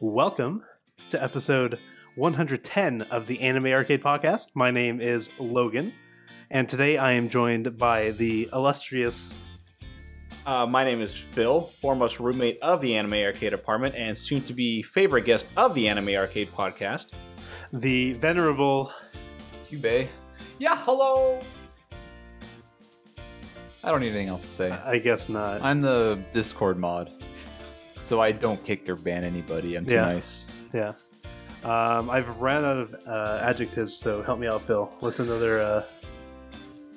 Welcome to episode 110 of the Anime Arcade Podcast. My name is Logan, and today I am joined by the illustrious. Uh, my name is Phil, foremost roommate of the Anime Arcade Apartment and soon to be favorite guest of the Anime Arcade Podcast. The venerable Cube. Yeah, hello. I don't need anything else to say. Uh, I guess not. I'm the Discord mod, so I don't kick or ban anybody. I'm too Yeah. nice. Yeah. Um, I've ran out of uh, adjectives, so help me out, Phil. What's another. Uh...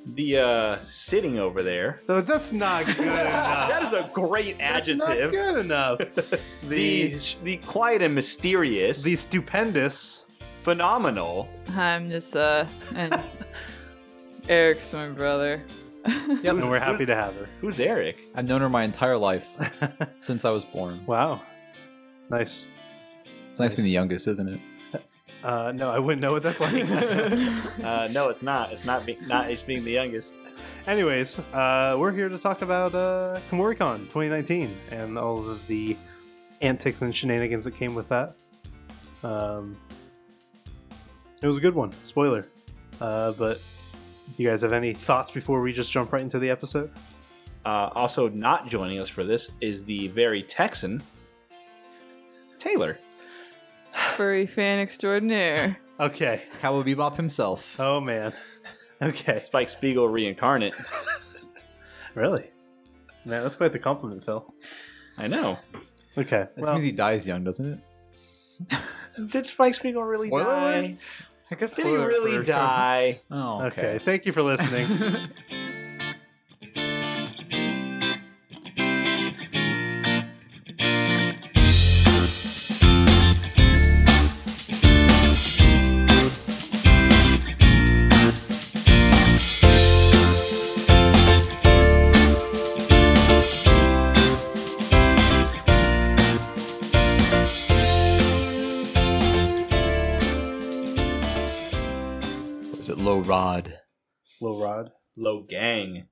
The uh, sitting over there. No, that's not good enough. That is a great Not adjective. good enough. The, The, the, the quiet and mysterious, the stupendous. phenomenal. I'm just uh and Eric's my brother. And we're happy to have her. Who's Eric? I've known her my entire life since I was born. Wow. Nice. It's nice being the youngest, isn't it? Uh, no, I wouldn't know what that's like. Uh, no, it's not. It's not. Be- not. It's being the youngest. Anyways, uh, we're here to talk about uh, KomoriCon 2019 and all of the antics and shenanigans that came with that. Um, it was a good one. Spoiler, uh, but you guys have any thoughts before we just jump right into the episode? Uh, also, not joining us for this is the very Texan Taylor. Furry fan extraordinaire. Okay. Cowboy Bebop himself. Oh man. Okay. Spike Spiegel reincarnate. Really? Man, that's quite the compliment, Phil. I know. Okay. that means he dies young, doesn't it? Did Spike Spiegel really Spoiler die? alert? I guess Did he really die? Oh, okay. okay. Thank you for listening. Was it Low Rod? Lil Rod. Low gang.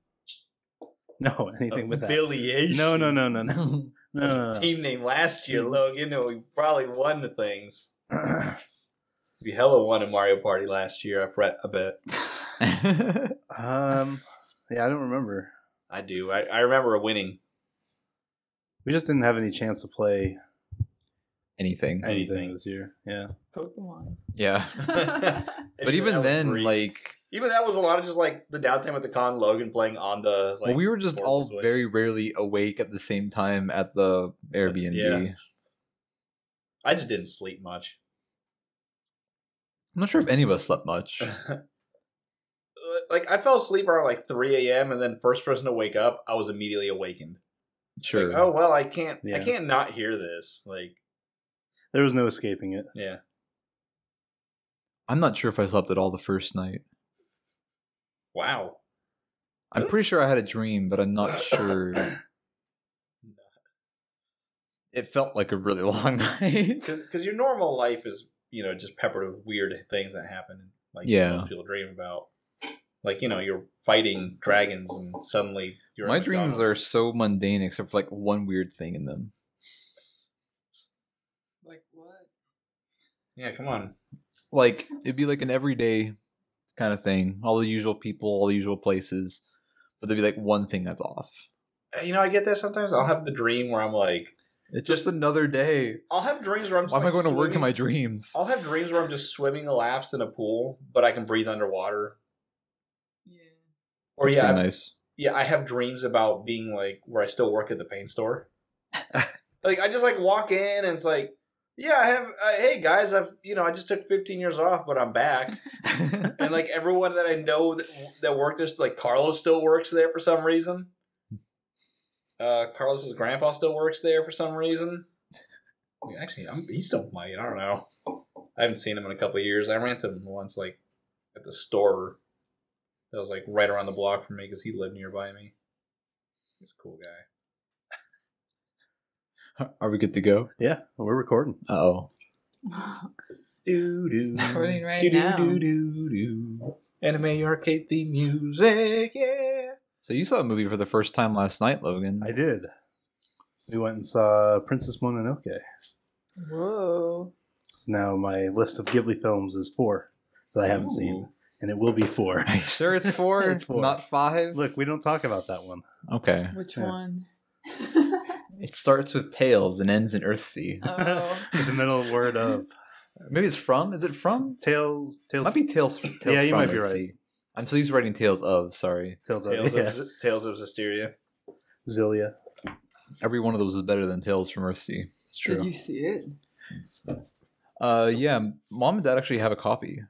No, anything with that. Affiliation. No, no, no, no, no, Low no, no, no. Team name last year, Logan, and we probably won the things. we hella won a Mario Party last year, I, pre- I bet. Um, yeah, I don't remember. I do. I, I remember winning We just didn't have any chance to play Anything. I- anything, Anything. this year. Yeah. Pokemon. Yeah. But that even was then, brief. like, Even that was a lot of just like the downtime at the con, Logan playing on the. Like, well, we were just board all Switch. very rarely awake at the same time at the Airbnb. Yeah. I just didn't sleep much. I'm not sure if any of us slept much. like I fell asleep around like 3 a.m. and then first person to wake up, I was immediately awakened. It's Sure. Like, oh well, I can't. I Yeah. can't not hear this. Like, There was no escaping it. yeah. I'm not sure if I slept at all the first night. Wow. I'm Really? pretty sure I had a dream, but I'm not sure. it felt like a really long night. Because your normal life is you know just peppered with weird things that happen. Like Yeah. most people dream about. Like you know you're fighting dragons and suddenly you're. at My dreams are McDonald's. so mundane, except for like one weird thing in them. Like what? Yeah, come on. Like it'd be like an everyday kind of thing, all the usual people, all the usual places, but there'd be like one thing that's off. Uh, You know I get that sometimes. I'll have the dream where I'm like, It's Just- just another day. I'll have dreams where I'm. Just, Why am I like, Oh, going to work in swimming- my dreams? I'll have dreams where I'm just swimming a laps in a pool, but I can breathe underwater. Yeah. Or That's yeah, pretty I've- nice. yeah, I have dreams about being like where I still work at the paint store. like I just like walk in and it's like, yeah, I have. Uh, hey guys, I've you know I just took 15 years off, but I'm back. and like everyone that I know that, that worked there, like Carlos still works there for some reason. Uh, Carlos's grandpa still works there for some reason. Wait, Oh, Actually, I'm, he still might. I don't know. I haven't seen him in a couple of years. I ran into him once, like at the store that was like right around the block from me because he lived nearby me. He's a cool guy. Are we good to go? Yeah, we're recording. Uh oh. Doo doo. Recording right doo now. doo doo doo. Anime arcade theme music. Yeah. So you saw a movie for the first time last night, Logan. I did. We went and saw Princess Mononoke. Whoa. So now my list of Ghibli films is four that I haven't seen, and it will be four. Are you sure it's four? It's four. Not five? Look, we don't talk about that one. Okay. Which Yeah. one? It starts with tails and ends in Earthsea. oh. The middle word of Maybe it's from? Is it from? tails, tails, Might be tails, tails Yeah, you from might be Earthsea. I'm still used to writing tails of, sorry. tails, Tales, of, yeah. of, Tales of Zestiria. Zillia. Every one of those is better than Tales from Earthsea. It's true. Did you see it? Uh, yeah, m- mom and dad actually have a copy,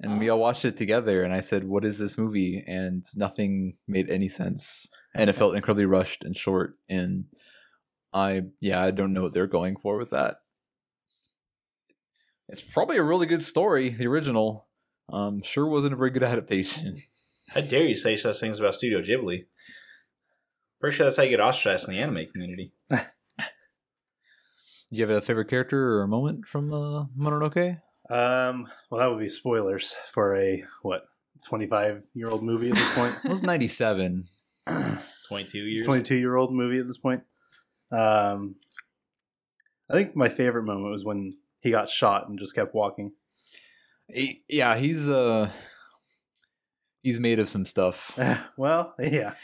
and we all watched it together. And I said, "What is this movie?" And nothing made any sense, and it felt incredibly rushed and short. And I, yeah, I don't know what they're going for with that. It's probably a really good story. The original, um, sure wasn't a very good adaptation. How dare you say such things about Studio Ghibli? Pretty sure that's how you get ostracized from the anime community. Do you have a favorite character or a moment from uh, Mononoke? Um, well, that would be spoilers for a what twenty-five year old movie at this point, It was ninety seven. 22 years? twenty-two year old movie at this point. Um, I think my favorite moment was when he got shot and just kept walking. He- yeah, he's uh he's made of some stuff. well, yeah,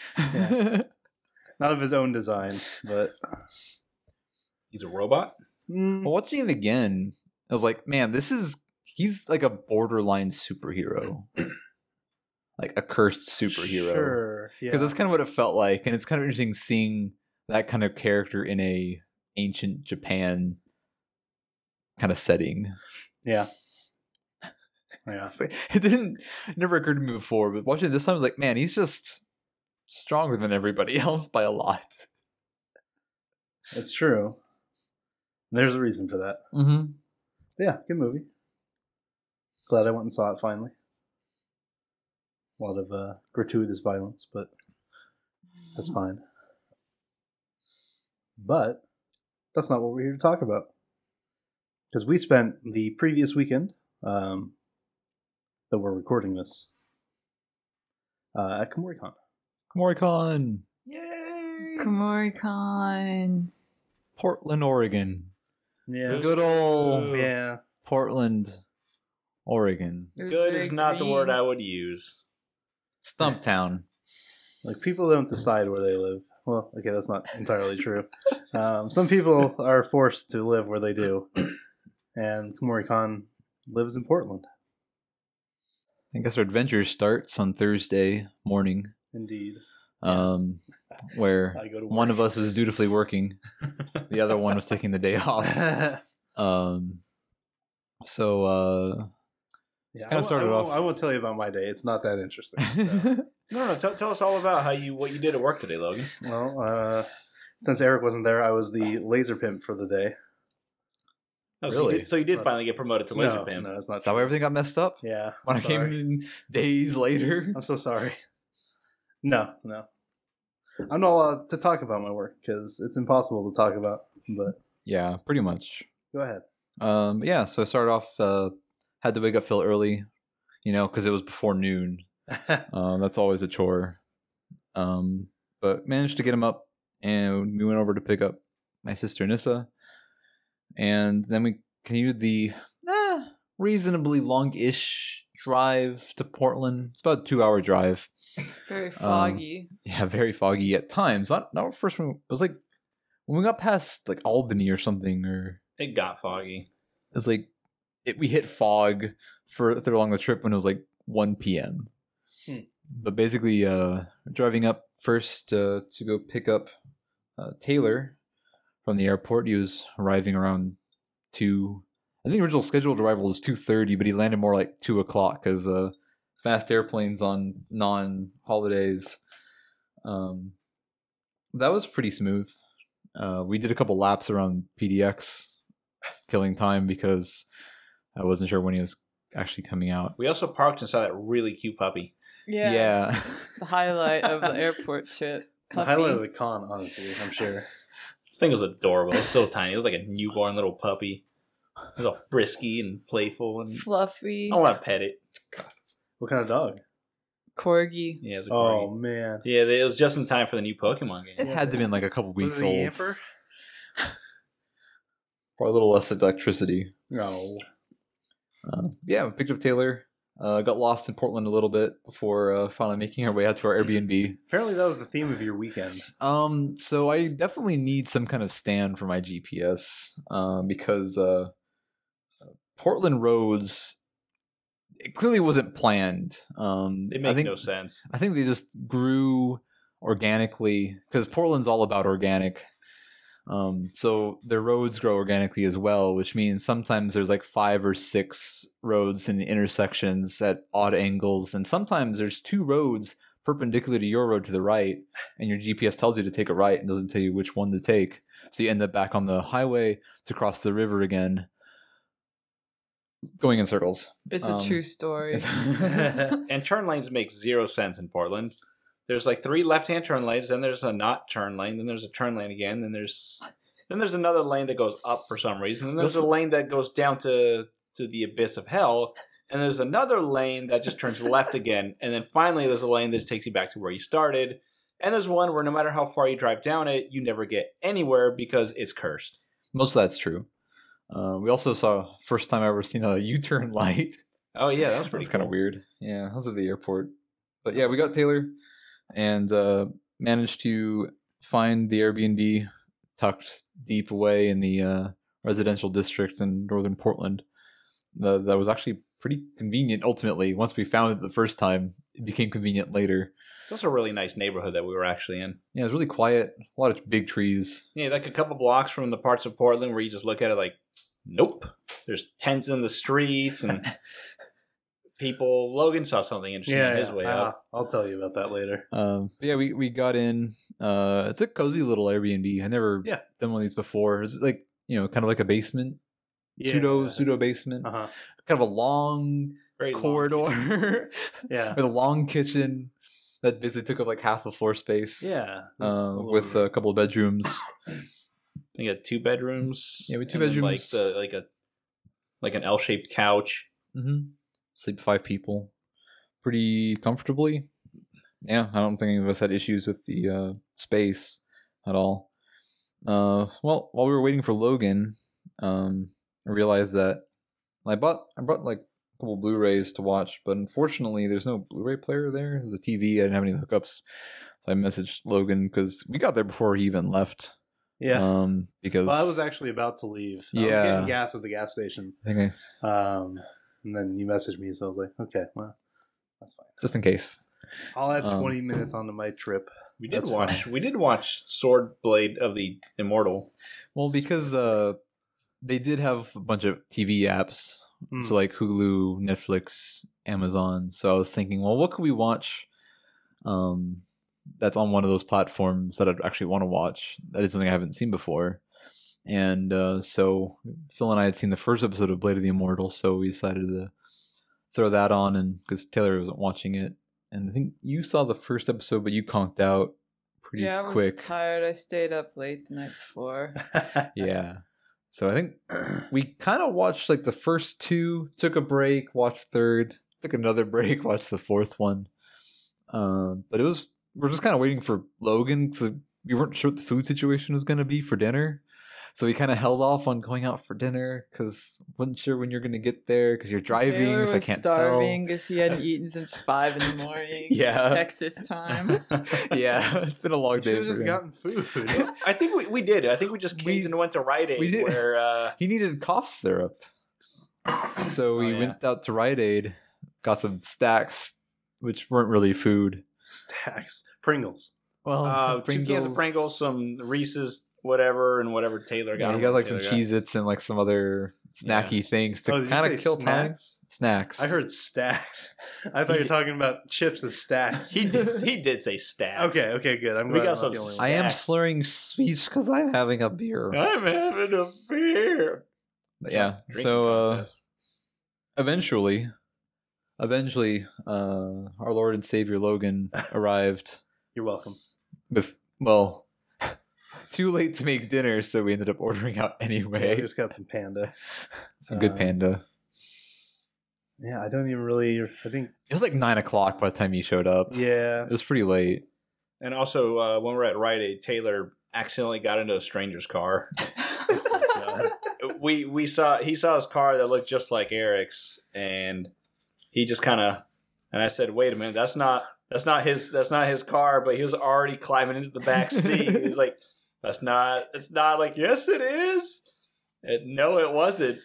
not of his own design, but He's a robot? mm, Watching it again, I was like, man, this is he's like a borderline superhero. like a cursed superhero. Sure, yeah. Cuz that's kind of what it felt like and it's kind of interesting seeing that kind of character in a ancient Japan kind of setting. yeah, yeah. It's like- It didn't it never occurred to me before, but watching it this time I was like, man, he's just stronger than everybody else by a lot. It's true. There's a reason for that. Mhm. Yeah, good movie. Glad I went and saw it finally. A lot of uh, gratuitous violence, but that's fine. But that's not what we're here to talk about. Because we spent the previous weekend um, that we're recording this uh, at KomoriCon. Morricon, Kamori Khan. Portland, Oregon. Yeah. Good old Yeah. Portland, Oregon. It was Good very is not the word green. I would use. Stumptown. Like people don't decide where they live. Well, okay, that's not entirely true. Um, some people are forced to live where they do, and Komori Khan lives in Portland. I guess our adventure starts on Thursday morning, Indeed, um, where I go to one of us was dutifully working, the other one was taking the day off. yeah, Um, so, uh, I kinda won't- started I won't- off- I won't tell you about my day. It's not that interesting. so. yeah, No, no, tell, tell us all about how you what you did at work today, Logan. well, uh, since Eric wasn't there, I was the laser pimp for the day. Oh, so Really? you did, so you It's did not- finally get promoted to Laser no, Pimp. No, it's not. is that why True. everything got messed up? Yeah, When I sorry. came in days later, I'm so sorry. No, no. I'm not allowed to talk about my work because it's impossible to talk about. But yeah, pretty much. go ahead. Um, but yeah, so I started off, uh, had to wake up Phil early, you know, because it was before noon. Um, that's always a chore. Um, but managed to get him up, and we went over to pick up my sister Nissa, and then we continued the eh, reasonably long-ish drive to Portland. It's about a two-hour drive. Very foggy. Yeah, very foggy at times. Not not our first one. It was like when we got past like Albany or something, or It got foggy. it was like it, we hit fog for further along the trip when it was like 1 p.m. Hmm. But basically, uh, driving up first uh, to go pick up uh, Taylor from the airport. He was arriving around two. I think the original scheduled arrival was two thirty, but he landed more like two o'clock because uh, fast airplanes on non holidays. Um, that was pretty smooth. Uh, we did a couple laps around PDX, killing time because I wasn't sure when he was actually coming out. We also parked and saw that really cute puppy. Yes. Yeah. The highlight of the airport trip. The highlight of Puppy. the con, honestly, I'm sure. This thing was adorable. It was so tiny. It was like a newborn little puppy. It was all frisky and playful, and Fluffy. I want to pet it. What kind of dog? Corgi. Yeah, it was a Oh corgi. man, yeah, it was just in time for the new Pokemon game. It had to have been like a couple weeks old. Probably a little less electricity. No. Uh, yeah, we picked up Taylor. Uh, got lost in Portland a little bit before uh, finally making our way out to our Airbnb. Apparently, that was the theme of your weekend. Um, so I definitely need some kind of stand for my GPS um, because uh, Portland roads it clearly wasn't planned. Um, It I makes think no sense. I think they just grew organically because Portland's all about organic. Um, so their roads grow organically as well, which means sometimes there's like five or six roads in the intersections at odd angles, and sometimes there's two roads perpendicular to your road to the right, and your GPS tells you to take a right and doesn't tell you which one to take. So you end up back on the highway to cross the river again, going in circles. It's a Um, true story. and turn lanes make zero sense in Portland. There's like three left-hand turn lanes, then there's a not turn lane, then there's a turn lane again, then there's then there's another lane that goes up for some reason, then there's a Listen- lane that goes down to to the abyss of hell, and there's another lane that just turns left again, and then finally there's a lane that takes you back to where you started, and there's one where no matter how far you drive down it, you never get anywhere because it's cursed. Most of that's true. Uh, we also saw first time I ever seen a U-turn light. Oh yeah, that was pretty That's kind of weird. Yeah, I was at the airport, but yeah, we got Taylor and uh, managed to find the Airbnb tucked deep away in the uh, residential district in northern Portland. Tha- that was actually pretty convenient. Ultimately, once we found it the first time, it became convenient later. It's also a really nice neighborhood that we were actually in. Yeah, it was really quiet. A lot of big trees. Yeah, like a couple blocks from the parts of Portland where you just look at it like, nope. There's tents in the streets and people. Logan saw something interesting on his way Uh, I'll- up. I'll tell you about that later. Um, but yeah, we, we got in. Uh, it's a cozy little Airbnb. I never Yeah. done one of these before. It's like you know, kind of like a basement, pseudo pseudo basement, Uh-huh. kind of a long Very long. corridor Yeah. with a long kitchen that basically took up like half the floor space. Yeah. uh, with a couple of bedrooms. I think it had two bedrooms. Yeah, we had two and then, bedrooms. Like the like a like an L-shaped couch. hmm Sleep five people, pretty comfortably. Yeah, I don't think any of us had issues with the uh, space at all. Uh, well, while we were waiting for Logan, um, I realized that I bought I brought like a couple Blu-rays to watch, but unfortunately, there's no Blu-ray player there. There's a TV. I didn't have any hookups, so I messaged Logan because we got there before he even left. yeah. Um, because well, I was actually about to leave. I was Yeah. getting gas at the gas station. I think I- Um, and then you messaged me, so I was like, okay, well, that's fine. just in case. I'll add Um, 20 minutes onto my trip. We did That's watch. We did watch Sword Blade of the Immortal. Well, because uh, they did have a bunch of TV apps, Mm. so like Hulu, Netflix, Amazon. So I was thinking, well, what could we watch? Um, that's on one of those platforms that I'd actually want to watch. That is something I haven't seen before. And uh, so Phil and I had seen the first episode of Blade of the Immortal, so we decided to throw that on, and because Taylor wasn't watching it, and I think you saw the first episode, but you conked out pretty yeah, I was quick. tired. I stayed up late the night before. yeah. So I think we kind of watched like the first two, took a break, watched third, took another break, watched the fourth one. Um, but it was we're just kind of waiting for Logan to we weren't sure what the food situation was going to be for dinner. So we kind of held off on going out for dinner because wasn't sure when you're going to get there because you're driving. Taylor was so I can't starving because he hadn't eaten since five in the morning. Yeah. Texas time. tell. yeah, it's been a long day. Should've for him. food. I think we, we did. I think we just came We- and went to Rite we Aid did. where uh, He needed cough syrup. So we Oh, yeah. went out to Rite Aid, got some stacks, which weren't really food. Stacks. Pringles. Well, uh, two cans of Pringles, some Reese's, whatever, and whatever Taylor got. Yeah, he whatever got like some Taylor Cheez Its and like some other snacky things to Oh, did you kind say of kill time. snacks? Snacks. I heard stacks. I thought you were did- talking about chips as stacks. He did. He did say stats. Okay, okay, good. I'm We glad got I'm some not the only one. I am snacks. slurring speech because I'm having a beer. I'm having a beer. But yeah. Drinking So uh, contest. eventually, eventually, uh, our Lord and Savior Logan arrived. You're welcome. with well too late to make dinner so we ended up ordering out Yeah, we anyway just got some panda. some good uh, panda Yeah, I don't even really. I think. it was like nine o'clock by the time you showed up Yeah. it was pretty late and also uh, when we were at Rite Aid, Taylor accidentally got into a stranger's car. we we saw he saw his car that looked just like Eric's, and he just kind of and I said, "Wait a minute, that's not that's not his that's not his car." But he was already climbing into the back seat. He's like, "That's not it's not like yes, it is." And no, it wasn't.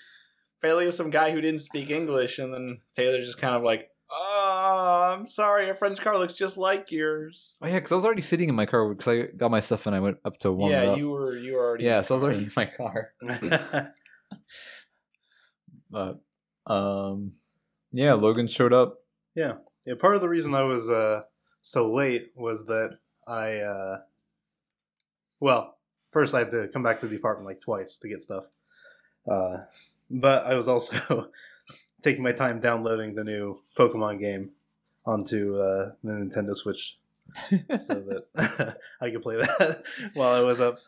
Apparently, it was some guy who didn't speak English, and then Taylor's just kind of like, "Oh, I'm sorry, your friend's car looks just like yours." Oh yeah, because I was already sitting in my car because I got my stuff and I went up to warm it yeah, up. you were you were already yeah, so I was already in my car. yeah. But um, yeah, Logan showed up. Yeah, part of the reason I was uh, so late was that I, uh, well, first I had to come back to the apartment like twice to get stuff. Uh, but I was also taking my time downloading the new Pokemon game onto uh, the Nintendo Switch so that I could play that while I was up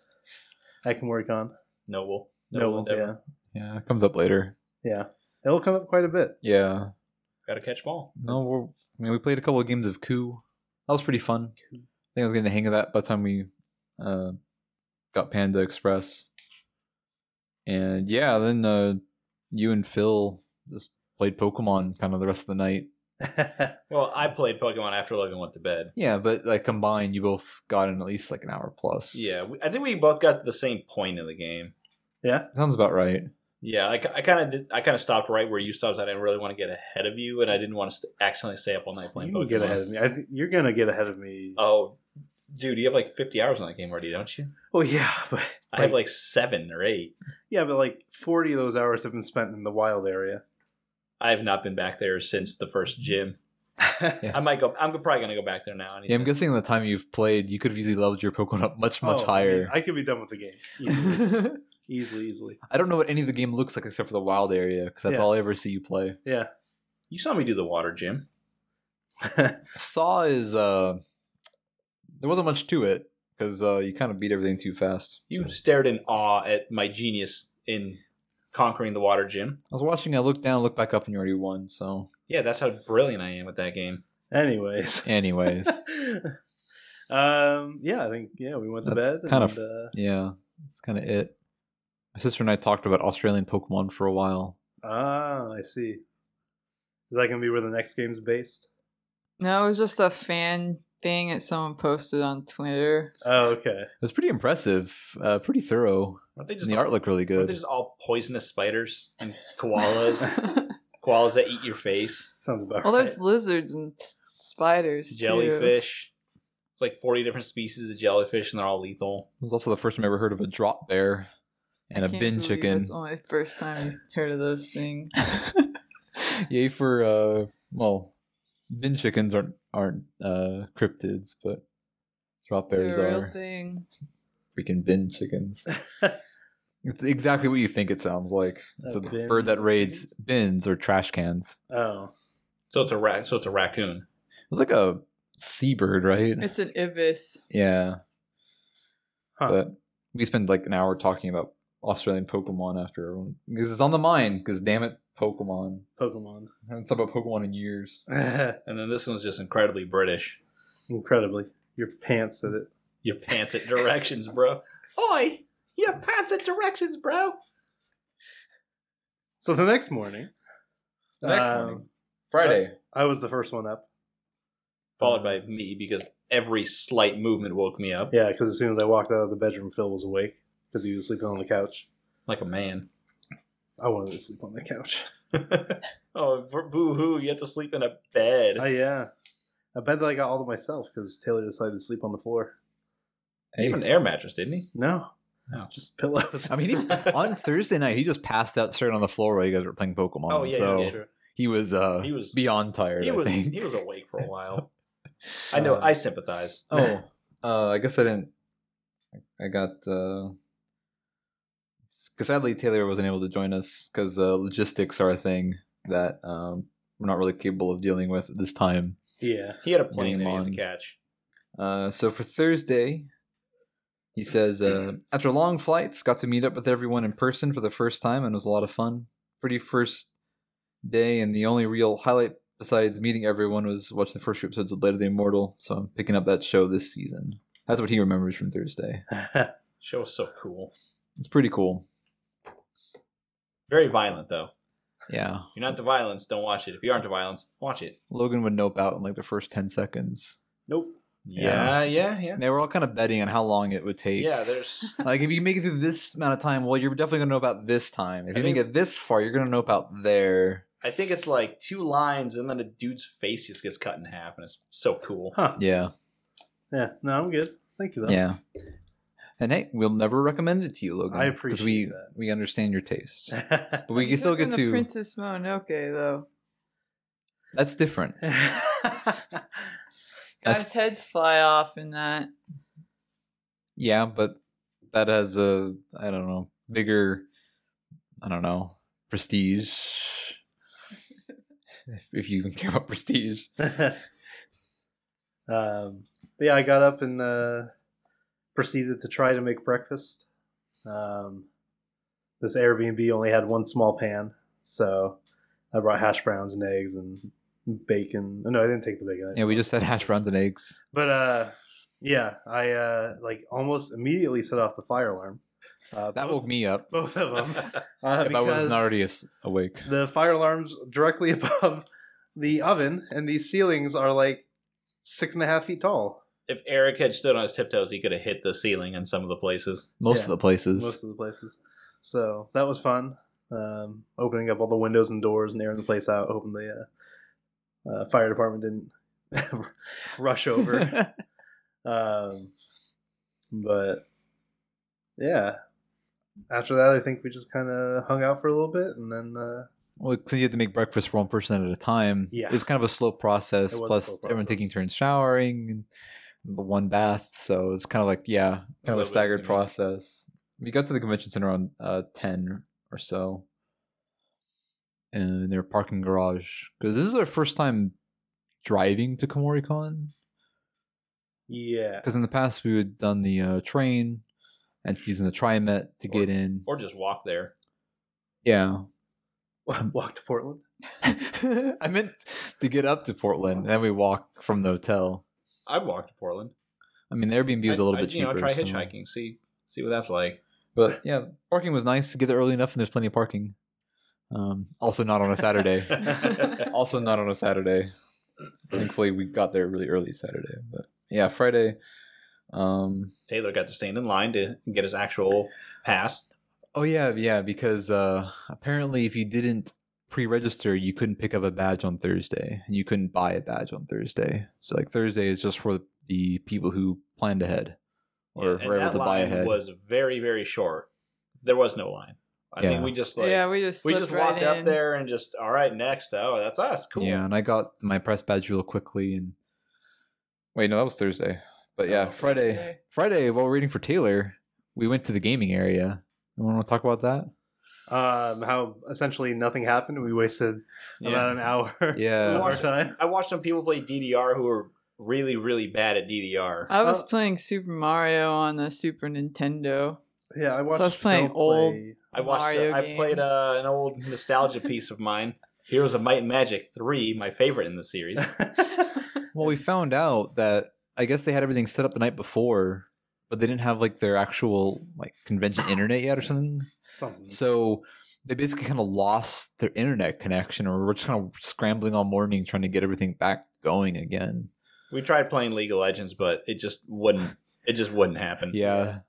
at Kamoricon. Noble. No, yeah, Yeah, it comes up later. yeah, it'll come up quite a bit. Yeah, Got to catch ball. no, we're, I mean we played a couple of games of Coup. That was pretty fun. I think I was getting the hang of that by the time we uh, got Panda Express. And yeah, then uh, you and Phil just played Pokemon kind of the rest of the night. Well, I played Pokemon after Logan went to bed. Yeah, but like combined, you both got in at least like an hour plus. Yeah, we, I think we both got to the same point in the game. sounds about right. Yeah, like I kind of did. I kind of stopped right where you stopped. I didn't really want to get ahead of you, and I didn't want to st- accidentally stay up all night playing You can Pokemon. get ahead of me. I think you're gonna get ahead of me. Oh, dude, you have like fifty hours on that game already, don't you? oh yeah, but I have like seven or eight. Yeah, but like 40 of those hours have been spent in the wild area. I have not been back there since the first gym. I might go. I'm probably gonna go back there now. Yeah, I'm anytime. guessing the time you've played, you could have easily leveled your Pokemon up much, much Oh, higher. I could be done with the game. Easily, I, easily. easily. don't know what any of the game looks like except for the wild area, because that's Yeah. all I ever see you play. Yeah. You saw me do the water gym. Saw is uh, there wasn't much to it because uh, you kind of beat everything too fast. You stared in awe at my genius in conquering the water gym. I was watching. I looked down, looked back up, and you already won. So, Yeah, that's how brilliant I am at that game. Anyways. anyways, um, yeah, I think, yeah, we went to That's bed. kind and, of- Uh, yeah, that's kind of it. My sister and I talked about Australian Pokemon for a while. ah, I see. Is that going to be where the next game's based? No, it was just a fan thing that someone posted on Twitter. Oh, okay. It was pretty impressive, uh, pretty thorough. Aren't they And just the all, art looked really aren't good. they just all poisonous spiders and koalas? koalas that eat your face, Sounds about well, right. there's lizards and t- spiders. too. jellyfish. It's like forty different species of jellyfish, and they're all lethal. It was also the first time I ever heard of a drop bear and I a can't bin believe chicken. It's only the first time he's heard of those things. Yay for uh well, bin chickens aren't aren't uh cryptids, but drop bears the real are thing. freaking bin chickens. it's exactly what you think it sounds like. It's A a, bin bird that raids bins or trash cans. Oh. So it's a ra- so it's a raccoon. It's like a seabird, right? It's an ibis. yeah. Huh. But we spent like an hour talking about Australian Pokemon after everyone because it's on the mind. Because damn it, Pokemon. Pokemon. I haven't thought about Pokemon in years. And then this one's just incredibly British. Incredibly. Your pants at it. You pants at directions, bro. Oi, you pants at directions, bro. So the next morning, The next um, morning, Friday. I was the first one up. Followed by me because every slight movement woke me up Yeah, because as soon as I walked out of the bedroom, Phil was awake because he was sleeping on the couch. like a man. I wanted to sleep on the couch. oh, boo hoo! You have to sleep in a bed. Oh yeah, I bet that I got all to myself because Taylor decided to sleep on the floor. He had an air mattress, didn't he? No, No. just pillows. I mean, he, on Thursday night, he just passed out straight on the floor while you guys were playing Pokemon. Oh, yeah, Um, so yeah, sure. he was uh, He was- beyond tired. He I was think. Uh, he was awake for a while. I know. I sympathize. oh, uh, I guess I didn't. I got uh, cause sadly Taylor wasn't able to join us because uh, logistics are a thing that um, we're not really capable of dealing with at this time. yeah, He had a plane that Game he had to on. catch. Uh, so for Thursday, he says, uh, after long flights, got to meet up with everyone in person for the first time, and it was a lot of fun. Pretty first day, and the only real highlight besides meeting everyone was watching the first few episodes of Blade of the Immortal. So I'm picking up that show this season. That's what he remembers from Thursday. Show was so cool. It's pretty cool. Very violent though. Yeah. If you're not the violence, don't watch it. If you aren't the violence, watch it. Logan would nope out in like the first 10 seconds. Nope. Yeah, yeah, yeah. And they were all kind of betting on how long it would take. Yeah, there's Like, if you make it through this amount of time, well, you're definitely going to nope out this time. If I you think make it this far, you're going to nope out there. I think it's like two lines and then a dude's face just gets cut in half and it's so cool. Huh. Yeah. Yeah. No, I'm good. Thank you though. Yeah. And hey, we'll never recommend it to you, Logan. I 'cause appreciate we, that. We understand your taste. But we can still get the to. Princess Mononoke though. That's different. That's- Guys' heads fly off in that. Yeah, but that has a I don't know bigger I don't know prestige. if, if you even care about prestige, um, but yeah, I got up and uh, proceeded to try to make breakfast. Um, this Airbnb only had one small pan, so I brought hash browns and eggs and bacon. Oh, No, I didn't take the bacon. I- yeah, we just had hash browns and eggs. But uh, yeah, I uh, like almost immediately set off the fire alarm. Uh, That woke me up both of them. Uh, if I wasn't because- already as- awake. the fire alarms directly above the oven, and these ceilings are like six and a half feet tall. if Eric had stood on his tiptoes, he could have hit the ceiling in some of the places. Most Yeah. of the places. Most of the places. So that was fun. Um, opening up all the windows and doors and airing the place out, hoping the uh, uh, fire department didn't rush over. um, but yeah, after that, I think we just kind of hung out for a little bit, and then uh, Well, because you had to make breakfast for one person at a time. Yeah. It's kind of a slow process. It was a Plus, slow everyone process. taking turns showering and the one bath. So it's kind of like, yeah, kind of little a bit, staggered yeah. process. We got to the convention center around uh, 10 or so. And their parking garage. Because this is our first time driving to KomoriCon. yeah, Because in the past, we had done the uh, train and using the TriMet to get in. Or just walk there. yeah. walked to Portland. I meant to get up to Portland, and then we walk from the hotel. I walked to Portland. I mean, the Airbnb was a little I- bit You cheaper. know, try so- hitchhiking, see see what that's like. But yeah, parking was nice. Get there early enough, and there's plenty of parking. Um, also, not on a Saturday. also, not on a Saturday. Thankfully, we got there really early Saturday. But yeah, Friday. Um, Taylor got to stand in line to get his actual pass. oh yeah, yeah. Because uh, apparently, if you didn't pre-register, you couldn't pick up a badge on Thursday, and you couldn't buy a badge on Thursday. So like Thursday is just for the people who planned ahead. Or and were able that to buy line ahead. was very, very short. There was no line. I Yeah. think we just like yeah, we just we slipped just right walked up in. there and just all right, next. Oh, that's us. Cool. Yeah, and I got my press badge real quickly and wait, no, that was Thursday. But That yeah, was Friday. Thursday. Friday, while waiting for Taylor, we went to the gaming area. You want to talk about that? um, how essentially nothing happened. We wasted Yeah. about an hour Yeah. of our Awesome. time. I watched some people play DDR who were really, really bad at DDR. I was Oh. playing Super Mario on the Super Nintendo. Yeah, I watched. was playing Phil old- play- I watched. Mario uh, I game. played uh, an old nostalgia piece of mine, Heroes of Might and Magic Three, my favorite in the series. Well, we found out that I guess they had everything set up the night before, but they didn't have like their actual like convention internet yet or something. something. So they basically kind of lost their internet connection, or we're just kind of scrambling all morning trying to get everything back going again. we tried playing League of Legends, but it just wouldn't. It just wouldn't happen. Yeah.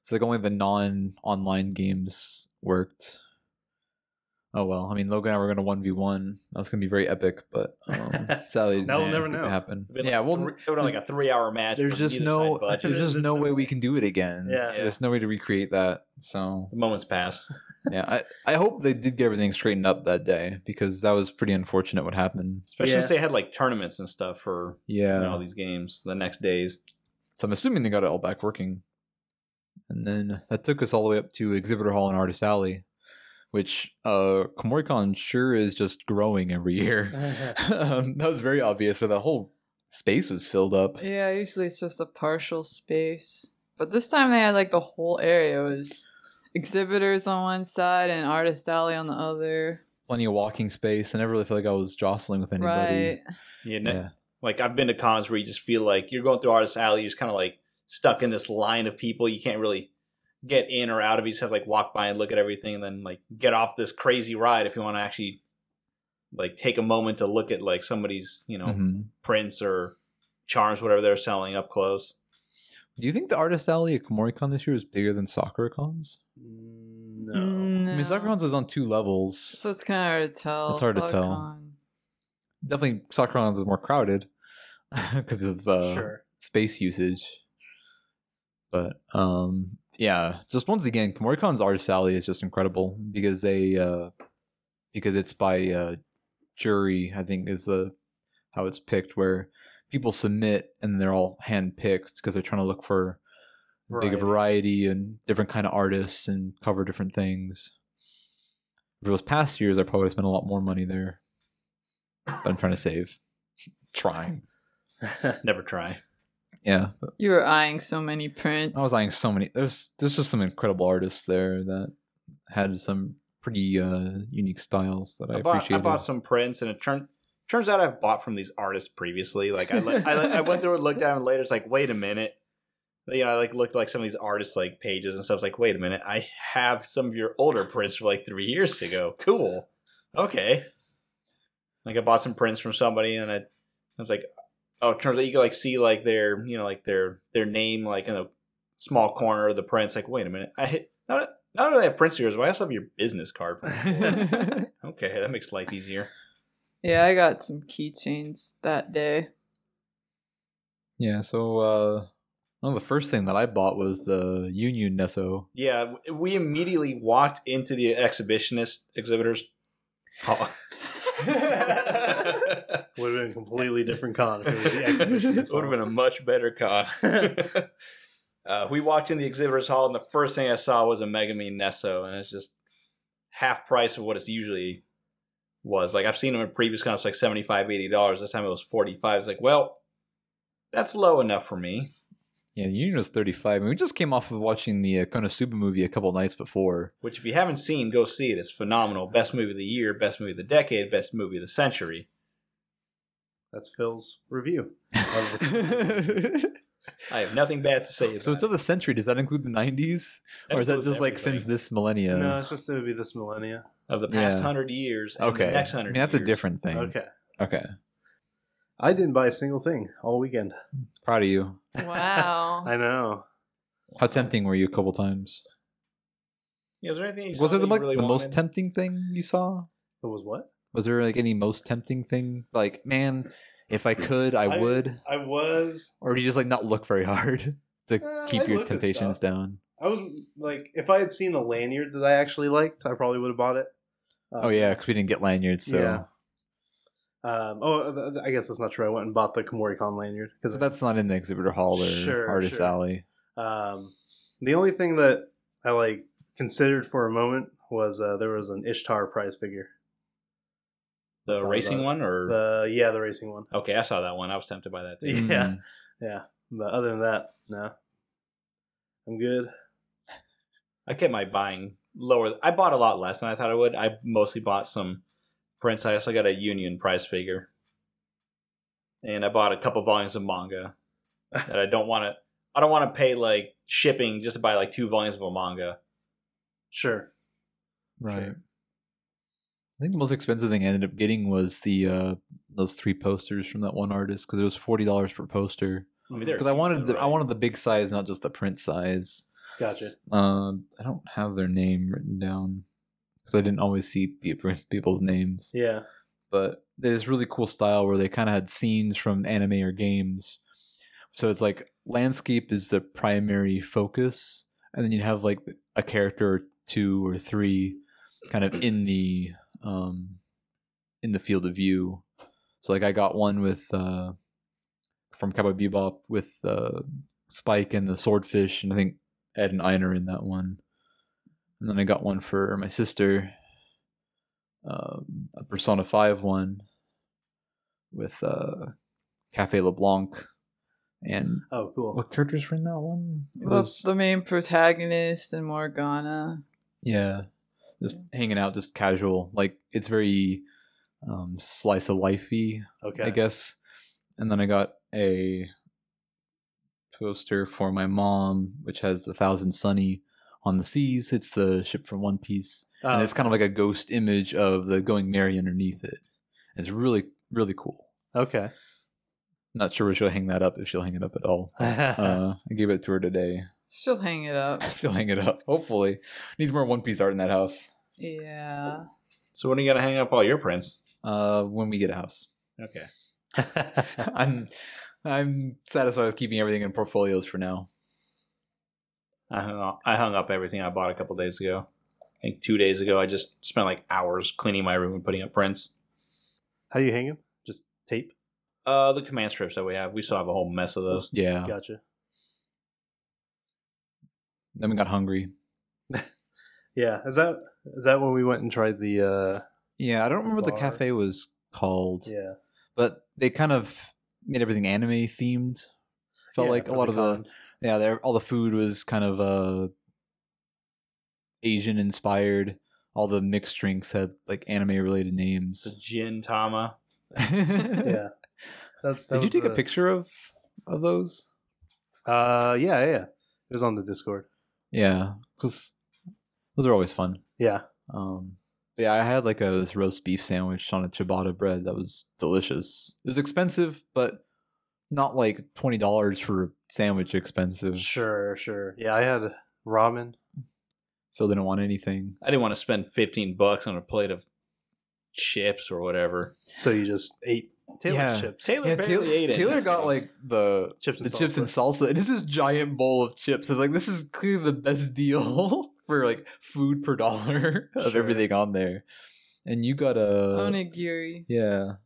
So like only the non online games worked. Oh well, I mean Logan and I were gonna one v one. That's gonna be very epic, but um, sadly Now we'll nah, never it didn't know. happen. It'd been yeah, like well, three, it would have like a three-hour match. there's from just either no side budget. there's just There's no no way we way. can do it again. Yeah. Yeah. there's no way to recreate that. So The moments passed. yeah, I, I hope they did get everything straightened up that day because that was pretty unfortunate what happened. Especially Yeah. since they had like tournaments and stuff for you Yeah, know, all these games the next days. so I'm assuming they got it all back working. And then that took us all the way up to Exhibitor Hall and Artist Alley, which uh, KomoriCon sure is just growing every year. Mm, um, that was very obvious, where the whole space was filled up. Yeah, usually it's just a partial space. But this time they had like the whole area was exhibitors on one side and artist alley on the other. Plenty of walking space. I never really felt like I was jostling with anybody. Right. You know, Yeah. like I've been to cons where you just feel like you're going through artist alley, you're just kind of like stuck in this line of people. You can't really get in or out of. You just have to, like walk by and look at everything, and then like get off this crazy ride if you want to actually like take a moment to look at like somebody's you know Mhm. prints or charms, whatever they're selling up close. Do you think the artist alley at KomoriCon this year is bigger than SoccerCon's? No. No. I mean, SoccerCon's is on two levels. So it's kind of hard to tell. It's hard to tell. SoccerCon. Definitely, SoccerCon's is more crowded because of uh, sure. space usage. But um, yeah, just once again, KomoriCon's artist alley is just incredible because they uh, because it's by uh, jury. I think is the how it's picked where people submit and they're all hand picked because they're trying to look for big variety and different kind of artists and cover different things. For those past years, I probably spent a lot more money there, but I'm trying to save. Trying, Never try. yeah. You were eyeing so many prints. I was eyeing so many. There's there's just some incredible artists there that had some pretty uh, unique styles that I, I, bought, I appreciated. bought some prints, and it turned turns out I've bought from these artists previously. Like I, li- I, li- I went through and looked at them later. It's like, wait a minute. You know, I like looked like some of these artists like pages and stuff. It's like, wait a minute, I have some of your older prints from like three years ago. Cool. Okay. Like I bought some prints from somebody, and I, I was like, oh, it turns out you can like see like their you know like their their name like in a small corner of the prints. Like, wait a minute, I hit not. Not only have prints of yours, but I also have your business card. From before. Okay, that makes life easier. yeah, I got some keychains that day. yeah. So uh, one of the first thing that I bought was the Union Nesso. Yeah, w- we immediately walked into the exhibitionist exhibitors. hall. Would Would have been a completely different con if it was the exhibitionist. have been a much better con. uh, we walked in the exhibitors hall, and the first thing I saw was a Megami Nesso, and it's just half price of what it's usually was. Like I've seen them in previous cons, like 75 dollars. This time it was forty five. It's like, well, that's low enough for me. Yeah, the Union was 35, and we just came off of watching the uh, Konosuba movie a couple nights before. which if you haven't seen, go see it. It's phenomenal. Best movie of the year, best movie of the decade, best movie of the century. That's Phil's review. so to I have nothing bad to say. About it. the century, does that include the 90s, or is that just like since the this millennium? No, it's just it would be this millennia. of the past Yeah. hundred years? And okay, the next I hundred. mean, that's a years. different thing. Okay. okay, I didn't buy a single thing all weekend. proud of you. Wow. I know. How tempting were you a couple times? Yeah, was there anything? You was saw there the, that like, you really the most wanted? tempting thing you saw? It was what? Was there like any most tempting thing? Like, man, if I could, I, I- would. I was Or do you just like not look very hard to Uh, keep I your looked at temptations stuff. down? I was like if I had seen a lanyard that I actually liked, I probably would have bought it. Uh, Oh yeah, because we didn't get lanyards, so Yeah. Um, oh, th- th- I guess that's not true. I went and bought the KomoriCon lanyard because but that's not in the exhibitor hall or Sure, artist sure. alley. Um, the only thing that I like considered for a moment was uh, there was an Ishtar prize figure. The racing the- one, or The yeah, the racing one. okay, I saw that one. I was tempted by that too. Yeah. Mm. But other than that, no. I'm good. I kept my buying lower. I bought a lot less than I thought I would. I mostly bought some prints. I also got a Union prize figure, and I bought a couple volumes of manga that I don't want to. I don't want to pay like shipping just to buy like two volumes of a manga. Sure. right. Sure. I think the most expensive thing I ended up getting was the uh those three posters from that one artist because it was forty dollars per poster. I mean, they're Because I wanted cheap, though, the, I right? wanted the big size, not just the print size. Gotcha. Um, I don't have their name written down because I didn't always see pe- people's names. Yeah. But there's this really cool style where they kind of had scenes from anime or games. So it's like landscape is the primary focus, and then you have like a character or two or three kind of in the um in the field of view. So like I got one with uh from Cowboy Bebop with uh Spike and the swordfish, and I think Ed and Ian are in that one. And then I got one for my sister, um, a Persona Five one with uh, Cafe LeBlanc, and Oh, cool. what characters were in that one? It Well, was- the main protagonist and Morgana. yeah, just hanging out, just casual. Like it's very um, slice of lifey. Okay. I guess. And then I got a poster for my mom, which has the Thousand Sunny on the seas. It's the ship from One Piece, Uh, and it's kind of like a ghost image of the Going Merry underneath it. It's really really cool. okay. Not sure where she'll hang that up if she'll hang it up at all. Uh, I gave it to her today. She'll hang it up. She'll hang it up. Hopefully, needs more One Piece art in that house. Yeah. So when are you gonna hang up all your prints? Uh, when we get a house, Okay. I'm I'm satisfied with keeping everything in portfolios for now. I hung up, I hung up everything I bought a couple days ago. I think two days ago, I just spent like hours cleaning my room and putting up prints. How do you hang them? Just tape. Uh, the command strips that we have, we still have a whole mess of those. Yeah. Gotcha. Then we got hungry. Yeah. Is that is that when we went and tried the? uh Yeah, I don't remember what the Bar. cafe was called, Yeah. but they kind of made everything anime themed. Felt Yeah, like a for lot of the con. yeah, there all the food was kind of uh Asian inspired. All the mixed drinks had like anime related The names. gin tama. yeah. Yeah. That- that Did you was take a the- picture of of those? Uh, yeah, yeah. yeah. It was on the Discord. Yeah, because those are always fun. Yeah. Um, but yeah, I had like a this roast beef sandwich on a ciabatta bread that was delicious. It was expensive, but not like twenty dollars for a sandwich expensive. Sure, sure. Yeah, I had ramen. Phil didn't want anything. I didn't want to spend 15 bucks on a plate of chips or whatever. So you just ate Taylor Yeah. chips. Taylor yeah, barely Taylor, ate it. Taylor got like the Chips and the chips and salsa. salsa. It is this giant bowl of chips. It's like this is clearly the best deal for like food per dollar of Sure. everything on there. And you got a Onigiri. Yeah.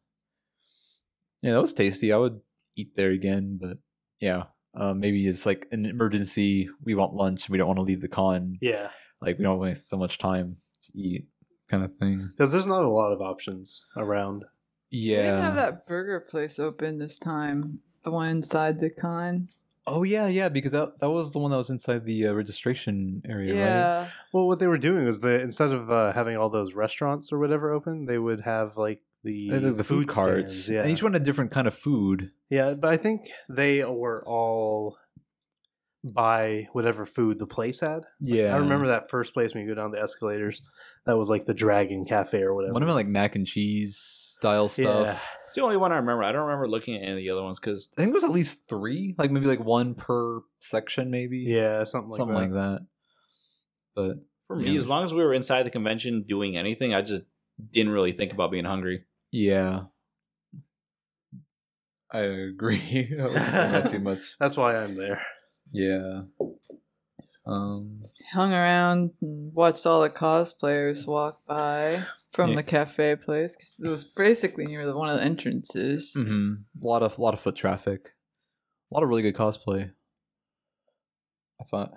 Yeah, that was tasty. I would eat there again, but yeah. Uh, maybe it's like an emergency. We want lunch. We don't want to leave the con. Yeah, Like, we don't waste so much time to eat, kind of thing. because there's not a lot of options around. They didn't have Yeah. that burger place open this time. The one inside the con. Oh, yeah, yeah, because that, that was the one that was inside the uh, registration area, right? yeah. Well, what they were doing was they instead of uh, having all those restaurants or whatever open, they would have like the, They had, like, the food, carts. stands, Yeah, And each one had different kind of food. yeah. But I think they were all by whatever food the place had. Yeah. I remember that first place when you go down the escalators. That was like the Dragon Cafe or whatever. One of them had like mac and cheese style stuff. Yeah. It's the only one I remember. I don't remember looking at any of the other ones because I think it was at least three, like maybe like one per section, maybe. yeah, something like something that. like that. But for me, Yeah. as long as we were inside the convention doing anything, I just didn't really think about being hungry. yeah, I agree. Not too much. That's why I'm there. Yeah. Um. hung around and watched all the cosplayers walk by from Yeah. the cafe place 'cause it was basically near the, one of the entrances. mhm. A lot of lot of foot traffic. A lot of really good cosplay. I thought.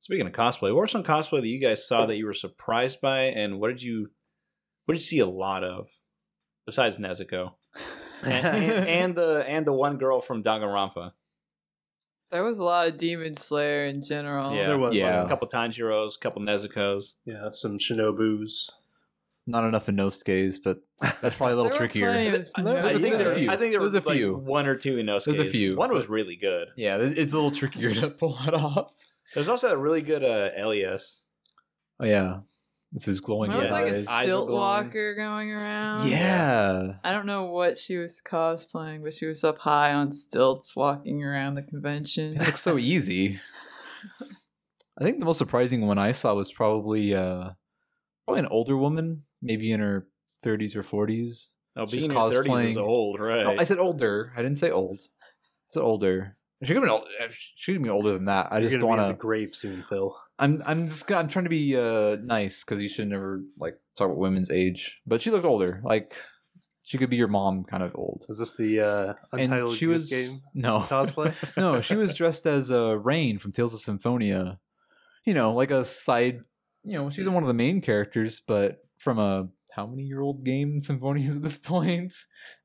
Speaking of cosplay, what were some cosplay that you guys saw that you were surprised by, and what did you what did you see a lot of besides Nezuko and, and, and the and the one girl from Danganronpa? There was a lot of Demon Slayer in general. yeah, there was Yeah. a couple Tanjiros, a couple Nezuko's. Yeah, some Shinobus. Not enough Inosuke's, but that's probably a little There were plenty trickier. of- I no, I There's think, a there, few. I think there was There's a few. Like one or two Inosuke's. There's a few. One was really good. Yeah, it's it's a little trickier to pull it off. There's also a really good uh, Elias. Oh yeah, with his glowing There was yeah, like eyes. a his eyes were silt glowing. walker going around. yeah. I don't know what she was cosplaying, but she was up high on stilts walking around the convention. It looks so easy. I think the most surprising one I saw was probably uh probably an older woman, maybe in her 30s or 40s. Oh, She's being in your 30s is cosplaying- old, right? No, I said older. I didn't say old. I said older. She could be old, she could be older than that. I You're just gonna don't be in want the to. grave soon, Phil. I'm I'm just gonna- I'm trying to be uh nice because you should never like talk about women's age. But she looked older. Like she could be your mom, kind of old. Is this the uh, Untitled Goose Game no cosplay? Oh. no, she was dressed as uh, Rain from Tales of Symphonia. You know, like a side. You know, she's one of the main characters, but from a how many year old game Symphonia is at this point?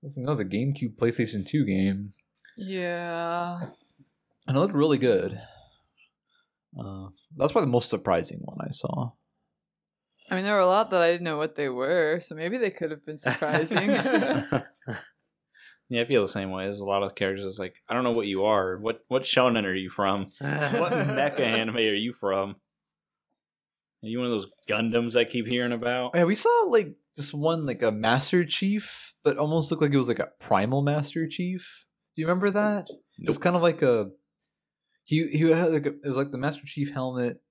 I think that was a GameCube, PlayStation Two game, yeah. and it looked really good. Uh, that's probably the most surprising one I saw. I mean, there were a lot that I didn't know what they were, so maybe they could have been surprising. yeah, I feel the same way. There's a lot of characters. It's like I don't know what you are. What what shonen are you from? what mecha anime are you from? Are you one of those Gundams I keep hearing about? Yeah, we saw like this one like a Master Chief, but almost looked like it was like a primal Master Chief. Do you remember that? It was Nope. kind of like a he he had like a, it was like the Master Chief helmet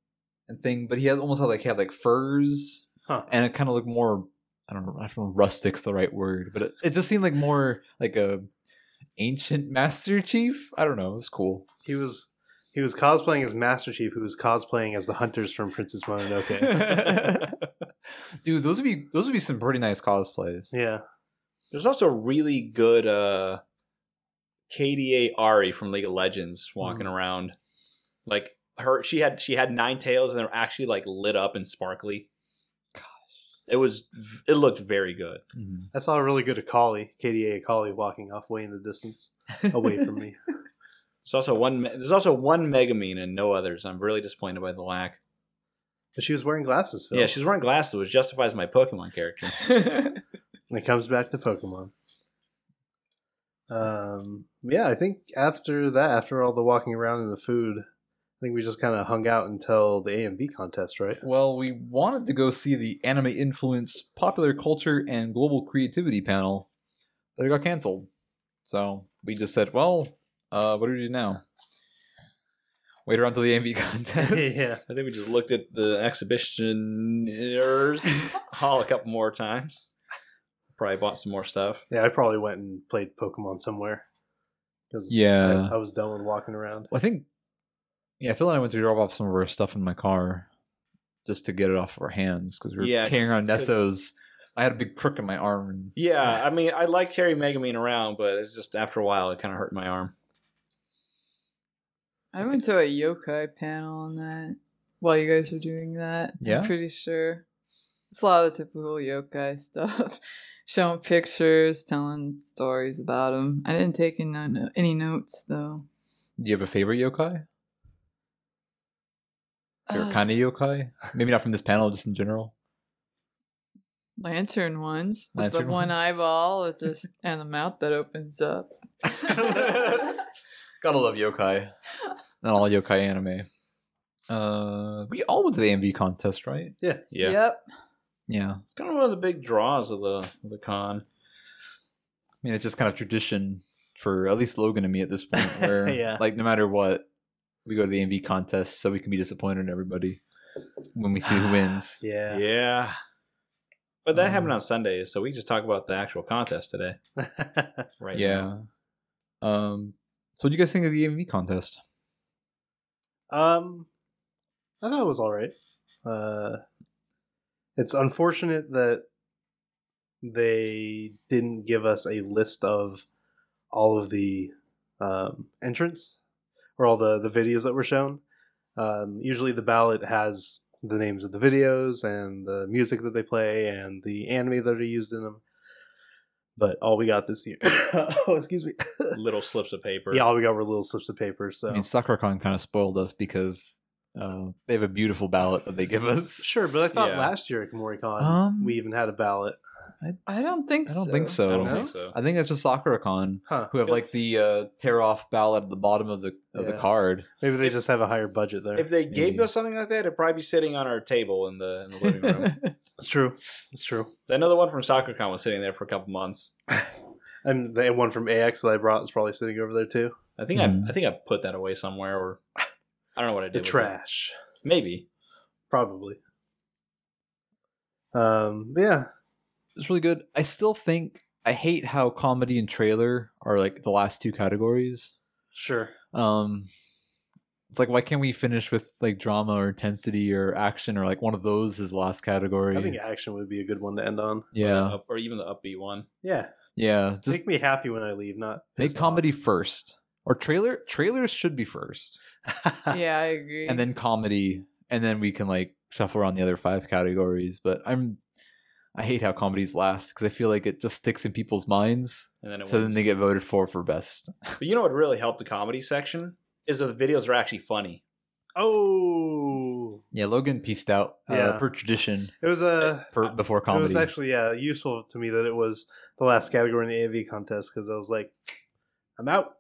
and thing, but he had almost had like he had like furs Huh. and it kind of looked more I don't know I don't know if rustic's the right word, but it, it just seemed like more like a ancient Master Chief. I don't know, it was cool. He was he was cosplaying as Master Chief, who was cosplaying as the hunters from Princess Mononoke. Dude, those would be those would be some pretty nice cosplays. yeah. There's also a really good uh, KDA Ari from League of Legends walking around. Like her, she had she had nine tails and they were actually like lit up and sparkly. Gosh, it was v- it looked very good. Mhm. I saw a really good Akali, KDA Akali, walking off way in the distance away from me. There's also one. Me- There's also one Megamine and no others. I'm really disappointed by the lack. But she was wearing glasses, Phil. Yeah, she's wearing glasses, which justifies my Pokemon character. Mm-hmm. And it comes back to Pokemon. Um, yeah, I think after that, after all the walking around and the food, I think we just kind of hung out until the A and B contest, right? Well, we wanted to go see the anime influence, popular culture, and global creativity panel, but it got canceled. So we just said, well, uh, what do we do now? Wait around till the AMV contest. Yeah. I think we just looked at the exhibitioners hall a couple more times. Probably bought some more stuff. Yeah, I probably went and played Pokemon somewhere. 'Cause Yeah. I, I was done with walking around. Well, I think, yeah, Phil and I went to drop off some of our stuff in my car just to get it off of our hands because we were Yeah, carrying just- around Nessos. I had a big crook in my arm. and- Yeah, I mean, I like carrying Megamine around, but it's just after a while, it kind of hurt my arm. I went to a yokai panel on that while you guys were doing that. Yeah? I'm pretty sure. It's a lot of the typical yokai stuff. Showing pictures, telling stories about them. I didn't take any, no- any notes though. Do you have a favorite yokai? Favorite Uh, kind of yokai? Maybe not from this panel, just in general. lantern ones with Lantern the one ones. eyeball that just and the mouth that opens up. Gotta love yokai. Not all yokai anime. Uh, we all went to the AMV contest, right? Yep. Yeah. I It's kind of one of the big draws of the of the con. mean, it's just kind of tradition for at least Logan and me at this point, where Yeah. like no matter what, we go to the AMV contest so we can be disappointed in everybody when we see who wins. Yeah. Yeah. But that Um, happened on Sunday, so we just talk about the actual contest today. Right. now. Yeah. Um. So, what do you guys think of the AMV contest? um, I thought it was all right. Uh, it's unfortunate that they didn't give us a list of all of the um, entrants or all the the videos that were shown. Um, usually, the ballot has the names of the videos and the music that they play and the anime that are used in them. But all we got this year, oh excuse me, Little slips of paper. yeah, all we got were little slips of paper. So I mean, SoccerCon kind of spoiled us because uh, they have a beautiful ballot that they give us. Sure, but I thought Yeah. last year at KomoriCon Um, we even had a ballot. I don't think I so. don't think I so. don't No? think so. I think it's just SoccerCon Huh. who have like the uh, tear off ballot at the bottom of the of the Yeah. card. Maybe they just have a higher budget there. If they gave Maybe. us something like that, it'd probably be sitting on our table in the in the living room. It's true. It's true. I know the one from SoccerCon was sitting there for a couple months. And the one from AX that I brought is probably sitting over there too. I think Hmm. I I think I put that away somewhere, or I don't know what I did. The with it. trash, Maybe. probably. Um. Yeah. it's really good. I still think I hate how comedy and trailer are like the last two categories. Sure. Um, it's like why can't we finish with like drama or intensity or action or like one of those is the last category? I think action would be a good one to end on. Or, the yeah, up- or even the upbeat one. Yeah. yeah. Just Make me happy when I leave. Not make pissed comedy first or trailer. Trailers should be first. off. Yeah, I agree. and then comedy, and then we can like shuffle around the other five categories. But I'm I hate how comedies last because I feel like it just sticks in people's minds, And then it so then wins. they get voted for for best. But you know what really helped the comedy section is that the videos are actually funny. oh. Yeah, Logan pieced out uh, Yeah. per tradition It was a. per, before It comedy. was actually yeah useful to me that it was the last category in the AV contest because I was like, I'm out.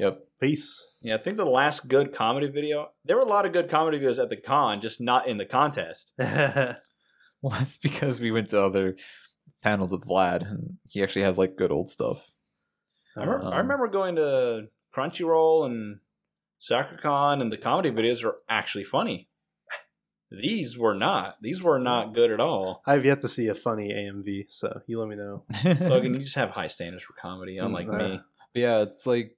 Yep. Peace. Yeah, I think the last good comedy video. There were a lot of good comedy videos at the con, just not in the contest. Uh-huh. Well, that's because we went to other panels with Vlad, and he actually has like good old stuff. I, remember, I Uh-huh. Um, remember going to Crunchyroll and SoccerCon, and the comedy videos were actually funny. These were not. These were not good at all. I've yet to see a funny AMV, so you let me know. Logan, you just have high standards for comedy, unlike Mm, me. Uh, yeah, it's like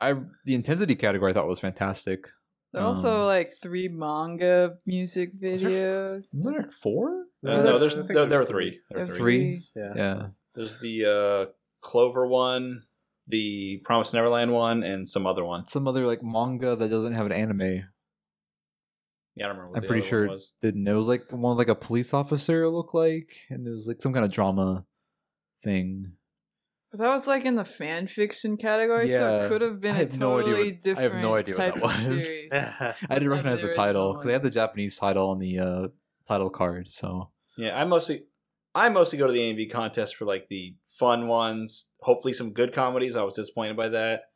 I the intensity category I thought was fantastic. There are also Um, like three manga music videos. Isn't there like four? Uh, No, there's- there's I think there, there were three. There There were are three. Three? Yeah. Yeah. There's the uh, Clover one, the Promise Neverland one, and some other one. Some other like manga that doesn't have an anime. Yeah, I don't remember. What I'm the pretty other sure one was. Didn't it was like one with, like a police officer it looked like, and there was like some kind of drama thing. But that was like in the fan fiction category, so Yeah. it could have been I a have no idea totally what- I different. have no idea what that type of was. series. I didn't Of the recognize the original title because they one. had the Japanese title on the uh, title card. So Yeah, I mostly I mostly go to the AMV contest for like the fun ones. Hopefully, some good comedies. I was disappointed by that.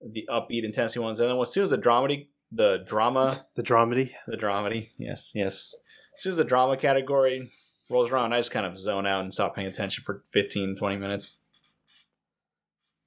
The upbeat, intensity ones, and then as soon as the dramedy, the drama, The dramedy. the dramedy, yes, yes. As soon as the drama category rolls around, I just kind of zone out and stop paying attention for 15, 20 minutes.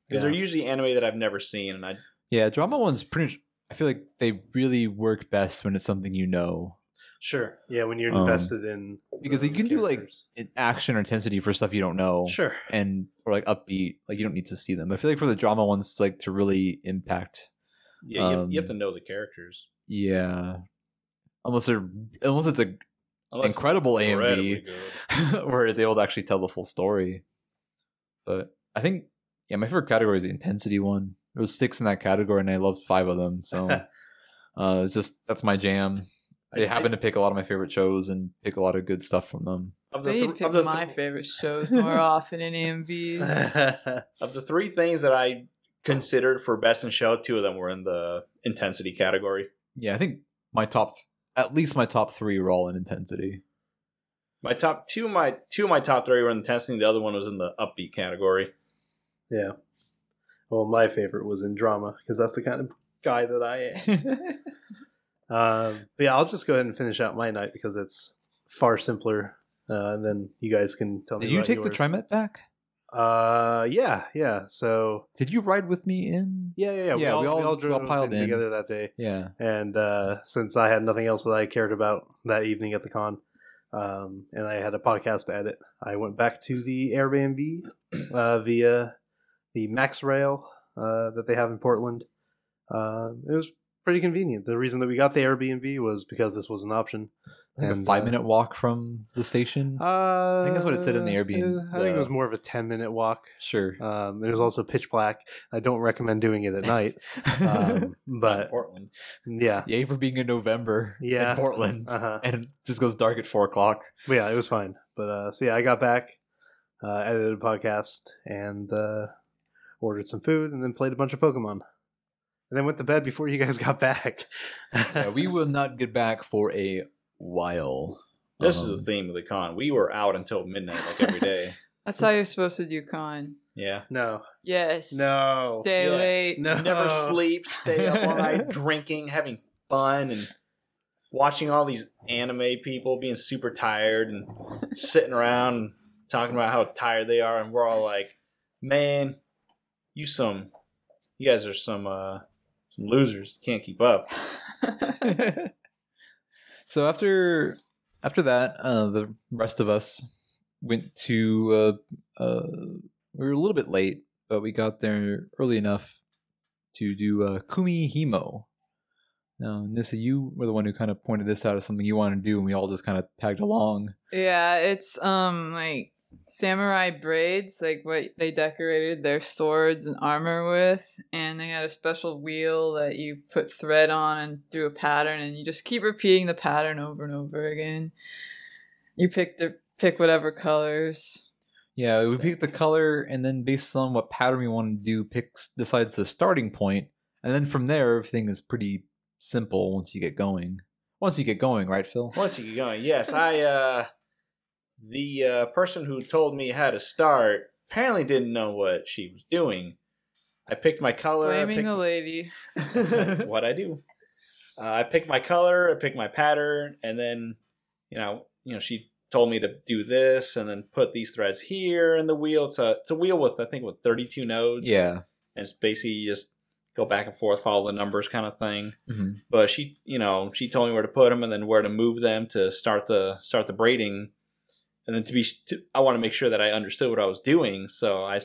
Because they're Yeah. usually anime that I've never seen, and I yeah, drama ones pretty. Much, I feel like they really work best when it's something you know. Sure. Yeah, when you're Um, invested in because the you can do, like, characters. in- action or intensity for stuff you don't know sure. and or like upbeat like you don't need to see them i feel like for the drama ones it's like to really impact yeah, you, have, you have to Um, know the characters. yeah unless they're unless it's a Unless it's incredible incredibly amv good. where it's able to actually tell the full story but i think yeah my favorite category is the intensity one there was six in that category and i loved five of them so uh it's just that's my jam I they happen think to pick a lot of my favorite shows and pick a lot of good stuff from them of the They thr- need to pick of the thr- my favorite shows more often in AMVs. of the three things that I considered for best in show, two of them were in the intensity category. yeah i think my top at least my top three were all in intensity My top two, of my two of my top three were in intensity. The other one was in the upbeat category. yeah. Well, my favorite was in drama because that's the kind of guy that I am. Um, but yeah, I'll just go ahead and finish out my night because it's far simpler, uh, and then you guys can tell me. Did you about take the yours. TriMet back? Uh, yeah, yeah. So Did you ride with me in? yeah, yeah, yeah. Yeah, we all- we all drove piled in. together that day, Yeah. and uh, since I had nothing else that I cared about that evening at the con, um, and I had a podcast to edit, I went back to the Airbnb uh, via the Max Rail uh, that they have in Portland. Um, it was pretty convenient. The reason that we got the Airbnb was because this was an option. I think a And, five uh, minute walk from the station. Uh, think that's what it said in the Airbnb, I think it was the- more of a ten minute walk. sure. Um, it was also pitch black. I don't recommend doing it at night. Um, but Portland. yeah, Yay for being in November Yeah. in Portland. Uh-huh. And it just goes dark at four o'clock. But yeah, it was fine. But uh, so yeah, I got back, uh, edited a podcast, and uh, ordered some food, and then played a bunch of Pokemon, and then went to bed before you guys got back. Yeah, Uh, we will not get back for a while. This Um, is the theme of the con. We were out until midnight, like every day. That's how you're supposed to do con. Yeah. no, Yes. no, Stay Yeah. late. no, Never sleep, stay up all night, drinking, having fun, and watching all these anime people being super tired and sitting around and talking about how tired they are, and we're all like, "Man, you some, you guys are some, uh, some losers. Can't keep up." so after after that, uh, the rest of us went to. Uh, uh, we were a little bit late, but we got there early enough to do uh, Kumi Himo. Now, Nissa, you were the one who kind of pointed this out as something you wanted to do, and we all just kind of tagged along. Yeah, it's um like samurai braids, like what they decorated their swords and armor with, and they had a special wheel that you put thread on and threw a pattern, and you just keep repeating the pattern over and over again. You pick the pick whatever colors. Yeah, we pick the color, and then based on what pattern we want to do, picks decides the starting point, and then from there, everything is pretty simple once you get going. Once you get going, right, Phil? Once you get going, yes, I, uh, the uh, person who told me how to start apparently didn't know what she was doing. I picked my color. I Blaming picked- the lady. That's what I do. Uh, I pick my color, I pick my pattern, and then you know, you know, she told me to do this, and then put these threads here in the wheel. It's a it's a wheel with I think with thirty two nodes. Yeah. and it's basically you just go back and forth, follow the numbers kind of thing. hmm But she, you know, she told me where to put them and then where to move them to start the start the braiding, and then to be, to, I want to make sure that I understood what I was doing. So I,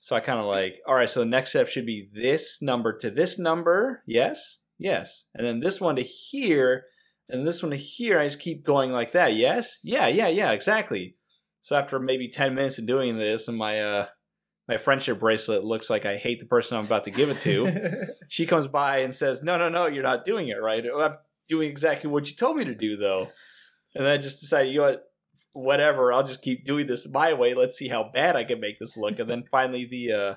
so I kind of like, all right, so the next step should be this number to this number, yes, yes, and then this one to here, and this one to here. I just keep going like that, yes, yeah, yeah, yeah, exactly. So after maybe ten minutes of doing this, and my uh, my friendship bracelet looks like I hate the person I'm about to give it to she comes by and says, "No, no, no, you're not doing it right. I'm doing exactly what you told me to do, though." And I just decided, you know what, whatever. I'll just keep doing this my way. Let's see how bad I can make this look. And then finally, the uh,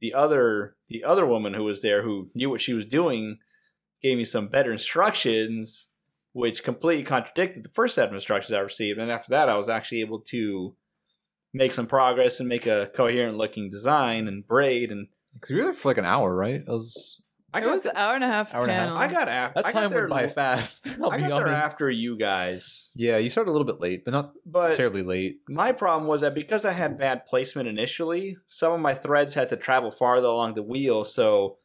the other the other woman who was there who knew what she was doing gave me some better instructions, which completely contradicted the first set of instructions I received. And after that, I was actually able to make some progress and make a coherent looking design and braid and. Because we were there for like an hour, right? That was I it was an hour and a half Hour and a half. panel. I got after. that time went by fast. I'll I be got honest. there after you guys, Yeah, you started a little bit late, but not but terribly late. my problem was that because I had bad placement initially, some of my threads had to travel farther along the wheel. So,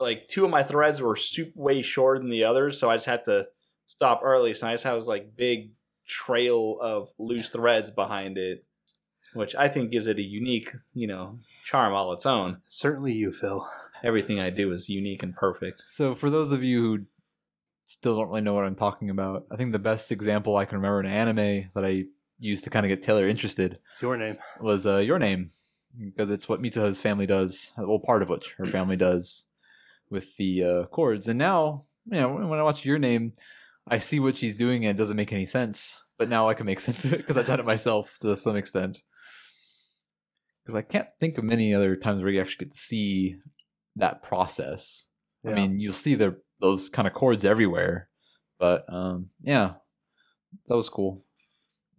like two of my threads were super way shorter than the others, so I just had to stop early. So I just had this like big trail of loose threads behind it, which I think gives it a unique, you know, charm all its own. Certainly you, Phil. Everything I do is unique and perfect. So for those of you who still don't really know what I'm talking about, I think the best example I can remember in anime that I used to kind of get Taylor interested It's your name. was uh, your name because it's what Mitsuha's family does. Well, part of what her family does with the uh, chords. And now, you know, when I watch your name, I see what she's doing and it doesn't make any sense. But now I can make sense of it because I've done it myself to some extent. Because I can't think of many other times where you actually get to see that process. I Yeah. mean, you'll see the those kind of chords everywhere, but um, yeah, that was cool.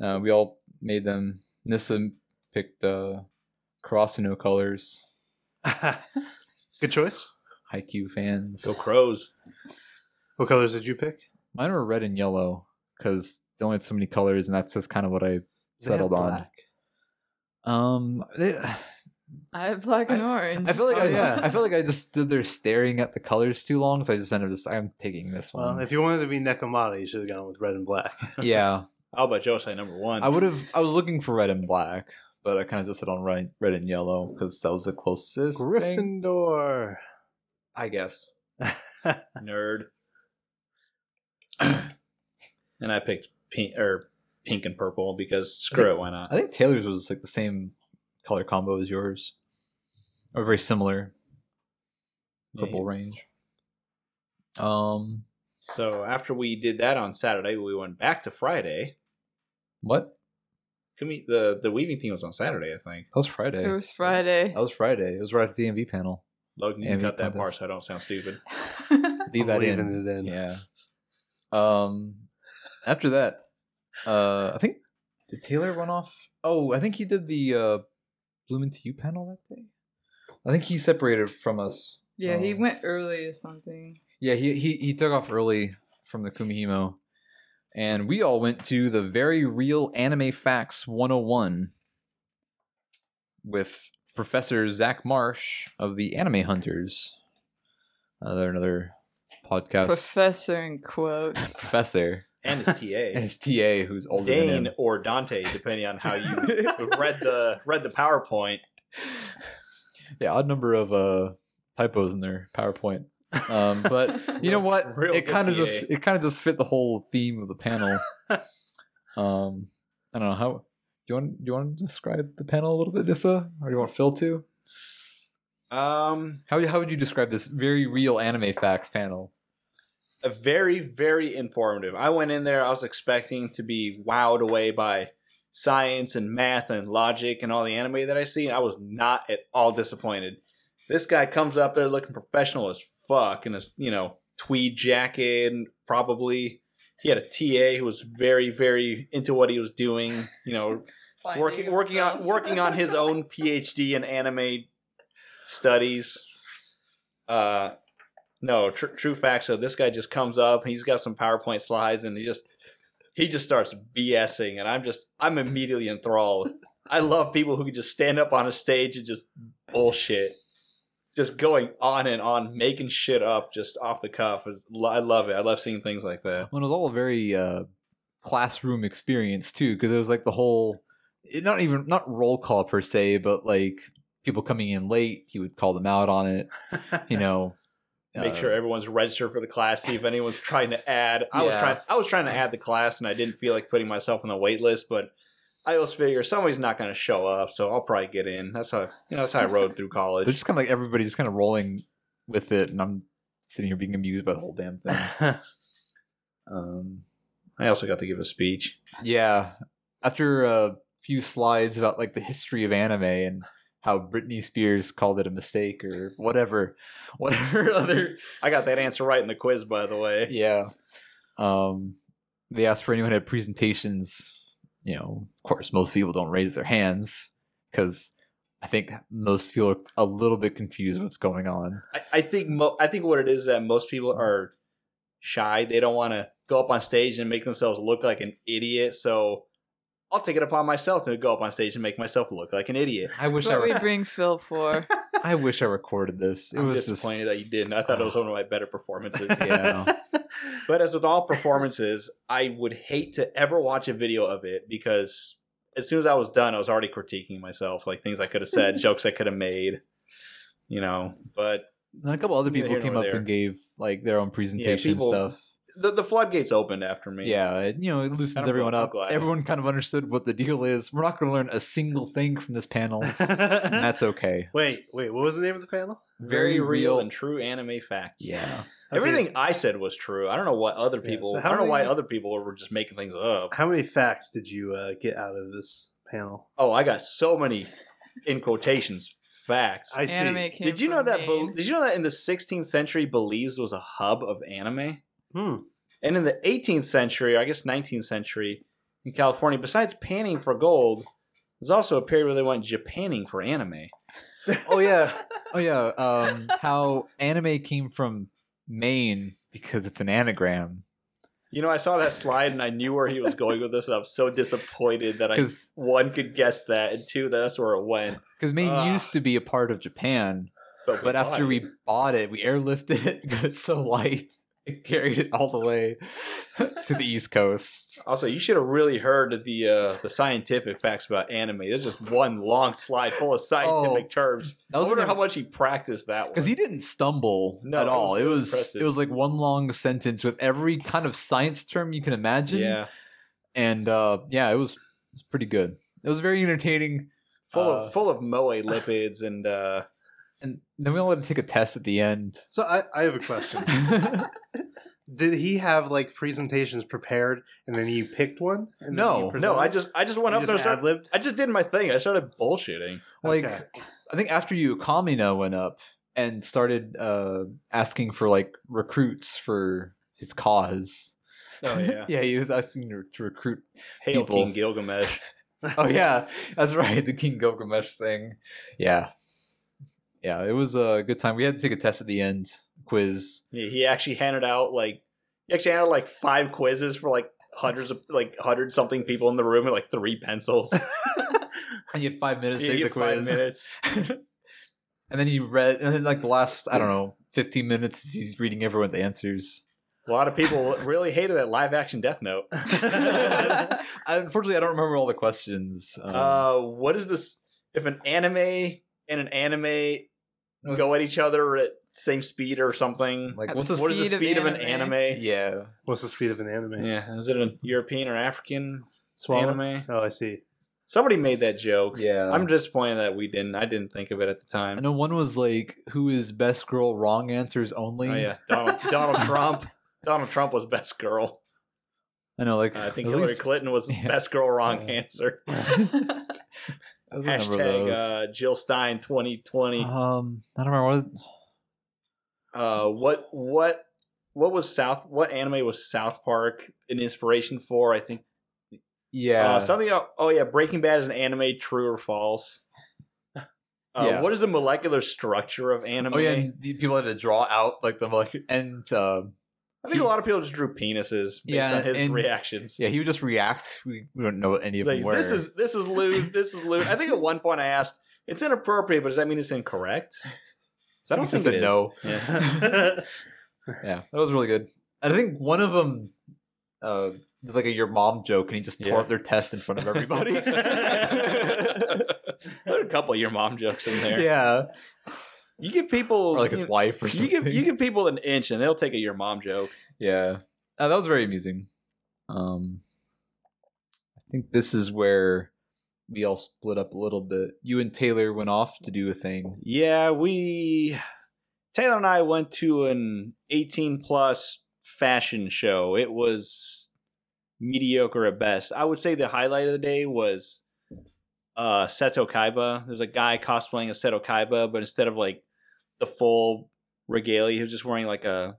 Uh, we all made them. Nissa picked uh, Karasuno colors. Good choice. Haikyuu fans. So crows. What colors did you pick? Mine were red and yellow because they only had so many colors, and that's just kind of what I They had settled on. black. Um, they, I have black and orange. I feel like Oh, I, yeah. I feel like I just stood there staring at the colors too long, so I just ended up just I'm taking this one. Well, if you wanted to be Nekomata, you should have gone with red and black. yeah, How about Josai number one? I would have. I was looking for red and black, but I kind of just settled on red, red and yellow because that was the closest. thing, Gryffindor. I guess. nerd. and I picked pink or pink and purple because screw it, why I not? think Taylor's was like the same color combo as yours, or very similar purple range. Um, So after we did that on Saturday, we went back to Friday. what? Can we, the the weaving thing was on Saturday, I think. That was Friday. it was Friday. That was Friday. It was right at the MV panel. Logan, you Yeah, we cut that cut part this. so I don't sound stupid. Leave that Leaving in. it in. Yeah. Um. After that, uh, I think did Taylor run off? Oh, I think he did the uh, Bloomin' to You panel that day. I think he separated from us. yeah, he Oh. went early or something. Yeah, he he he took off early from the Kumihimo, and we all went to the very real anime facts 101 with Professor Zach Marsh of the Anime Hunters. Uh, they're another podcast Professor in quotes. professor And his and TA. his TA who's older than Dane him. or Dante, depending on how you read the read the PowerPoint. Yeah, odd number of uh typos in their PowerPoint. Um, but you know what? Real it kind of good just TA. it kind of just fit the whole theme of the panel. um, I don't know how. Do you want do you want to describe the panel a little bit, Nissa, or do you want Phil to? Um How how would you describe this very real anime facts panel? a very very informative i went in there i was expecting to be wowed away by science and math and logic and all the anime that i see and i was not at all disappointed this guy comes up there looking professional as fuck in his you know tweed jacket and probably he had a ta who was very very into what he was doing you know working working on working on his own phd in anime studies. Uh, no, tr- true fact. So this guy just comes up. He's got some PowerPoint slides, and he just he just starts BSing, and I'm just I'm immediately enthralled. I love people who can just stand up on a stage and just bullshit, just going on and on, making shit up just off the cuff. It's- I love it. I love seeing things like that. Well, it was all a very uh, classroom experience too, because it was like the whole, it- not even not roll call per se, but like people coming in late, he would call them out on it. You know, Make uh, sure everyone's registered for the class. See if anyone's trying to add. I was Yeah. trying. I was trying to add the class, and I didn't feel like putting myself on the wait list. But I always figure somebody's not going to show up, so I'll probably get in. That's how. You know, that's how I rode through college. They're just kind of like everybody's just kind of rolling with it, and I'm sitting here being amused by the whole damn thing. Um, I also got to give a speech. yeah, after a few slides about like the history of anime and how Britney Spears called it a mistake or whatever, whatever other I got that answer right in the quiz, by the way. yeah. Um, they asked for anyone who had presentations. You know, of course, most people don't raise their hands because I think most people are a little bit confused what's going on. I, I think mo- I think what it is that most people are shy. They don't want to go up on stage and make themselves look like an idiot. So I'll take it upon myself to go up on stage and make myself look like an idiot. I wish That's I, what we re- bring Phil for. I wish I recorded this. It I'm was just disappointed that you didn't. I thought it was one of my better performances. yeah. But as with all performances, I would hate to ever watch a video of it because as soon as I was done, I was already critiquing myself, like things I could have said, jokes I could have made, you know. But And a couple other Neither people here came nor up there. and gave like their own presentation people- stuff. the, the floodgates opened after me. Yeah, it, you know, it I'm loosens gl- everyone I'm up. glad. Everyone kind of understood what the deal is. We're not going to learn a single thing from this panel, and that's okay. wait, wait. What was the name of the panel? very real and true anime facts. yeah. everything I said was true. I don't know why other Yeah, people. so I how don't know why many- other people were just making things up. How many facts did you uh, get out of this panel? Oh, I got so many in quotations facts. I see. Anime came did you know from that? Bel- Maine. did you know that in the 16th century, Belize was a hub of anime? Hmm. And in the 18th century, or I guess 19th century, in California, besides panning for gold, there's also a period where they went Japanning for anime. oh yeah oh yeah um how anime came from maine because it's an anagram You know, I saw that slide and I knew where he was going with this, and I'm so disappointed that I because one could guess that, and two, that's where it went. maine Ugh. used to be a part of japan but after fine. we bought it we airlifted it because it's so light and carried it all the way to the east coast also, you should have really heard the uh, the scientific facts about anime. There's just one long slide full of scientific Oh, terms. that I was wonder how much he practiced that one. because he didn't stumble No, at it all was- it it was was it was, impressive. like one long sentence with every kind of science term you can imagine yeah, and uh yeah it was, it was pretty good it was very entertaining full Uh, of full of moe lipids and uh, and then we all had to take a test at the end. So I, I have a question. Did he have like presentations prepared and then you picked one? And then No. you presented no. I it? just I just went You up there. and just started- ad-libbed? I just did my thing. I started bullshitting. like Okay. I think after you, Kamina went up and started uh, asking for like recruits for his cause. Oh, Oh, yeah, he was asking to, to recruit. Hail People. King Gilgamesh. Oh yeah, that's right, the King Gilgamesh thing. Yeah, yeah, it was a good time. We had to take a test at the end quiz. Yeah, he actually handed out like he actually handed out like five quizzes for like hundreds of like hundred something people in the room and like three pencils. And you had five minutes to You take the get five quiz. minutes. And then you read, and then like the last, I don't know, fifteen minutes, he's reading everyone's answers. A lot of people really hated that live action Death Note. I- Unfortunately, I don't remember all the questions. Um, uh, what is this? If an anime and an anime go at each other at same speed or something, like, At what's the this? what is the Speed of speed of, an anime. anime? Yeah, What's the speed of an anime? Yeah, is it a European or African Swallow? anime? Oh, I see. Somebody made that joke. yeah. I'm disappointed that we didn't. I didn't think of it at the I time. know one was like, "Who is best girl?" Wrong answers only. Oh yeah, Donald, Donald Trump. Donald Trump was best girl. I know. Like, Uh, I think at Hillary least- Clinton was Yeah. best girl. Wrong Yeah. answer. there was a number of Hashtag those. uh, Jill Stein 2020. um, I don't remember what. Uh, what what what was South? What anime was South Park an inspiration for? I think Yeah, uh, something. about- Oh yeah, Breaking Bad is an anime. True or false? Uh, Yeah. What is the molecular structure of anime? Oh yeah, and the people had to draw out like the molecular and um I think a lot of people just drew penises based Yeah, on his and- reactions. yeah, he would just react. We, we don't know what any of Like, them were. this is this is lewd. This is lewd. I think at one point I asked, "It's inappropriate, but does that mean it's incorrect?" 'Cause I don't It's just think it a is. no. Yeah. yeah, that was really good. And I think one of them, uh, did, like a your mom joke, and he just tore Yeah. up their test in front of everybody. There are a couple of your mom jokes in there. yeah, You give people or like you, his wife or you something. give you give people an inch and they'll take a your mom joke. Yeah, Uh, that was very amusing. Um, I think this is where we all split up a little bit. You and Taylor went off to do a thing. Yeah, we Taylor and I went to an 18 plus fashion show. It was mediocre at best. I would say the highlight of the day was uh Seto Kaiba. There's a guy cosplaying a Seto Kaiba, but instead of like the full regalia, he was just wearing like a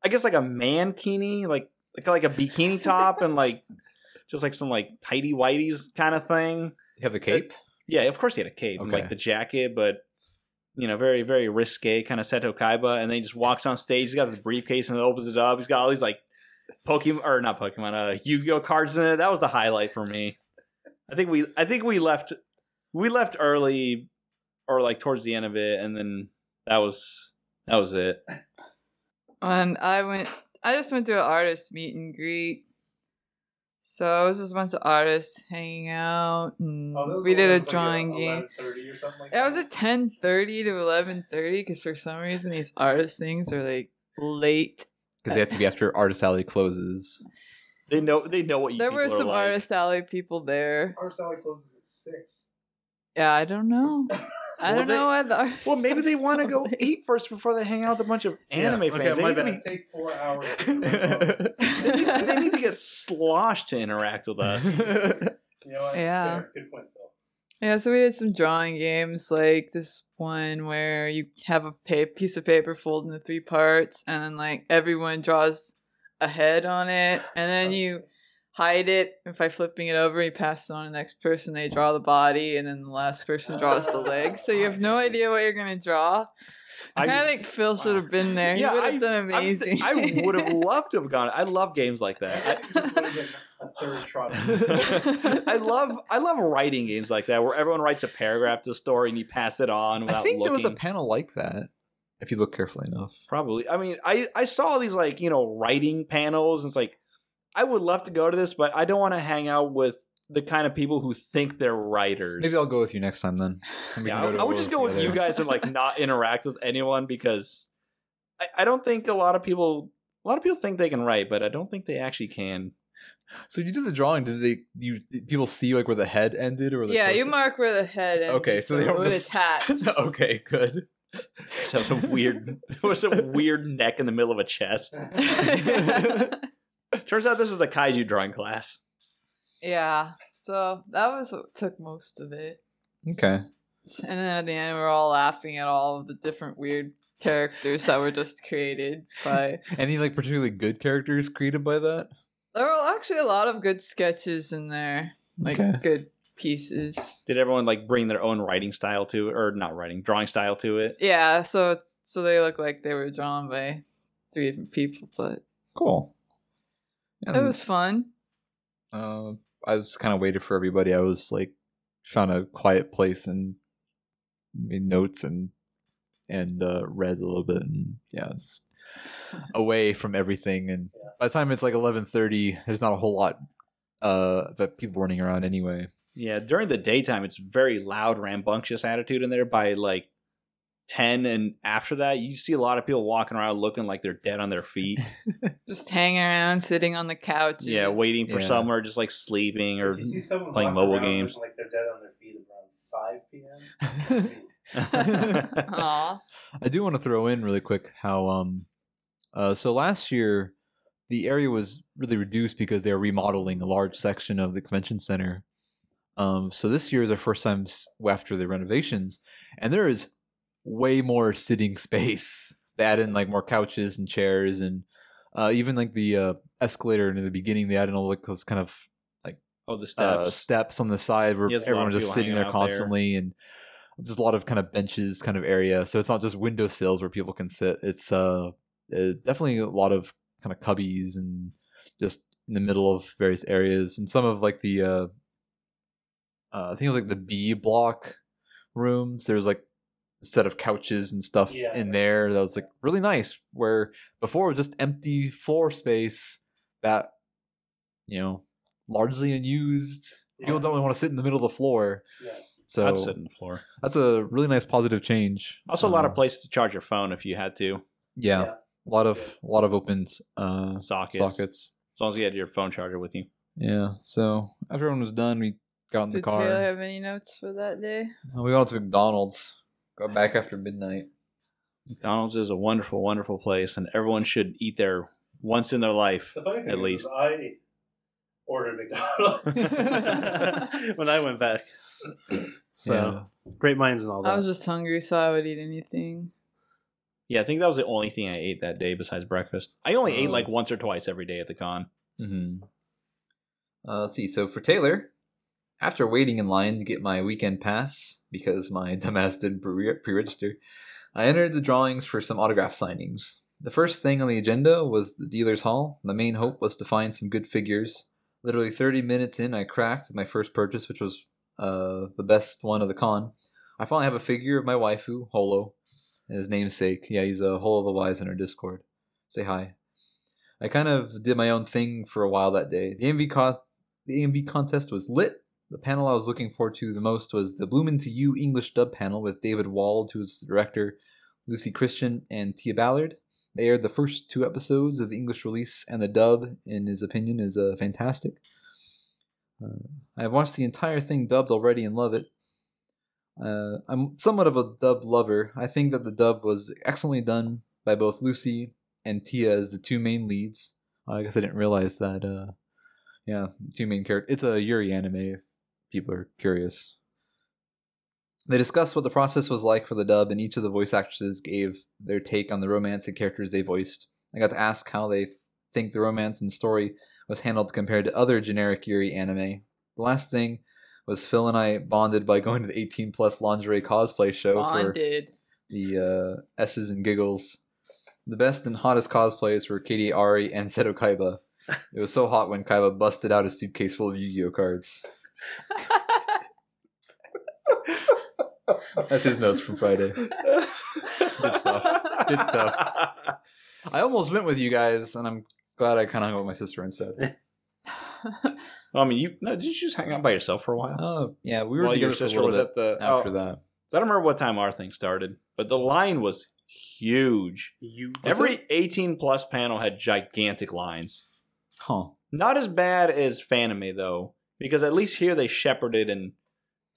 I guess like a mankini, like like like a bikini top and like just like some like tidy whities kind of thing. You have a cape. Yeah, of course he had a cape and Okay. like the jacket, but you know, very, very risque kind of Seto Kaiba. And then he just walks on stage. He's got this briefcase and opens it up. He's got all these like Pokemon or not Pokemon, uh, Yu-Gi-Oh cards in it. That was the highlight for me. I think we, I think we left, we left early or like towards the end of it, and then that was that was it. And I went, I just went to an artist meet and greet. So it was just a bunch of artists hanging out, and Oh, we did a drawing game. Thirty or something like Yeah, it was at ten thirty to eleven thirty because for some reason these artist things are like late. Because they have to be after Artist Alley closes. They know, they know what you. There were people are some like. artist alley people there. Our Sally closes at six. Yeah, I don't know. I Well, don't they- know why the artist. Well, maybe they alley's want to so go late. eat first before they hang out with a bunch of anime Yeah, fans. Okay, They my need to be bad. Take four hours. they need to get sloshed to interact with us. You know what? Yeah. Fair. Good point, Phil. Yeah, so we did some drawing games, like this one where you have a pa- piece of paper folded into three parts, and then like everyone draws a head on it, and Oh. then you hide it. And by flipping it over, you pass it on to the next person. They draw the body, and then the last person draws the legs. So you have no idea what you're gonna draw. I I- kind of think Phil should have been there. Yeah, he would I- have done I'm just- amazing. I would have loved to have gone. I love games like that. This would have been a third try. I, I love I love writing games like that where everyone writes a paragraph to the story and you pass it on without I think there looking. was a panel like that. If you look carefully enough. Probably. I mean, I I saw these like you know writing panels. And it's like I would love to go to this, but I don't want to hang out with the kind of people who think they're writers. Maybe I'll go with you next time then. And we Yeah, can I, go to I would just Will's go with you together. guys and like not interact with anyone because I, I don't think a lot of people a lot of people think they can write, but I don't think they actually can. So you did the drawing. Did they? You did people see like where the head ended or? Where the yeah, you torso- mark where the head. Ends, Okay, so they it don't would miss- attach. okay, good. So it's a weird was a weird neck in the middle of a chest. Turns out this is a kaiju drawing class. Yeah. So that was what took most of it. Okay. And then at the end, we were all laughing at all of the different weird characters that were just created by. Any like particularly good characters created by that? There were actually a lot of good sketches in there, like Okay. good pieces. Did everyone like bring their own writing style to it or not writing, drawing style to it? Yeah. So so they look like they were drawn by three different people, but Cool. it And, was fun. Uh, I was kind of waited for everybody. I was like, found a quiet place and made notes and and uh, read a little bit and yeah, just away from everything. And by the time it's like eleven thirty, there's not a whole lot uh that people running around anyway. Yeah, during the daytime it's very loud, rambunctious attitude in there by like 10 and after that you see a lot of people walking around looking like they're dead on their feet. Just hanging around, sitting on the couch. Yeah, waiting for Yeah. somewhere, just like sleeping or If you see someone walk playing mobile around games. Like they're dead on their feet around 5 p.m. Aw. I do want to throw in really quick how um uh so last year the area was really reduced because they were remodeling a large section of the convention center. Um so this year is our first time s- after the renovations and there is way more sitting space. They add in like more couches and chairs and uh even like the uh escalator in the beginning they add in all like those kind of oh, the steps. uh, steps on the side where He has a lot everyone of just people sitting hanging there out there. constantly and just a lot of kind of benches kind of area. So it's not just windowsills where people can sit. It's uh, uh, definitely a lot of kind of cubbies and just in the middle of various areas and some of like the uh, uh I think it was like the B block rooms. There was like a set of couches and stuff Yeah. in there that was like really nice. Where before it was just empty floor space that you know largely unused. People don't want to sit in the middle of the floor. Yeah. So I'd sit on the floor. that's a really nice positive change. Also, a lot of Um, places to charge your phone if you had to. Yeah, Yeah. a lot of a lot of open uh, Sockets. sockets. As long as you had your phone charger with you. Yeah. So after everyone was done, we got in the Did car. Taylor have any notes for that day? Uh, We went out to McDonald's. Got back after midnight. McDonald's is a wonderful, wonderful place, and everyone should eat there once in their life. The funny thing At is, least. is I ordered McDonald's when I went back. So Yeah. great minds and all that. I was just hungry, so I would eat anything. Yeah, I think that was the only thing I ate that day besides breakfast. I only ate Oh. like once or twice every day at the con. Mm-hmm. Uh, let's see. So for Taylor, after waiting in line to get my weekend pass because my dumbass didn't pre- pre-register, I entered the drawings for some autograph signings. The first thing on the agenda was the dealer's hall. The main hope was to find some good figures. Literally 30 minutes in, I cracked with my first purchase, which was uh, the best one of the con. I finally have a figure of my waifu, Holo, and his namesake. Yeah, he's a Holo the Wise in our Discord. Say hi. I kind of did my own thing for a while that day. The AMV, co- the AMV contest was lit. The panel I was looking forward to the most was the Bloomin' to You English dub panel with David Wald, who was the director, Lucy Christian, and Tia Ballard. They aired the first two episodes of the English release, and the dub, in his opinion, is uh, fantastic. Uh, I have watched the entire thing dubbed already and love it. Uh, I'm somewhat of a dub lover. I think that the dub was excellently done by both Lucy and Tia as the two main leads. Oh, I guess I didn't realize that. Uh, yeah, two main characters. It's a Yuri anime. If people are curious. They discussed what the process was like for the dub, and each of the voice actresses gave their take on the romance and characters they voiced. I got to ask how they think the romance and story was handled compared to other generic Yuri anime. The last thing was Phil and I bonded by going to the 18 plus lingerie cosplay show for Bonded. the uh, S's and giggles. The best and hottest cosplays were Katie Ari and Seto Kaiba. It was so hot when Kaiba busted out his suitcase full of Yu-Gi-Oh cards. That's his notes from Friday. Good stuff. Good stuff. I almost went with you guys, and I'm glad I kind of hung out with my sister instead. Well, I mean, you no, did you just hang out by yourself for a while? Oh, yeah, we were While together your for a sister little was bit at the after oh, that. so I don't remember what time our thing started, but the line was huge. you Every 18 plus panel had gigantic lines. Huh. Not as bad as Fanime though, because at least here they shepherded and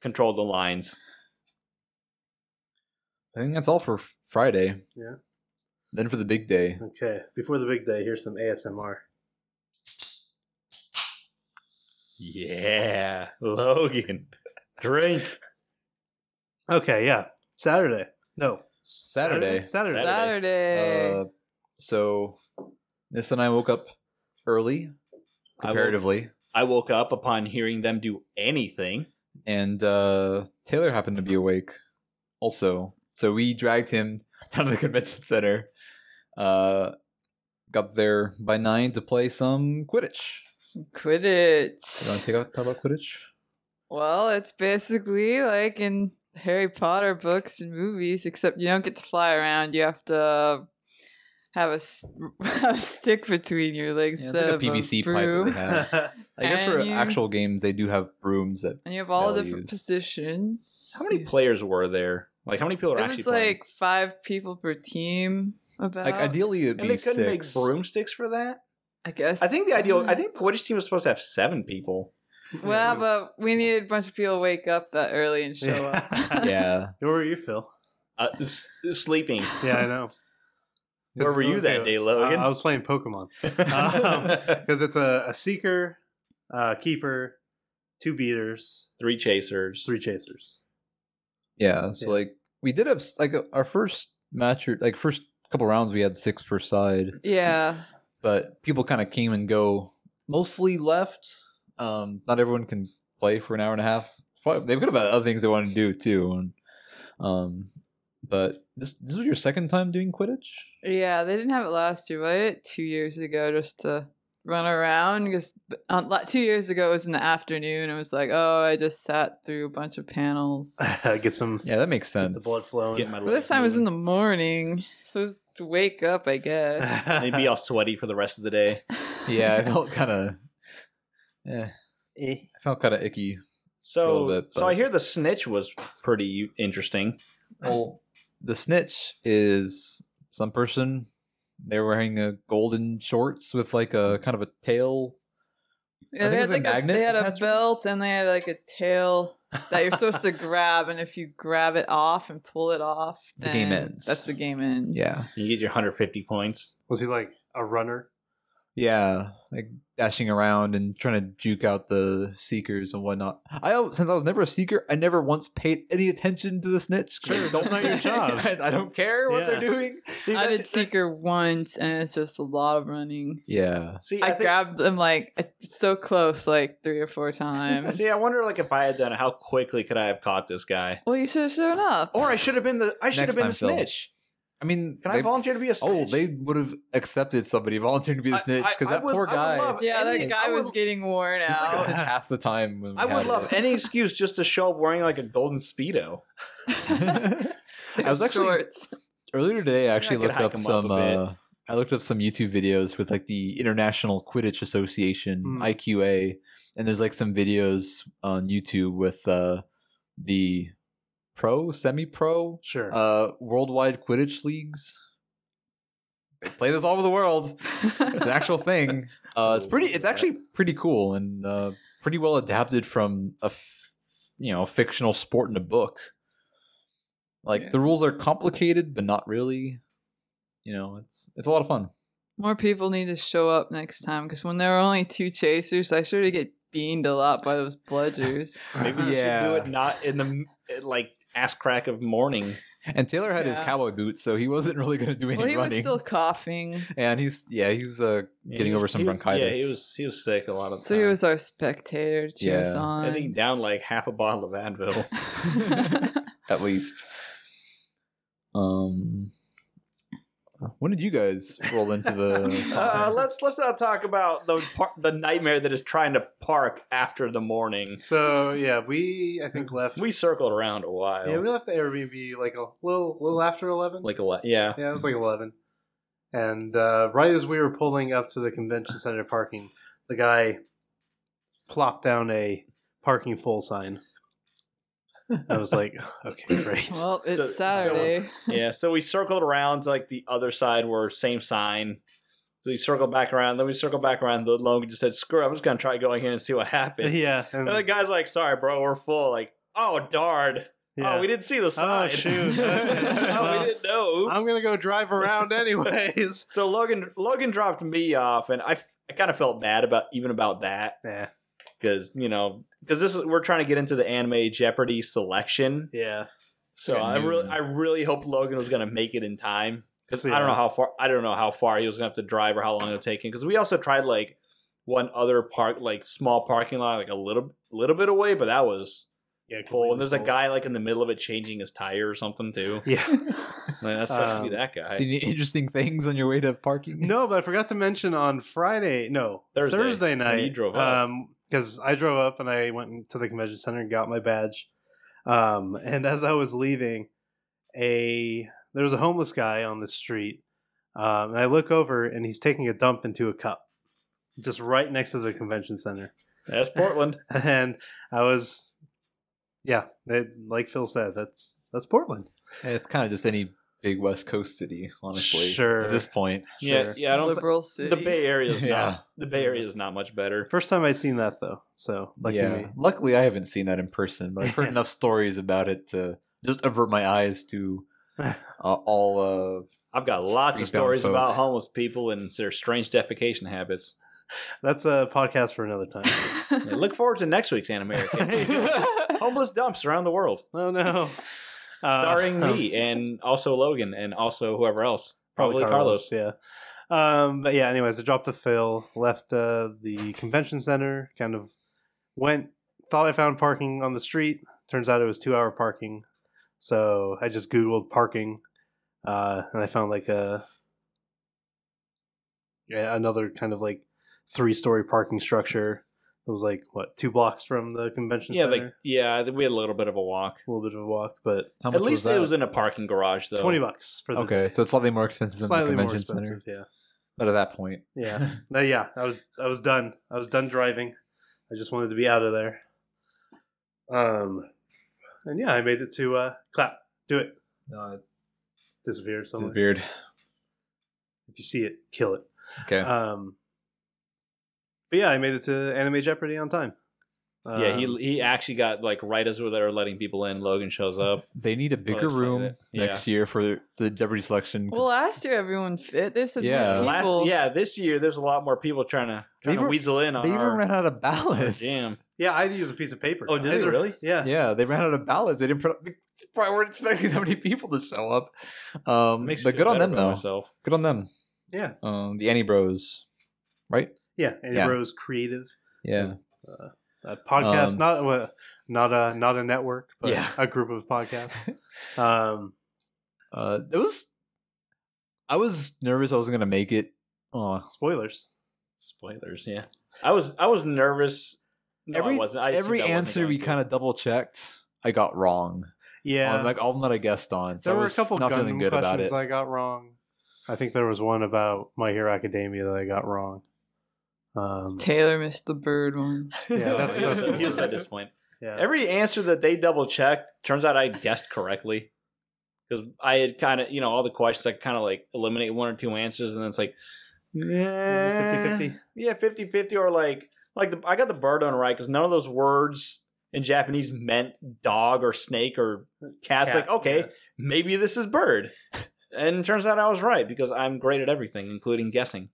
controlled the lines. I think that's all for Friday. Yeah. Then for the big day. okay? Before the big day, here's some ASMR. Yeah, Logan, drink. Okay, yeah, Saturday. No, Saturday. Saturday. Saturday. Uh, so, Nissa and I woke up early, I woke- comparatively, I woke up upon hearing them do anything. and uh, Taylor happened to be awake also. So we dragged him down to the convention center. Uh, got there by nine to play some Quidditch. Some You want Quidditch. to take out, talk about Quidditch? Well, it's basically like in Harry Potter books and movies, except you don't get to fly around. You have to have a, s- have a stick between your legs. Yeah, it's instead like a of PVC pipe that broom. they have. I guess for And you- actual games, they do have brooms that And you have all the different Values. positions. How many You- players were there? Like how many people are It actually was playing? like five people per team. About like ideally it'd and be they couldn't six. make broomsticks for that. I guess. I think the ideal. I think Quidditch team was supposed to have seven people. Well, but we needed a bunch of people to wake up that early and show up. Yeah. yeah. Where were you, Phil? Uh, s- sleeping. Yeah, I know. Where were you that day, Logan? I, I was playing Pokemon because it's a, a seeker, uh, keeper, two beaters, Three chasers. three chasers. Yeah, so Yeah. like we did have s- like uh, our first match, or, like first couple rounds, we had six per side, yeah. but people kind of came and go. Mostly left. Um, not everyone can play for an hour and a half. Probably, they could have had other things they wanted to do too, and Um, but this this was your second time doing Quidditch. Yeah, they didn't have it last year, but I did it two years ago just to run around. Because uh, la- two years ago it was in the afternoon. It was like, oh, I just sat through a bunch of panels. Get some Yeah, that makes get sense. the blood flowing. Get my But this time it was in the morning, so it was to wake up, I guess. You'd be all sweaty for the rest of the day. Yeah, I felt kind of. Yeah, Eh. I felt kind of icky. A So, little bit, so but- I hear the snitch was pretty interesting. Well, the snitch is some person. They're wearing a golden shorts with like a kind of a tail. Yeah, think they it had was a like a, magnet they had a attachment? belt and they had like a tail that you're supposed to grab, and if you grab it off and pull it off, The game then ends. That's the game end. Yeah, You get your 150 points. Was he like a runner? yeah, like dashing around and trying to juke out the seekers and whatnot. I al- since I was never a seeker, I never once paid any attention to the snitch. that's not your job. I, I don't care what Yeah. they're doing. See, I that's- did Seeker once, and it's just a lot of running. Yeah, See, I, think- grabbed them like I- so close, like three or four times. See, I wonder, like, if I had done it, how quickly could I have caught this guy? well, you should have shown up. Or I should have been the I should have Next been time, the Phil. snitch. I mean, Can I they- volunteer to be a snitch? Oh, they would have accepted somebody volunteering to be I- a snitch I- because I that would- poor I would guy. love Yeah, any- that guy I would- was getting worn He's like a out. snitch half the time. When we I would had love it. any excuse just to show up wearing like a golden speedo. I was actually shorts. earlier today. I actually I could looked hike up him up some. a bit. uh, I looked up some YouTube videos with like the International Quidditch Association Hmm. (IQA), and there's like some videos on YouTube with uh, the pro, semi-pro, Sure. uh, worldwide Quidditch leagues. They play this all over the world. it's an actual thing. Uh, it's pretty. Oh, It's actually pretty cool and uh, pretty well adapted from a f- you know fictional sport in a book. Like Yeah. the rules are complicated, but not really. You know, it's it's a lot of fun. More people need to show up next time because when there were only two chasers, I sure did get beamed a lot by those bludgers. Maybe you should do Yeah. it not in the eh, like ass crack of morning. And Taylor had his Yeah. cowboy boots, so he wasn't really going to do any well, he running. was still coughing, and he's yeah, he's uh, getting He was- over some he was- bronchitis. Yeah, he was he was sick a lot of the so time. he was our spectator. to Cheer us Yeah. on. I think Uh-huh. he down like half a bottle of Advil. at least. Um, when did you guys roll into the? uh, let's let's not talk about the par- the nightmare that is trying to park after the morning. so yeah, we I think left. We circled around a while. yeah, we left the Airbnb like a little little after eleven. like a lot. Yeah. yeah, it was like eleven. And uh, right as we were pulling up to the convention center parking, the guy plopped down a parking full sign. I was like, okay, great. well, it's So- so- Saturday. yeah, so we circled around to like the other side where same sign. So we circled back around, then we circled back around. The Logan just said, "Screw! It, I'm just gonna try going in and see what happens." yeah, and- And the guy's like, "Sorry, bro, we're full." Like, "Oh darn! yeah. Oh, we didn't see the sign. shoot. Okay. oh, Well, we didn't know." Oops. I'm gonna go drive around anyways. So Logan, Logan dropped me off, and I, f- I kind of felt bad about even about that yeah, because you know because this is, we're trying to get into the anime Jeopardy selection. yeah. So Like a I noon. really, I really hope Logan was gonna make it in time because I Yeah. don't know how far, I don't know how far he was gonna have to drive or how long it would take him. Because we also tried like one other park, like small parking lot, like a little, little bit away, but that was Yeah, full. And there's a completely guy like in the middle of it changing his tire or something too. full. Yeah. Like, that sucks to be Um, that guy. Seen any interesting things on your way to parking? No, but I forgot to mention on Friday, no Thursday, Thursday, when night. you drove up. um, because I drove up and I went to the convention center and got my badge. Um, and as I was leaving, a there was a homeless guy on the street, um, and I look over and he's taking a dump into a cup, just right next to the convention center. That's Portland. And I was, yeah, it, like Phil said, that's that's Portland. And it's kind of just any big West Coast city, honestly. Sure. At this point, Yeah, yeah. I don't. thi- liberal city. the Bay Area is Yeah. not. The Bay Area is not much better. First time I'd seen that though, so lucky yeah. me. Luckily, I haven't seen that in person, but I've heard enough stories about it to just avert my eyes to uh, all. Uh, I've got lots of Street bound stories folk. about homeless people and their strange defecation habits. That's a podcast for another time. Yeah, look forward to next week's American Homeless Dumps Around the World, Oh no. Uh, starring um, me and also Logan and also whoever else. Probably, Carlos. Yeah. Um, but yeah, anyways, I dropped the fill, left uh, the convention center, kind of went, thought I found parking on the street. Turns out it was two hour parking. So I just Googled parking, uh, and I found like a yeah, another kind of like three story parking structure that was like what two blocks from the convention yeah, center. like yeah, we had a little bit of a walk. a little bit of a walk, but How much At least was that? it was in a parking garage though. twenty bucks for the okay, so it's slightly more expensive than slightly the more convention center. expensive. Yeah. But at that point, Yeah. No, yeah, I was I was done. I was done driving. I just wanted to be out of there. Um and yeah, I made it to uh clap. Do it. no, it's Disappeared his somewhere. beard. If you see it, kill it. Okay, Um But yeah, I made it to Anime Jeopardy on time. Yeah, he uh, Um, he actually got like right as we were letting people in, Logan shows up. they need a bigger excited. room Yeah. next year for the Jeopardy selection. 'cause Well, last year everyone fit. There's some Yeah. people. Uh, Last yeah, this year there's a lot more people trying to trying They to were- weasel in on they even our, ran out of our ballots. jam. Yeah, I used a piece of paper. Oh, did I they really? Yeah. Yeah, they ran out of ballots. They didn't put up, they probably weren't expecting that many people to show up. Um, Makes me but feel good on better them about though. Myself. Good on them. Yeah. Um, the Annie Bros, right? Yeah. And Yeah. Rose Creative. Yeah. A podcast, Um, not uh, not a not a network, but Yeah. a group of podcasts. Um Uh, it was. I was nervous I wasn't gonna make it. Oh, spoilers. Spoilers, yeah. I was I was nervous. No, I every wasn't. I assumed every I wasn't answer we going to. kind of double checked. I got wrong. Oh, Yeah. on, like all that I guessed on. So there I were a was couple not Gundam feeling good about questions it. I got wrong. I think there was one about My Hero Academia that I got wrong. Um, Taylor missed the bird one. Yeah, that's- he, was, that's- he was at this point. yeah. Every answer that they double checked turns out I guessed correctly because I had kind of you know all the questions I kind of like eliminate one or two answers and then it's like eh, 50-50. yeah 50 50 or like like the, I got the bird one right because none of those words in Japanese meant dog or snake or cat. It's Cat, like okay yeah. maybe this is bird and it turns out I was right because I'm great at everything including guessing.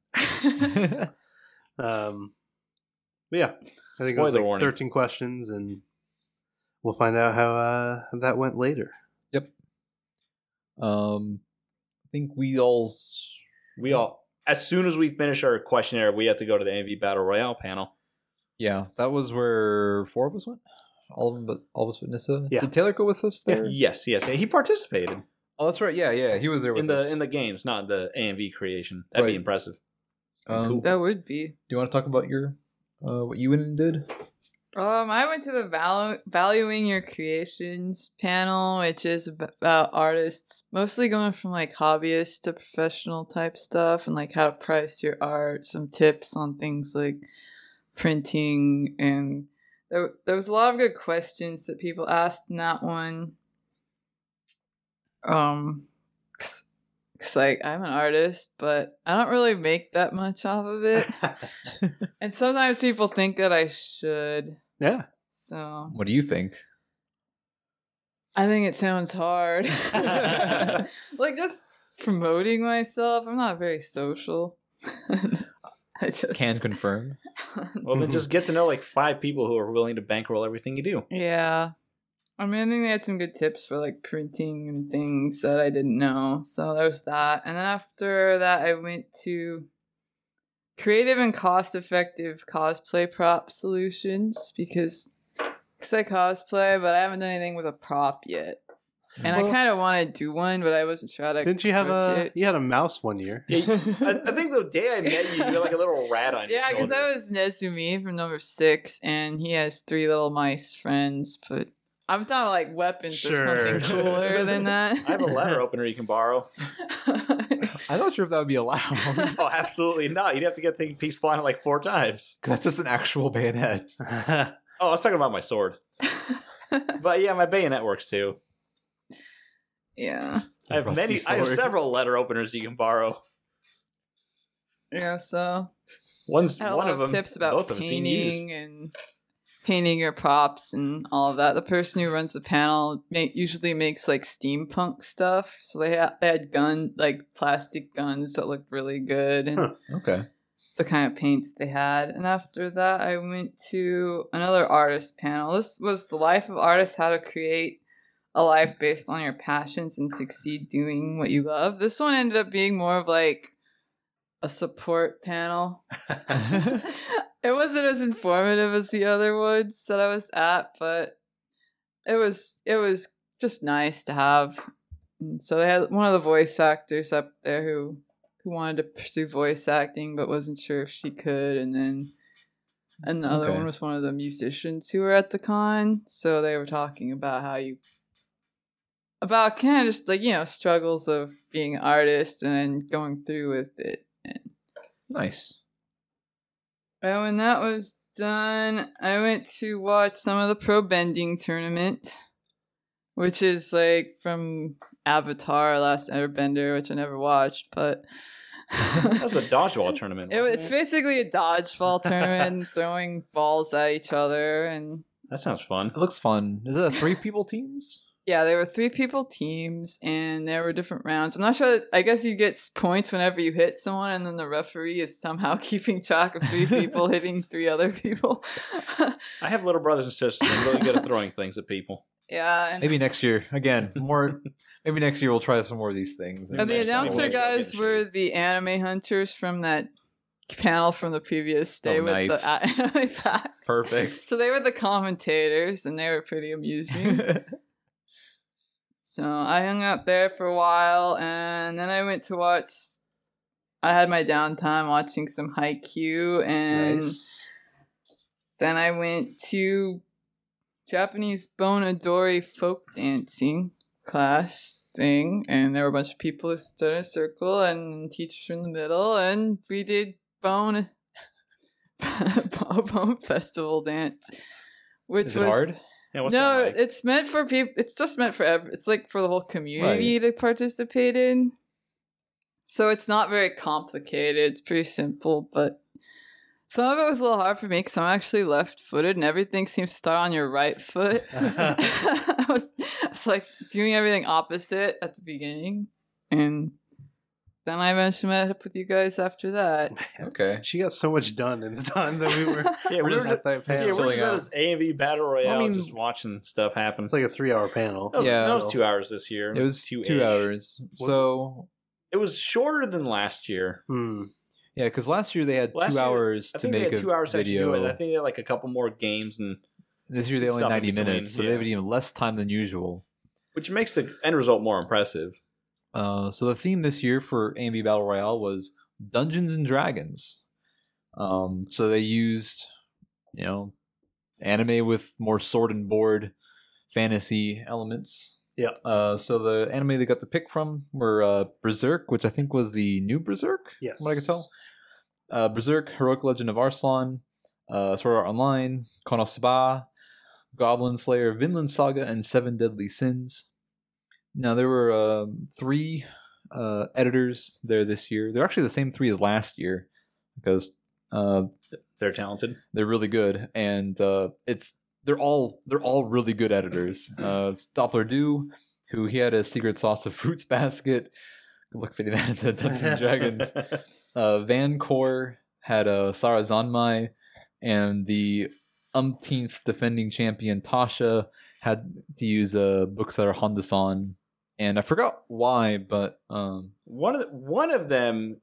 Um, but yeah, I think it was Spoiler like warning. 13 questions, and we'll find out how uh, that went later. Um, I think we all. s- We all as soon as we finish our questionnaire we have to go to the AV battle royale panel. Yeah, that was where four of us went. All of them, but all of us but Nissa. Yeah. Did Taylor go with us there? Yes, yes, he participated. Oh, that's right. Yeah, yeah, he was there with in the us. in the games, not the AMV creation. That'd Right. be impressive. um, cool. Do that would be. you want to talk about your uh, what you went and did? Um, I went to the Valu- valuing your creations panel, which is ab- about artists mostly going from like hobbyist to professional type stuff, and like how to price your art. Some tips on things like printing, and there there was a lot of good questions that people asked in that one. Um, cause, 'cause, like I'm an artist, but I don't really make that much off of it, Uh, and sometimes people think that I should. Yeah. So What do you think? I think it sounds hard. like just promoting myself. I'm not very social. I just Can confirm. Well, then just get to know like five people who are willing to bankroll everything you do. Yeah. I mean, I think they had some good tips for like printing and things that I didn't know. So there was that. And then after that, I went to creative and cost effective cosplay prop solutions because cause I cosplay, but I haven't done anything with a prop yet. And I Well- kind of want to do one, but I wasn't sure how to. Didn't you have approach a it. you had a mouse one year? I, I think the day I met you, you were like a little rat on your Yeah, because shoulder. that was Nezumi from number six, and he has three little mice friends. But I'm talking like weapons Sure. or something cooler than that. I have a letter opener you can borrow. I'm not sure if that would be allowed. oh, absolutely not. You'd have to get the thing piece blinded like four times. that's just an actual bayonet. Oh, I was talking about my sword. But yeah, my bayonet works too. yeah, I have Rusty many I have sword. several letter openers you can borrow. yeah. So One's I had a one lot of of, them tips about both of them seen painting used. and painting your props and all of that. The person who runs the panel ma- usually makes like steampunk stuff, so they had, they had gun like plastic guns that looked really good and. Huh. Okay. the kind of paints they had. And after that, I went to another artist panel. This was the life of artists: how to create a life based on your passions and succeed doing what you love. This one ended up being more of like a support panel. it wasn't as informative as the other ones that I was at, but it was it was just nice to have. And so they had one of the voice actors up there who who wanted to pursue voice acting but wasn't sure if she could, and then and the other Okay. one was one of the musicians who were at the con. So they were talking about how you about kind of just like you know struggles of being an artist and then going through with it. Nice. And when that was done, I went to watch some of the pro bending tournament, which is like from Avatar: Last Airbender, which I never watched, but That was a dodgeball tournament. it, wasn't it's it? basically a dodgeball tournament, and throwing balls at each other, and that sounds fun. It looks fun. Is it a three people teams? yeah, there were three people teams, and there were different rounds. I'm not sure. I guess you get s- points whenever you hit someone, and then the referee is somehow keeping track of three people hitting three other people. I have little brothers and sisters. I'm really good at throwing things at people. yeah, and Maybe next year. Again, more. maybe next year we'll try some more of these things. Uh, the Imagine how announcer much I'll guys get were ashamed. the anime hunters from that panel from the previous day Oh, with nice. the a- anime facts. Perfect. So they were the commentators, and they were pretty amusing. so I hung out there for a while, and then I went to watch. I had my downtime watching some Haikyuu, and then I went to Japanese Bonadori folk dancing class thing, and there were a bunch of people who stood in a circle and teachers in the middle, and we did bone a bone festival dance, which Is it was hard? Yeah, what's no, that like? it's meant for people. It's just meant for ev- it's like for the whole community to participate in. So it's not very complicated. It's pretty simple, but some of it was a little hard for me because I'm actually left-footed, and everything seems to start on your right foot. I was, I was like doing everything opposite at the beginning, and then I eventually met up with you guys after that. Okay. She got so much done in the time that we were. yeah, we we're were just, at that yeah, panel. we're chilling just at out. this A and V battle royale, mean- just watching stuff happen. It's like a three-hour panel. that was, Yeah. that was two hours this year. It was two, two-ish. hours. Was so It was shorter than last year. Hmm. yeah, because last year they had Last two year- hours I to think they make had a two hours to actually video. do it. I think they had like a couple more games, and this year they only stuff in ninety between, minutes, so they yeah. have even less time than usual. which makes the end result more impressive. Uh, so the theme this year for AMV Battle Royale was Dungeons and Dragons. Um, so they used, you know, anime with more sword and board fantasy elements. Yeah. Uh, so the anime they got to pick from were uh, Berserk, which I think was the new Berserk. Yes. From what I could tell. Uh, Berserk, Heroic Legend of Arslan, uh, Sword Art Online, Konosuba, Goblin Slayer, Vinland Saga, and Seven Deadly Sins. Now there were um, three uh, editors there this year. They're actually the same three as last year because uh, They're talented. they're really good, and uh, it's they're all they're all really good editors. Uh, it's Doppler Dew, who he had a secret sauce of fruits basket. Good luck fitting that into Dungeons and Dragons. Uh, Van Cor had uh, Sarah Zanmai, and the umpteenth defending champion Tasha had to use uh, books that are Honda-san. And I forgot why, but um, one of the, one of them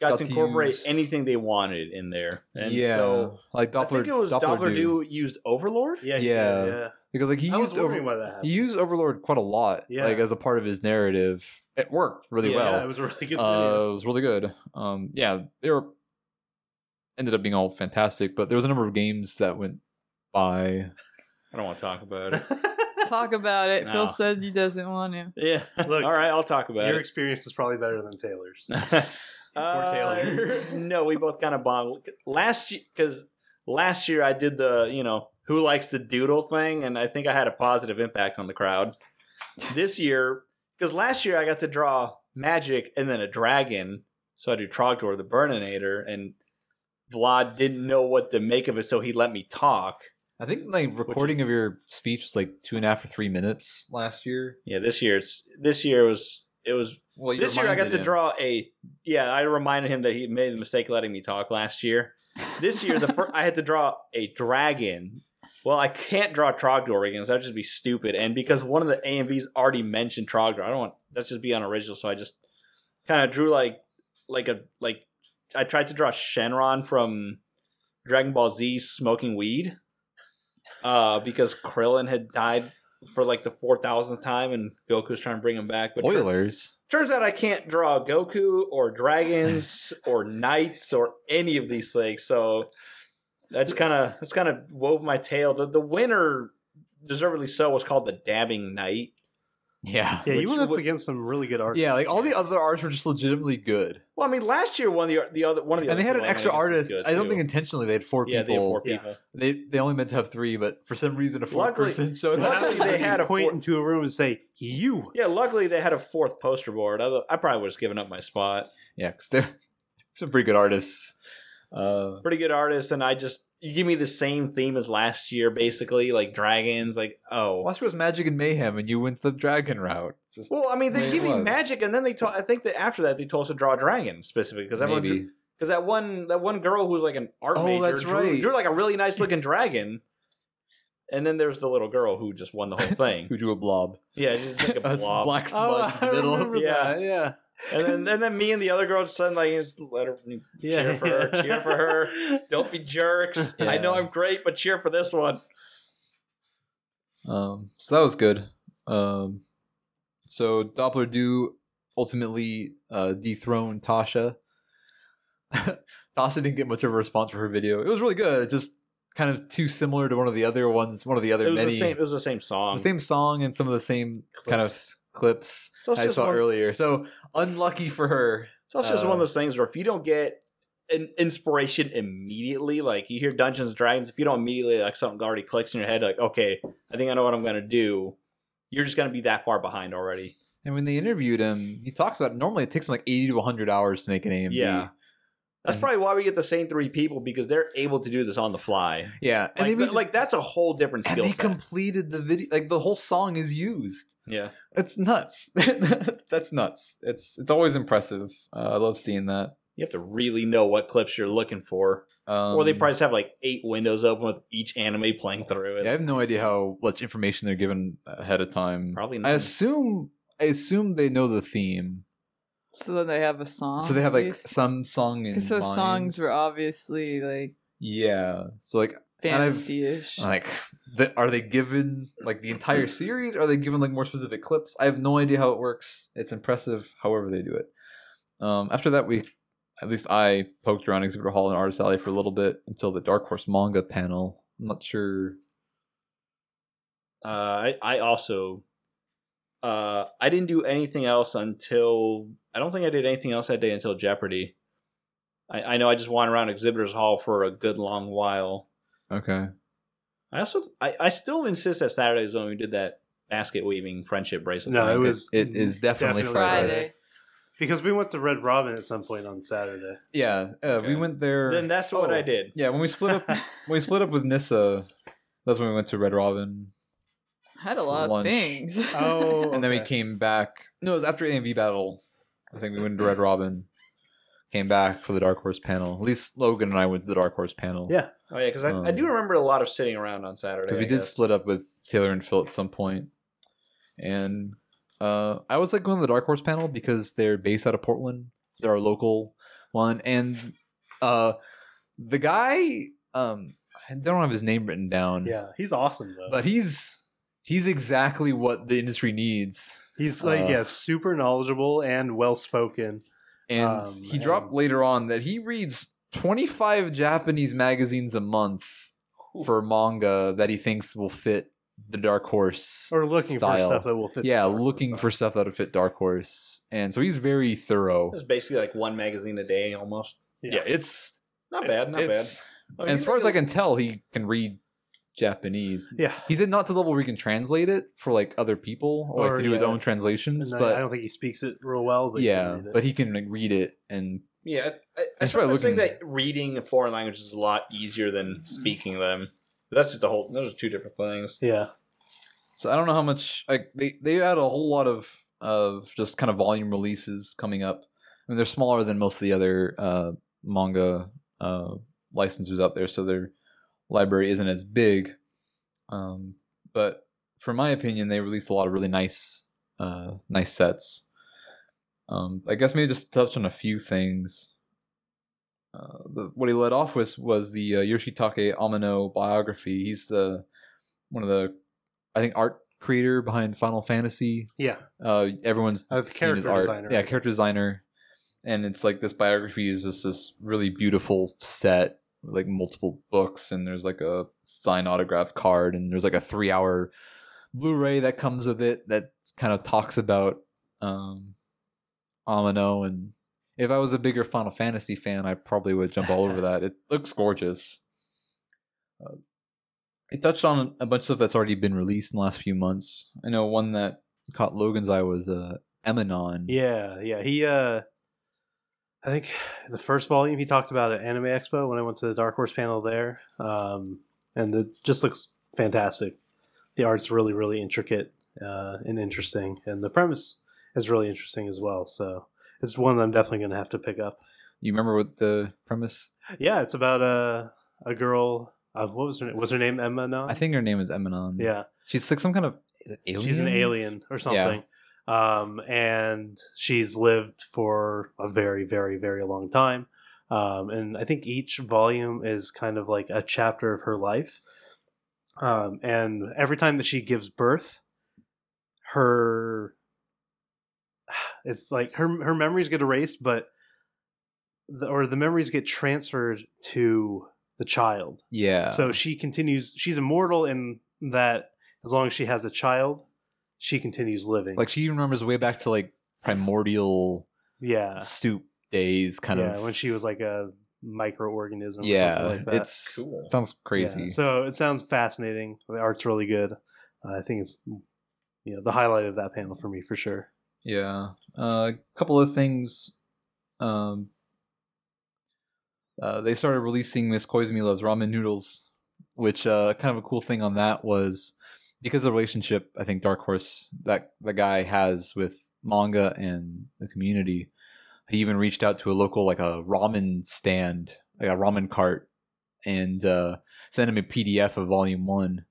got, Got to to incorporate use- anything they wanted in there, and yeah, so like Doppler, I think it was Doppler, Doppler Dew. Dew used Overlord. Yeah. Yeah. yeah. because like he I was used over, wondering why that happened. he used Overlord quite a lot, Yeah. like as a part of his narrative. It worked really Yeah, well. yeah, it was a really good. uh, video. it was really good. Um, yeah, they were ended up being all fantastic, but there was a number of games that went by. I don't want to talk about it. Talk about it. Phil No. said he doesn't want to. yeah, Look, all right, I'll talk about Your it. experience was probably better than Taylor's. Taylor. Uh, no, we both kind of bond. Last year, because last year I did the you know who likes to doodle thing, and I think I had a positive impact on the crowd. This year, because last year I got to draw magic and then a dragon, so I drew Trogdor the Burninator, and Vlad didn't know what to make of it, so he let me talk. I think like recording of your speech was like two and a half or three minutes last year. Yeah, this year it's this year was it was Well, you this year I got reminded to him. draw a yeah. I reminded him that he made the mistake of letting me talk last year. This year, the fir- I had to draw a dragon. Well, I can't draw Trogdor again. So that'd just be stupid. And because one of the AMVs already mentioned Trogdor, I don't want that's just be unoriginal. So I just kind of drew like like a like I tried to draw Shenron from Dragon Ball Z smoking weed. Uh, because Krillin had died for like the four thousandth time, and Goku's trying to bring him back. But tur- Spoilers. turns out I can't draw Goku or dragons or knights or any of these things. So that's kind of that's kind of wove my tail. The the winner, deservedly so, was called the Dabbing Knight. Yeah. Yeah, you Which went up was- against some really good artists. Yeah, like all the other artists were just legitimately good. Well, I mean, last year one of the the other one of the And they other had an people I extra noticed was artist. good, I don't too. think intentionally they had four yeah, they people. had four Yeah. people. They they only meant to have three, but for some reason a fourth Luckily- person showed up. luckily they had a point four- into a room and say, "You." Yeah, luckily they had a fourth poster board. I, I probably would have given up my spot. Yeah, because they're some pretty good artists. Uh, Pretty good artist, and I just you give me the same theme as last year, basically like dragons. Like oh, last year was Magic and Mayhem, and you went the dragon route. Just well, I mean they It give me was. magic, and then they told. I think that after that they told us to draw a dragon specifically because maybe. everyone because that one that one girl who was like an art Oh, major that's drew, right. drew like a really nice looking dragon. And then there's the little girl who just won the whole thing. Who drew a blob? yeah, just like a That's blob. Oh, black smudge in the middle. Yeah. yeah, And then and then me and the other girl just said like just let her cheer for her, cheer for her. Don't be jerks. I know Yeah. I'm great, but cheer for this one. Um, so that was good. Um, so Doppler do ultimately uh, dethrone Tasha. Tasha didn't get much of a response for her video. It was really good. It's just kind of too similar to one of the other ones. One of the other It was many. the same. It was the same song. the same song and some of the same kind of clips So it's I just saw one- earlier. So unlucky for her. So it's just one uh, of those things where if you don't get an inspiration immediately, like you hear Dungeons and Dragons, if you don't immediately like something already clicks in your head, like okay, I think I know what I'm gonna do. You're just gonna be that far behind already. And when they interviewed him, he talks about normally it takes him like eighty to hundred hours to make an AMV. Yeah. That's Mhm. probably why we get the same three people because they're able to do this on the fly. yeah. Like, And they th- made- like that's a whole different and skill they set. completed the video. Like the whole song is used. yeah. It's nuts. That's nuts. It's it's always impressive. Uh, I love seeing that. You have to really know what clips you're looking for. Um, or they probably just have like eight windows open with each anime playing through it. Yeah, I have no idea how much information they're given ahead of time. Probably I none. assume I assume they know the theme. So then they have a song. so they have at like least? some song in Because those mind. songs were obviously like Yeah. So like And I've- fantasy ish. like the, are they given like the entire series? Are they given like more specific clips? I have no idea how it works. It's impressive however they do it. Um, after that we at least I poked around Exhibitor Hall and Artist Alley for a little bit until the Dark Horse manga panel. I'm not sure. Uh, I, I also, uh, I didn't do anything else until I don't think I did anything else that day until Jeopardy. I, I know I just wandered around Exhibitors Hall for a good long while. Okay. I also, I, I still insist that Saturday was when we did that basket weaving friendship bracelet. No, thing. it was. it is definitely Friday. Friday. because we went to Red Robin at some point on Saturday. Yeah. Uh, Okay. We went there. Then that's what Oh. I did. yeah. When we split up, when we split up with Nissa, that's when we went to Red Robin. I had a lot lunch. of things. Oh, and then we came back. No, it was after AMV battle. I think we went to Red Robin, came back for the Dark Horse panel. At least Logan and I went to the Dark Horse panel. Yeah. Oh yeah, because I, I do Um, remember a lot of sitting around on Saturday. because we I did guess. split up with Taylor and Phil at some point. And uh, I was like going to the Dark Horse panel because they're based out of Portland. They're our local one, and uh, the guy um, I don't have his name written down. Yeah, he's awesome though. but he's he's exactly what the industry needs. he's like uh, yeah, super knowledgeable and well spoken. and Um, he dropped and- later on that he reads 25 Japanese magazines a month for manga that he thinks will fit the Dark Horse. Or looking for Style. stuff that will fit. the yeah, Dark Horse looking for style. stuff that'll fit Dark Horse, and so he's very It thorough. was basically like one magazine a day almost. Yeah. Yeah, it's Not bad, not bad. it's- I mean, And as you far as think I can tell, he can read Japanese. Yeah, He's at not to the level where he can translate it for like other people, or, Or, like to do his yeah. own and translations. I- I but don't think he speaks it real well. But he can yeah, read it. but he can like, read it and Yeah, I, I, I That's what I sometimes think look in- that reading a foreign language is a lot easier Mm-hmm. than speaking them. But that's just a whole. Those are two different things. yeah, So I don't know how much like they they had a whole lot of of just kind of volume releases coming up. I mean, they're smaller than most of the other uh, manga uh, licenses out there, so their library isn't as big. Um, but for my opinion, they released a lot of really nice uh, nice sets. Um, I guess maybe just touch on a few things. Uh, the, what he led off with was the uh, Yoshitake Amano biography. He's the one of the I think art creator behind Final Fantasy. Yeah. Uh, everyone's Uh, the seen his character art. designer. Yeah, character designer, and it's like this biography is just this really beautiful set, with, like multiple books, and there's like a signed autograph card, and there's like a three-hour Blu-ray that comes with it that kind of talks about um, Amino. And if I was a bigger Final Fantasy fan, I probably would jump all over that. It looks gorgeous. Uh, it touched on a bunch of stuff that's already been released in the last few months. I know one that caught Logan's eye was uh, Emanon. Yeah, yeah. He uh I think the first volume he talked about at Anime Expo when I went to the Dark Horse panel there. Um and it just looks fantastic. The art's really, really intricate uh and interesting. And the premise is really interesting as well. So it's one that I'm definitely gonna have to pick up. You remember what the premise? Yeah, it's about a a girl uh, what was her name? Was her name Emma? No, I think her name is Emanon. Yeah, She's like some kind of. Is it alien? She's an alien or something. Um, and she's lived for a very, very, very long time. Um, and I think each volume is kind of like a chapter of her life. Um, and every time that she gives birth, her it's like her her memories get erased, but the, or the memories get transferred to the child. Yeah. So she continues. She's immortal in that as long as she has a child, she continues living. like she even remembers way back to like primordial yeah, soup days, kind yeah, of. when she was like a microorganism. or yeah, something like that. it's Cool. sounds Yeah, crazy. So it sounds fascinating. The art's really good. Uh, I think it's you know the highlight of that panel for me for sure. Yeah. Uh, a couple of things. Um, uh, they started releasing Miss Koizumi Loves Ramen Noodles, which uh, kind of a cool thing on that was because of the relationship I think Dark Horse that the guy has with manga and the community. He even reached out to a local like a ramen stand, like a ramen cart, and uh, sent him a PDF of Volume One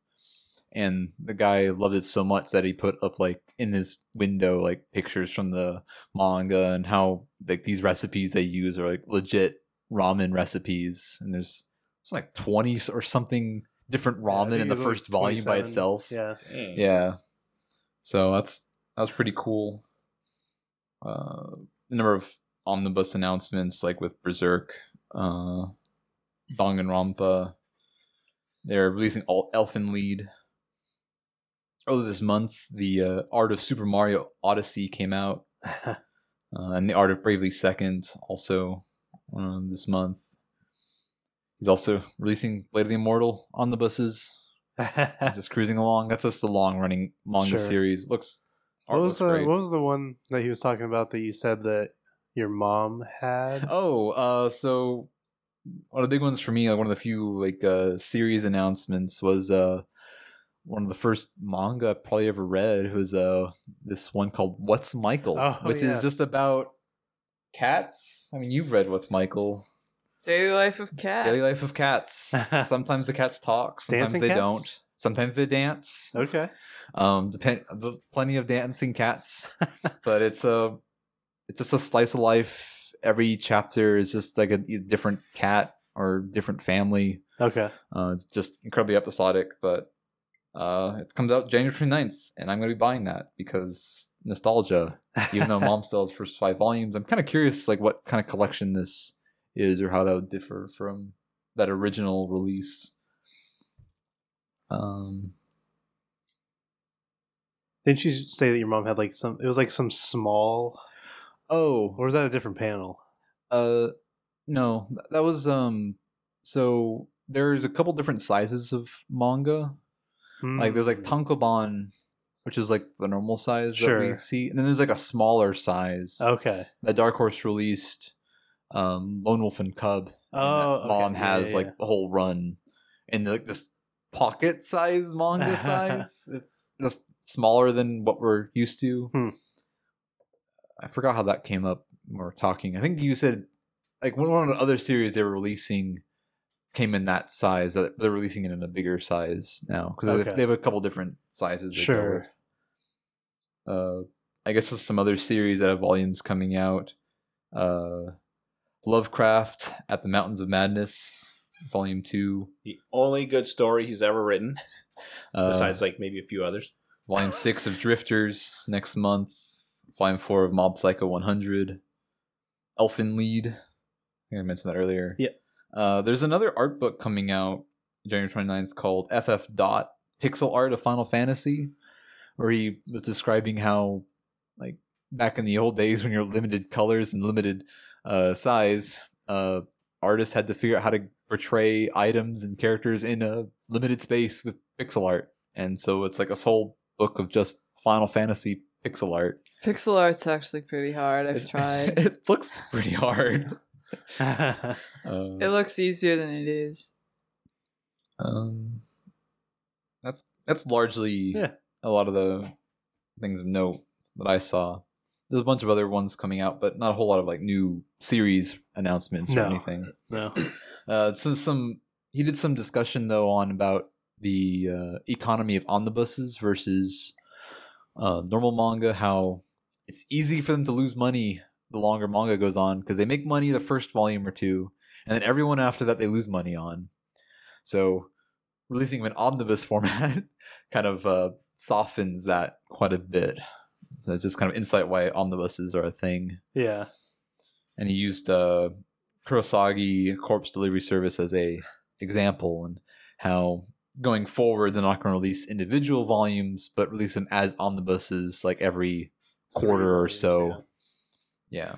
and the guy loved it so much that he put up like in his window like pictures from the manga and how like these recipes they use are like legit ramen recipes and there's it's like 20 s- or something different Yeah, I ramen think in the it was like first volume by 27. itself Yeah, Mm. Dang. yeah so that's that was pretty cool uh the number of omnibus announcements like with berserk uh danganronpa they're releasing all elfin lead earlier this month the uh, art of super mario odyssey came out uh, and the art of bravely second also uh, this month he's also releasing blade of the immortal omnibuses just cruising along. That's just the long running manga Sure. series. Looks art what was looks the great. what was the one that he was talking about that you said that your mom had? Oh, uh, so one of the big ones for me, like one of the few like uh, series announcements was uh, one of the first manga I probably ever read was uh, this one called What's Michael, Oh, which yes. is just about cats. I mean, you've read What's Michael, Daily life of cat. Daily Life of Cats. sometimes the cats talk, sometimes Dancing they cats? don't, sometimes they dance. Okay. Um, depend the, plenty of dancing cats, but it's a it's just a slice of life. Every chapter is just like a e- different cat or different family. Okay. Uh, it's just incredibly episodic, but uh, it comes out January 29th, and I'm gonna be buying that because nostalgia. Even though mom still has first five volumes, I'm kind of curious like what kind of collection this is or how that would differ from that original release. Um, Didn't you say that your mom had like some? It was like some small, oh, or was that a different panel? Uh, no, th- that was um. So there's a couple different sizes of manga. Hmm. Like there's like tankobon, which is like the normal size that we Sure. Oh. see, and then there's like a smaller size okay. that Dark Horse released. Um, Lone Wolf and Cub. and that Oh, okay. mom Yeah, has yeah, like yeah. the whole run, and like this pocket size manga size. it's just smaller than what we're used to. Hmm. I forgot how that came up when we were talking. I think you said like one one of the other series they were releasing came in that size. That they're releasing it in a bigger size now because Okay. they have a couple different sizes. They go Sure. with. Uh, I guess there's some other series that have volumes coming out. Uh, Lovecraft at the Mountains of Madness, Volume Two. The only good story he's ever written, Uh, besides like maybe a few others. Volume six of Drifters next month. Volume four of Mob Psycho 100. Elfin Lead. I think I mentioned that earlier. Yeah. Uh, there's another art book coming out January 29th called FF Dot Pixel Art of Final Fantasy, where he was describing how, like, back in the old days when you're limited colors and limited uh, size, uh, artists had to figure out how to portray items and characters in a limited space with pixel art. And so it's like a whole book of just Final Fantasy pixel art. Pixel art's actually pretty hard. I've tried. it looks pretty hard. Uh, it looks easier than it is. um, that's that's largely Yeah. a lot of the things of note that I saw. There's a bunch of other ones coming out, but not a whole lot of like new series announcements No. or anything. no. Uh, so some he did some discussion though on about the uh, economy of omnibuses versus uh, normal manga. How it's easy for them to lose money the longer manga goes on because they make money the first volume or two, and then everyone after that they lose money on. So releasing them in omnibus format kind of uh, softens that quite a bit. That's just kind of insight why omnibuses are a thing Yeah. and he used uh, Kurosagi Corpse Delivery Service as a example, and how going forward they're not going to release individual volumes, but release them as omnibuses, like every quarter or Three so. Yeah.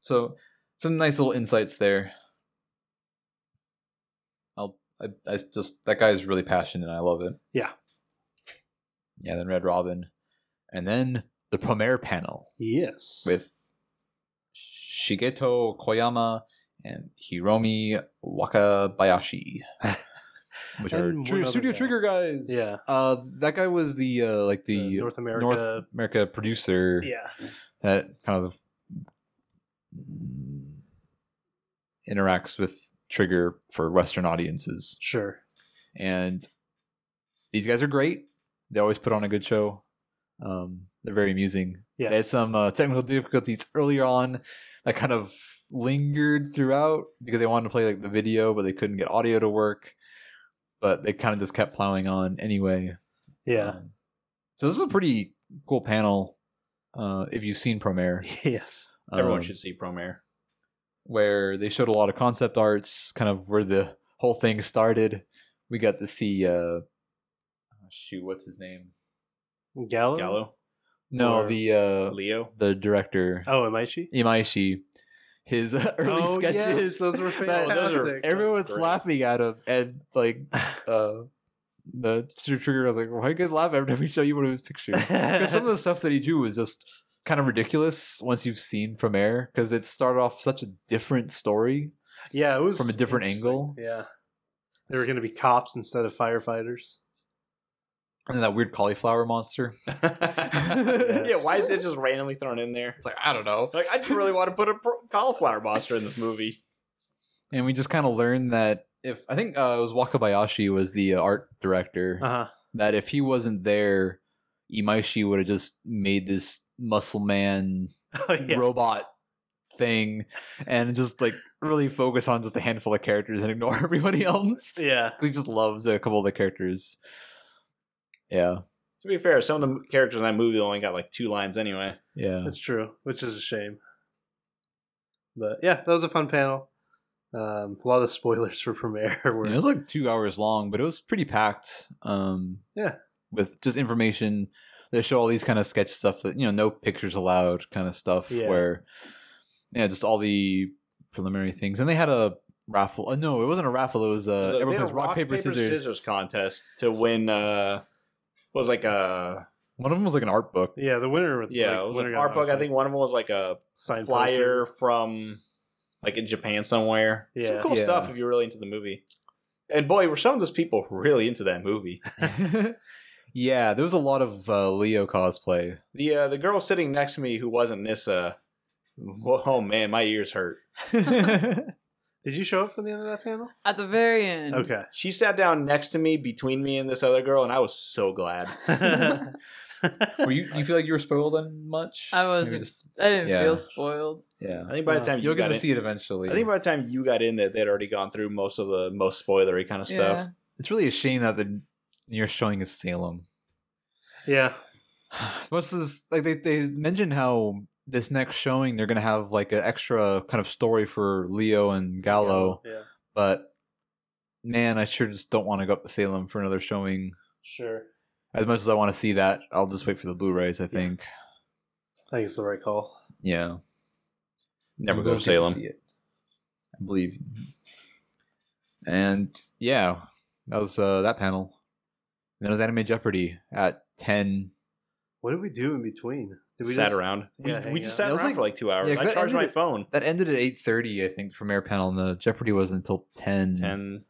So some nice little insights there. I'll, I, I just that guy's really passionate. and I love it. Yeah. Yeah. Then Red Robin, and then the premiere panel Yes. with Shigeto Koyama and Hiromi Wakabayashi, which are And Tr- one other Studio guy. Trigger guys. Yeah. uh, that guy was the uh, like The the, North America. North America, producer. yeah. that kind of mm, interacts with Trigger for Western audiences, Sure. and these guys are great. They always put on a good show. Um, they're very amusing. Yeah. They had some uh, technical difficulties earlier on that kind of lingered throughout because they wanted to play like the video, but they couldn't get audio to work. But they kind of just kept plowing on anyway. yeah. Um, so this is a pretty cool panel. Uh, if you've seen Promare, yes. Everyone um, should see Promare. where they showed a lot of concept arts, kind of where the whole thing started. We got to see, uh, oh, shoot, what's his name? Gallo. Gallo, No, Or- the uh, Leo. the director Oh, Imaichi. Imaishi, his uh, early Oh, yes, sketches. those were that- fantastic. everyone's Great. laughing at him, and like uh, the Tr- trigger was like, "Why you guys laugh every time we show you one of his pictures?" Because some of the stuff that he drew was just kind of ridiculous once you've seen from air because it started off such a different story yeah, it was from a different interesting. angle. Yeah. They were going to be cops instead of firefighters. and then that weird cauliflower monster yeah, why is it just randomly thrown in there? it's like i don't know Like, I just really want to put a pro- cauliflower monster in this movie. and we just kind of learned that if i think uh, it was wakabayashi was the uh, art director Uh huh. that if he wasn't there, Imaishi would have just made this muscle man Oh, yeah. robot thing and just like really focus on just a handful of characters and ignore everybody else. yeah. He just loved a couple of the characters. Yeah. To be fair, some of the characters in that movie only got like two lines anyway. Yeah. That's true, which is a shame. But yeah, that was a fun panel. Um, a lot of spoilers for premiere were Yeah, it was like two hours long, but it was pretty packed. Um, Yeah. with just information. They show all these kind of sketch stuff that you know, no pictures allowed, kind of stuff. Yeah. Where, yeah, just all the preliminary things, and they had a raffle. Uh, no, it wasn't a raffle. It was uh, They had everyone a plays rock, paper, scissors. contest to win. uh what was like a One of them was like an art book. yeah the winner with yeah, it was like art book. I think one of them was like a sign flyer poster. from like in Japan somewhere. Yeah. Some cool Yeah. stuff if you're really into the movie. And boy, were some of those people really into that movie. yeah, there was a lot of uh, Leo cosplay. The uh, the girl sitting next to me who wasn't Nissa. whoa, Oh man, my ears hurt. Did you show up for the end of that panel? At the very end. Okay. She sat down next to me between me and this other girl, and I was so glad. Were you? You feel like you were spoiled on much? I Maybe wasn't. just- I didn't yeah. feel spoiled. yeah. I think by the time you You'll get got to in- see it eventually. I think by the time you got in there, they'd already gone through most of the most spoilery kind of stuff. It's really a shame that the nearest showing is Salem. Yeah. as much as like they, they mentioned how this next showing they're gonna have like an extra kind of story for Leo and Gallo, Yeah. but man, I sure just don't want to go up to Salem for another showing. Sure. As much as I want to see that, I'll just wait for the Blu-rays. I think. I think it's the right call. Yeah, Never You go will to get Salem. see it, I believe. And yeah, that was uh, that panel. And then it was Anime Jeopardy at ten. What did we do in between? Did we sat just- around. We, Yeah, we hang just out. sat That around was like- for like two hours. Yeah, 'cause I that charged my ended- phone. That ended at eight thirty, I think, the premiere panel, and the Jeopardy wasn't until ten. Ten.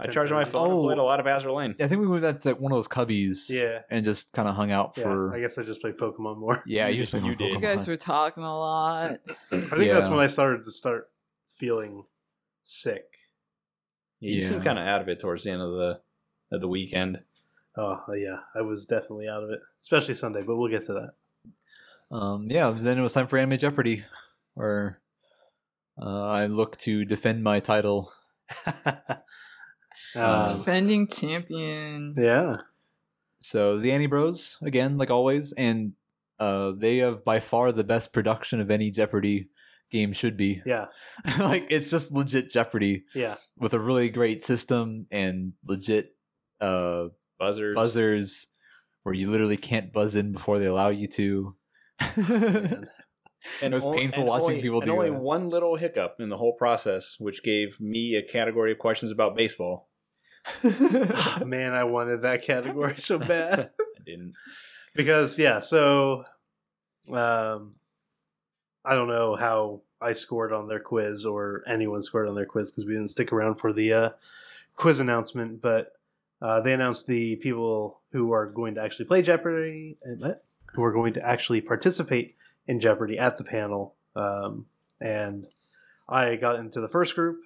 I Ten charged my thirty. phone. and Oh. Played a lot of Azur Lane. I think we went out to one of those cubbies Yeah. and just kind of hung out Yeah. for. I guess I just played Pokemon more. yeah, You you, just did- went you on did. You Pokemon. guys were talking a lot. I think that's Yeah. when I started to start feeling sick. You seemed Yeah. kind of out of it towards the end of the of the weekend. Oh yeah, I was definitely out of it, especially Sunday. But we'll get to that. Um, yeah, then it was time for Anime Jeopardy, where uh, I look to defend my title. Uh, Um, Defending champion. yeah, So the Annie Bros again, like always, and uh, they have by far the best production of any Jeopardy game should be. yeah, like it's just legit Jeopardy yeah. with a really great system and legit uh, Buzzers. buzzers where you literally can't buzz in before they allow you to. Man. It was on- painful watching only- people and do only that. one little hiccup in the whole process, which gave me a category of questions about baseball. Ah, Man, I wanted that category so bad I didn't. because yeah. So, um, I don't know how I scored on their quiz or anyone scored on their quiz because we didn't stick around for the uh, quiz announcement. But uh, they announced the people who are going to actually play Jeopardy and what? who are going to actually participate in Jeopardy at the panel. Um, and I got into the first group.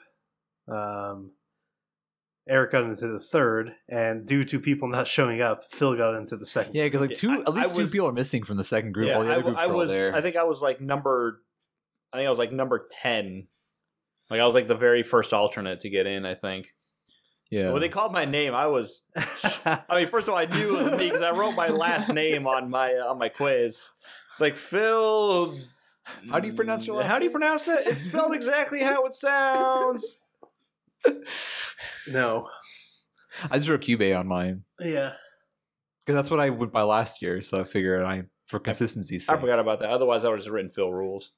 Um, Eric got into the third, and due to people not showing up, Phil got into the second. yeah, because like Yeah, two, I- at least I two was- people are missing from the second group. Yeah, all the I, other w- groups I are all was. there. I think I was like number. I think I was like number ten. Like I was like the very first alternate to get in. I think. yeah, Well, they called my name. I was. I mean, first of all, I knew it was me because I wrote my last name on my uh, on my quiz. It's like Phil. How do you pronounce your last How do you name? pronounce it? It's spelled exactly how it sounds. no, I just wrote Cube on mine yeah, because that's what I went by last year. So I figured I, for consistency's sake, I forgot about that. Otherwise, I would have written Phil rules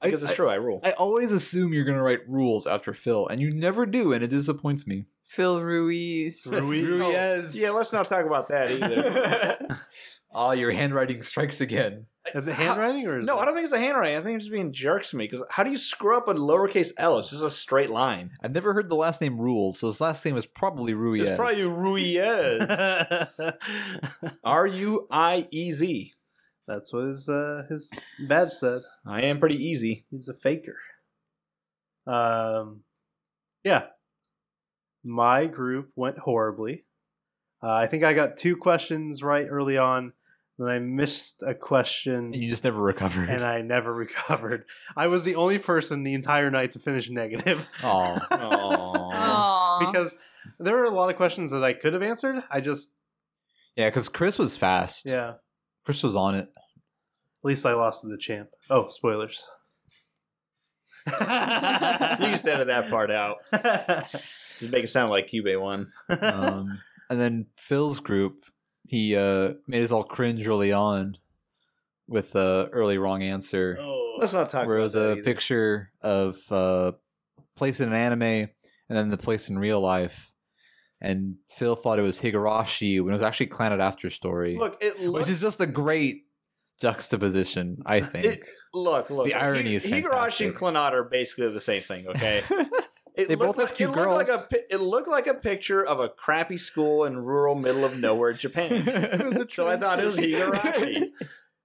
I- because it's I- true. I rule. I always assume you're gonna write rules after Phil, and you never do, and it disappoints me. Phil Ruiz. Rui- yes. yeah, let's not talk about that either. oh, your handwriting strikes again. Is it handwriting or is no, it- I don't think it's a handwriting. I think it's just being jerks to me. Because how do you screw up a lowercase L? It's just a straight line. I've never heard the last name rules, so his last name is probably Ruiz. It's probably Ruiz. R U I E Z. That's what his uh, his badge said. I am pretty easy. He's a faker. Um, yeah. My group went horribly. Uh, I think I got two questions right early on, then I missed a and question you just never recovered. and I never recovered. I was the only person the entire night to finish negative Oh, Aww. Aw. because there were a lot of questions that I could have answered. I just yeah, because Chris was fast. yeah. At Chris was on it. least I lost to the champ. Oh, spoilers. you just edit that part out. Just make it sound like Cube won. Um, and then Phil's group, he uh, made us all cringe early on with the early wrong answer, oh. Let's not talk where it about was that a either. picture of uh, place in an anime and then the place in real life. And Phil thought it was Higurashi when it was actually Planet After Story, Look, it which looks. is just a great juxtaposition, I think. It, look, look. The irony Hi- is Higurashi and fantastic. Clannad are basically the same thing. Okay, It They looked both have like- cute it looked Like girls. a, pi- it looked like a picture of a crappy school in rural middle of nowhere Japan. so I thought it was Higurashi.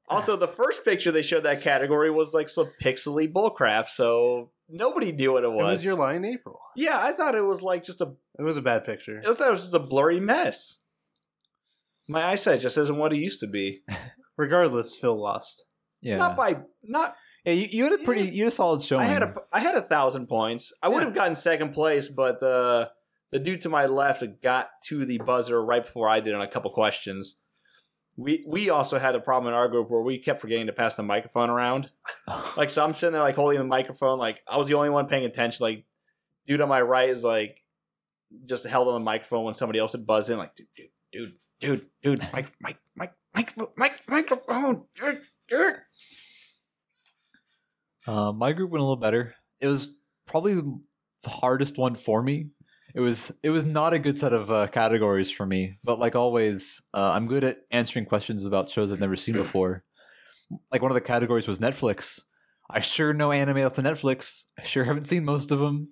also, the first picture they showed that category was like some pixely bullcrap, so nobody knew what it It was. was your line in April. yeah, I thought it was like just a. It was a bad picture. I thought it was just a blurry mess. My eyesight just isn't what it used to be. Regardless, Phil lost. yeah. Not by not. Yeah, you, you had a pretty, Yeah. you had a solid showing. I had a I had a thousand points. I would have gotten second place, but uh, the dude to my left got to the buzzer right before I did on a couple questions, we we also had a problem in our group where we kept forgetting to pass the microphone around. like, so I'm sitting there like holding the microphone. Like, I was the only one paying attention. Like, dude on my right is like just held on the microphone when somebody else had buzzed in. Like, dude, dude, dude, dude, dude, mic, mic, mic, microphone, mic, microphone, dude, dude. Uh, my group went a little better. It was probably the hardest one for me. It was it was not a good set of uh, categories for me, but like always, uh, I'm good at answering questions about shows I've never seen before. Like one of the categories was Netflix. I sure know anime that's on Netflix. I sure haven't seen most of them.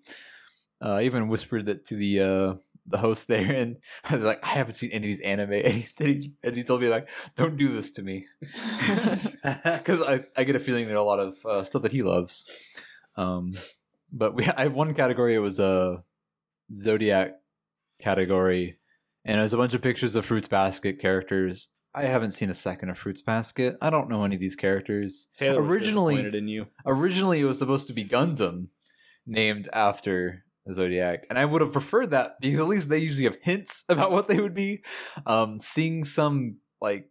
Uh, I even whispered that to the uh, the host there, and I was like, I haven't seen any of these anime. And he, said he, and he told me like, don't do this to me, because I, I get a feeling there are a lot of uh, stuff that he loves. Um, but we I had one category. It was a zodiac category, and it was a bunch of pictures of Fruits Basket characters. I haven't seen a second of Fruits Basket. I don't know any of these characters. Taylor was Originally- disappointed in you. Originally, it was supposed to be Gundam, named after the Zodiac, and I would have preferred that because at least they usually have hints about what they would be. Um, seeing some like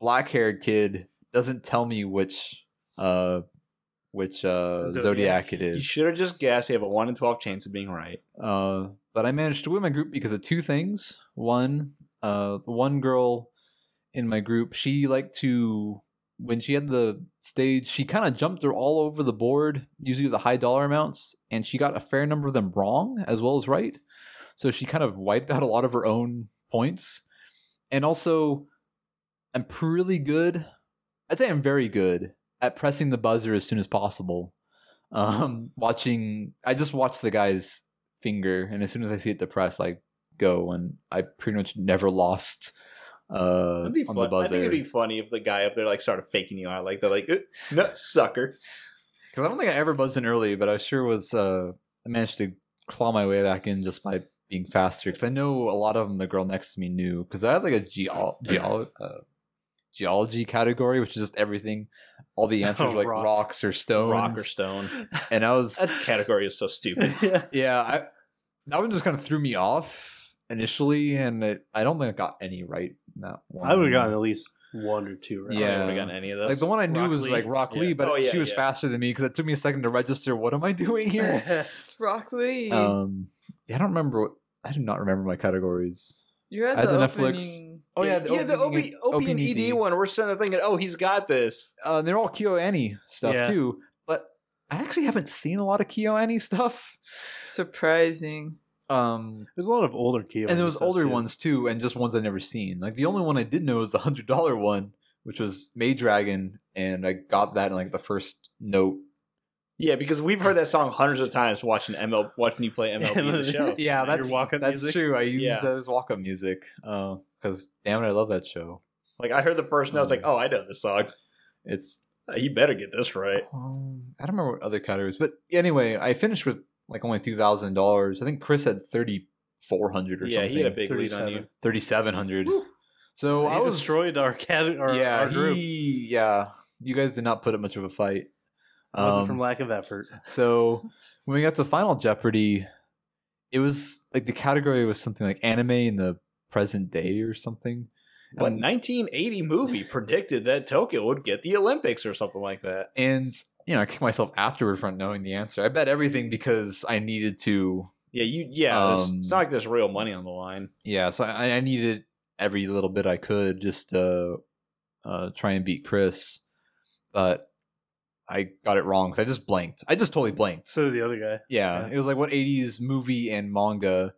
black-haired kid doesn't tell me which uh which uh Zodiac. Zodiac it You is. should have just guessed. You have a one in twelve chance of being right. Uh, but I managed to win my group because of two things. One, uh, the one girl in my group, she liked to when she had the stage, she kind of jumped her all over the board, usually the high dollar amounts, and she got a fair number of them wrong as well as right. So she kind of wiped out a lot of her own points. And also, I'm pretty good. I'd say I'm very good at pressing the buzzer as soon as possible. Um, watching, I just watch the guys finger and as soon as i see it depressed i go and i pretty much never lost uh That'd be fun. on the I think buzzer it'd be funny if the guy up there like started faking you out, like they're like, "Eh, no, sucker. because i don't think i ever buzzed in early but i sure was uh i managed to claw my way back in just by being faster because i know a lot of them the girl next to me knew because i had like a geol geol uh, geology category which is just everything all the answers Oh, were like rock. rocks or stones Rock or stone. and i was That category is so stupid. yeah. Yeah, I, that one just kind of threw me off initially, and it, I don't think I got any right in that one. I would have gotten at least one or two. Right? I don't think I would've Yeah. gotten any of those. like the one I knew Rock was Lee. like Rock Yeah. Lee, but Oh, yeah, she was yeah. faster than me because it took me a second to register. What am I doing here? Rock Lee. um, yeah, I don't remember. What, I do not remember my categories. You're I at had the the Netflix. opening. Oh yeah, yeah, the OB, OB and E ED one. We're sitting there thinking, oh, he's got this. Uh, they're all KyoAni stuff Yeah. too, but I actually haven't seen a lot of KyoAni stuff. Surprising. Um, There's a lot of older Keo. and there was older ones too, and just ones I'd never seen. Like the only one I did know was the hundred dollar one, which was May Dragon, and I got that in like the first note. Yeah, because we've heard that song hundreds of times watching ML, watching you play MLB the show. Your Yeah, that's walk-up that's music? true. I use Yeah. that as walk up music because damn it, I love that show. Like I heard the first note, I was like, oh, I know this song. Mm. It's You better get this right. um, I don't remember what other categories, but anyway, I finished with like only two thousand dollars. I think Chris had thirty four hundred or Yeah, something. he had a big lead on you. 37. thirty seven hundred. Woo. So I I was destroyed our cat. Our, yeah, our group. he, yeah. You guys did not put up much of a fight. wasn't Um, from lack of effort. So when we got to Final Jeopardy, it was like the category was something like anime in the present day or something. Um, What And- 1980 movie predicted that Tokyo would get the Olympics or something like that? And you know, I kicked myself afterward for not knowing the answer. I bet everything because I needed to. Yeah, you. Yeah, it's- Um, it's not like there's real money on the line. Yeah, so I, I needed every little bit I could just to uh, try and beat Chris, but I got it wrong 'cause I just blanked. I just totally blanked. So did the other guy. Yeah, Yeah. it was like what 80s movie and manga,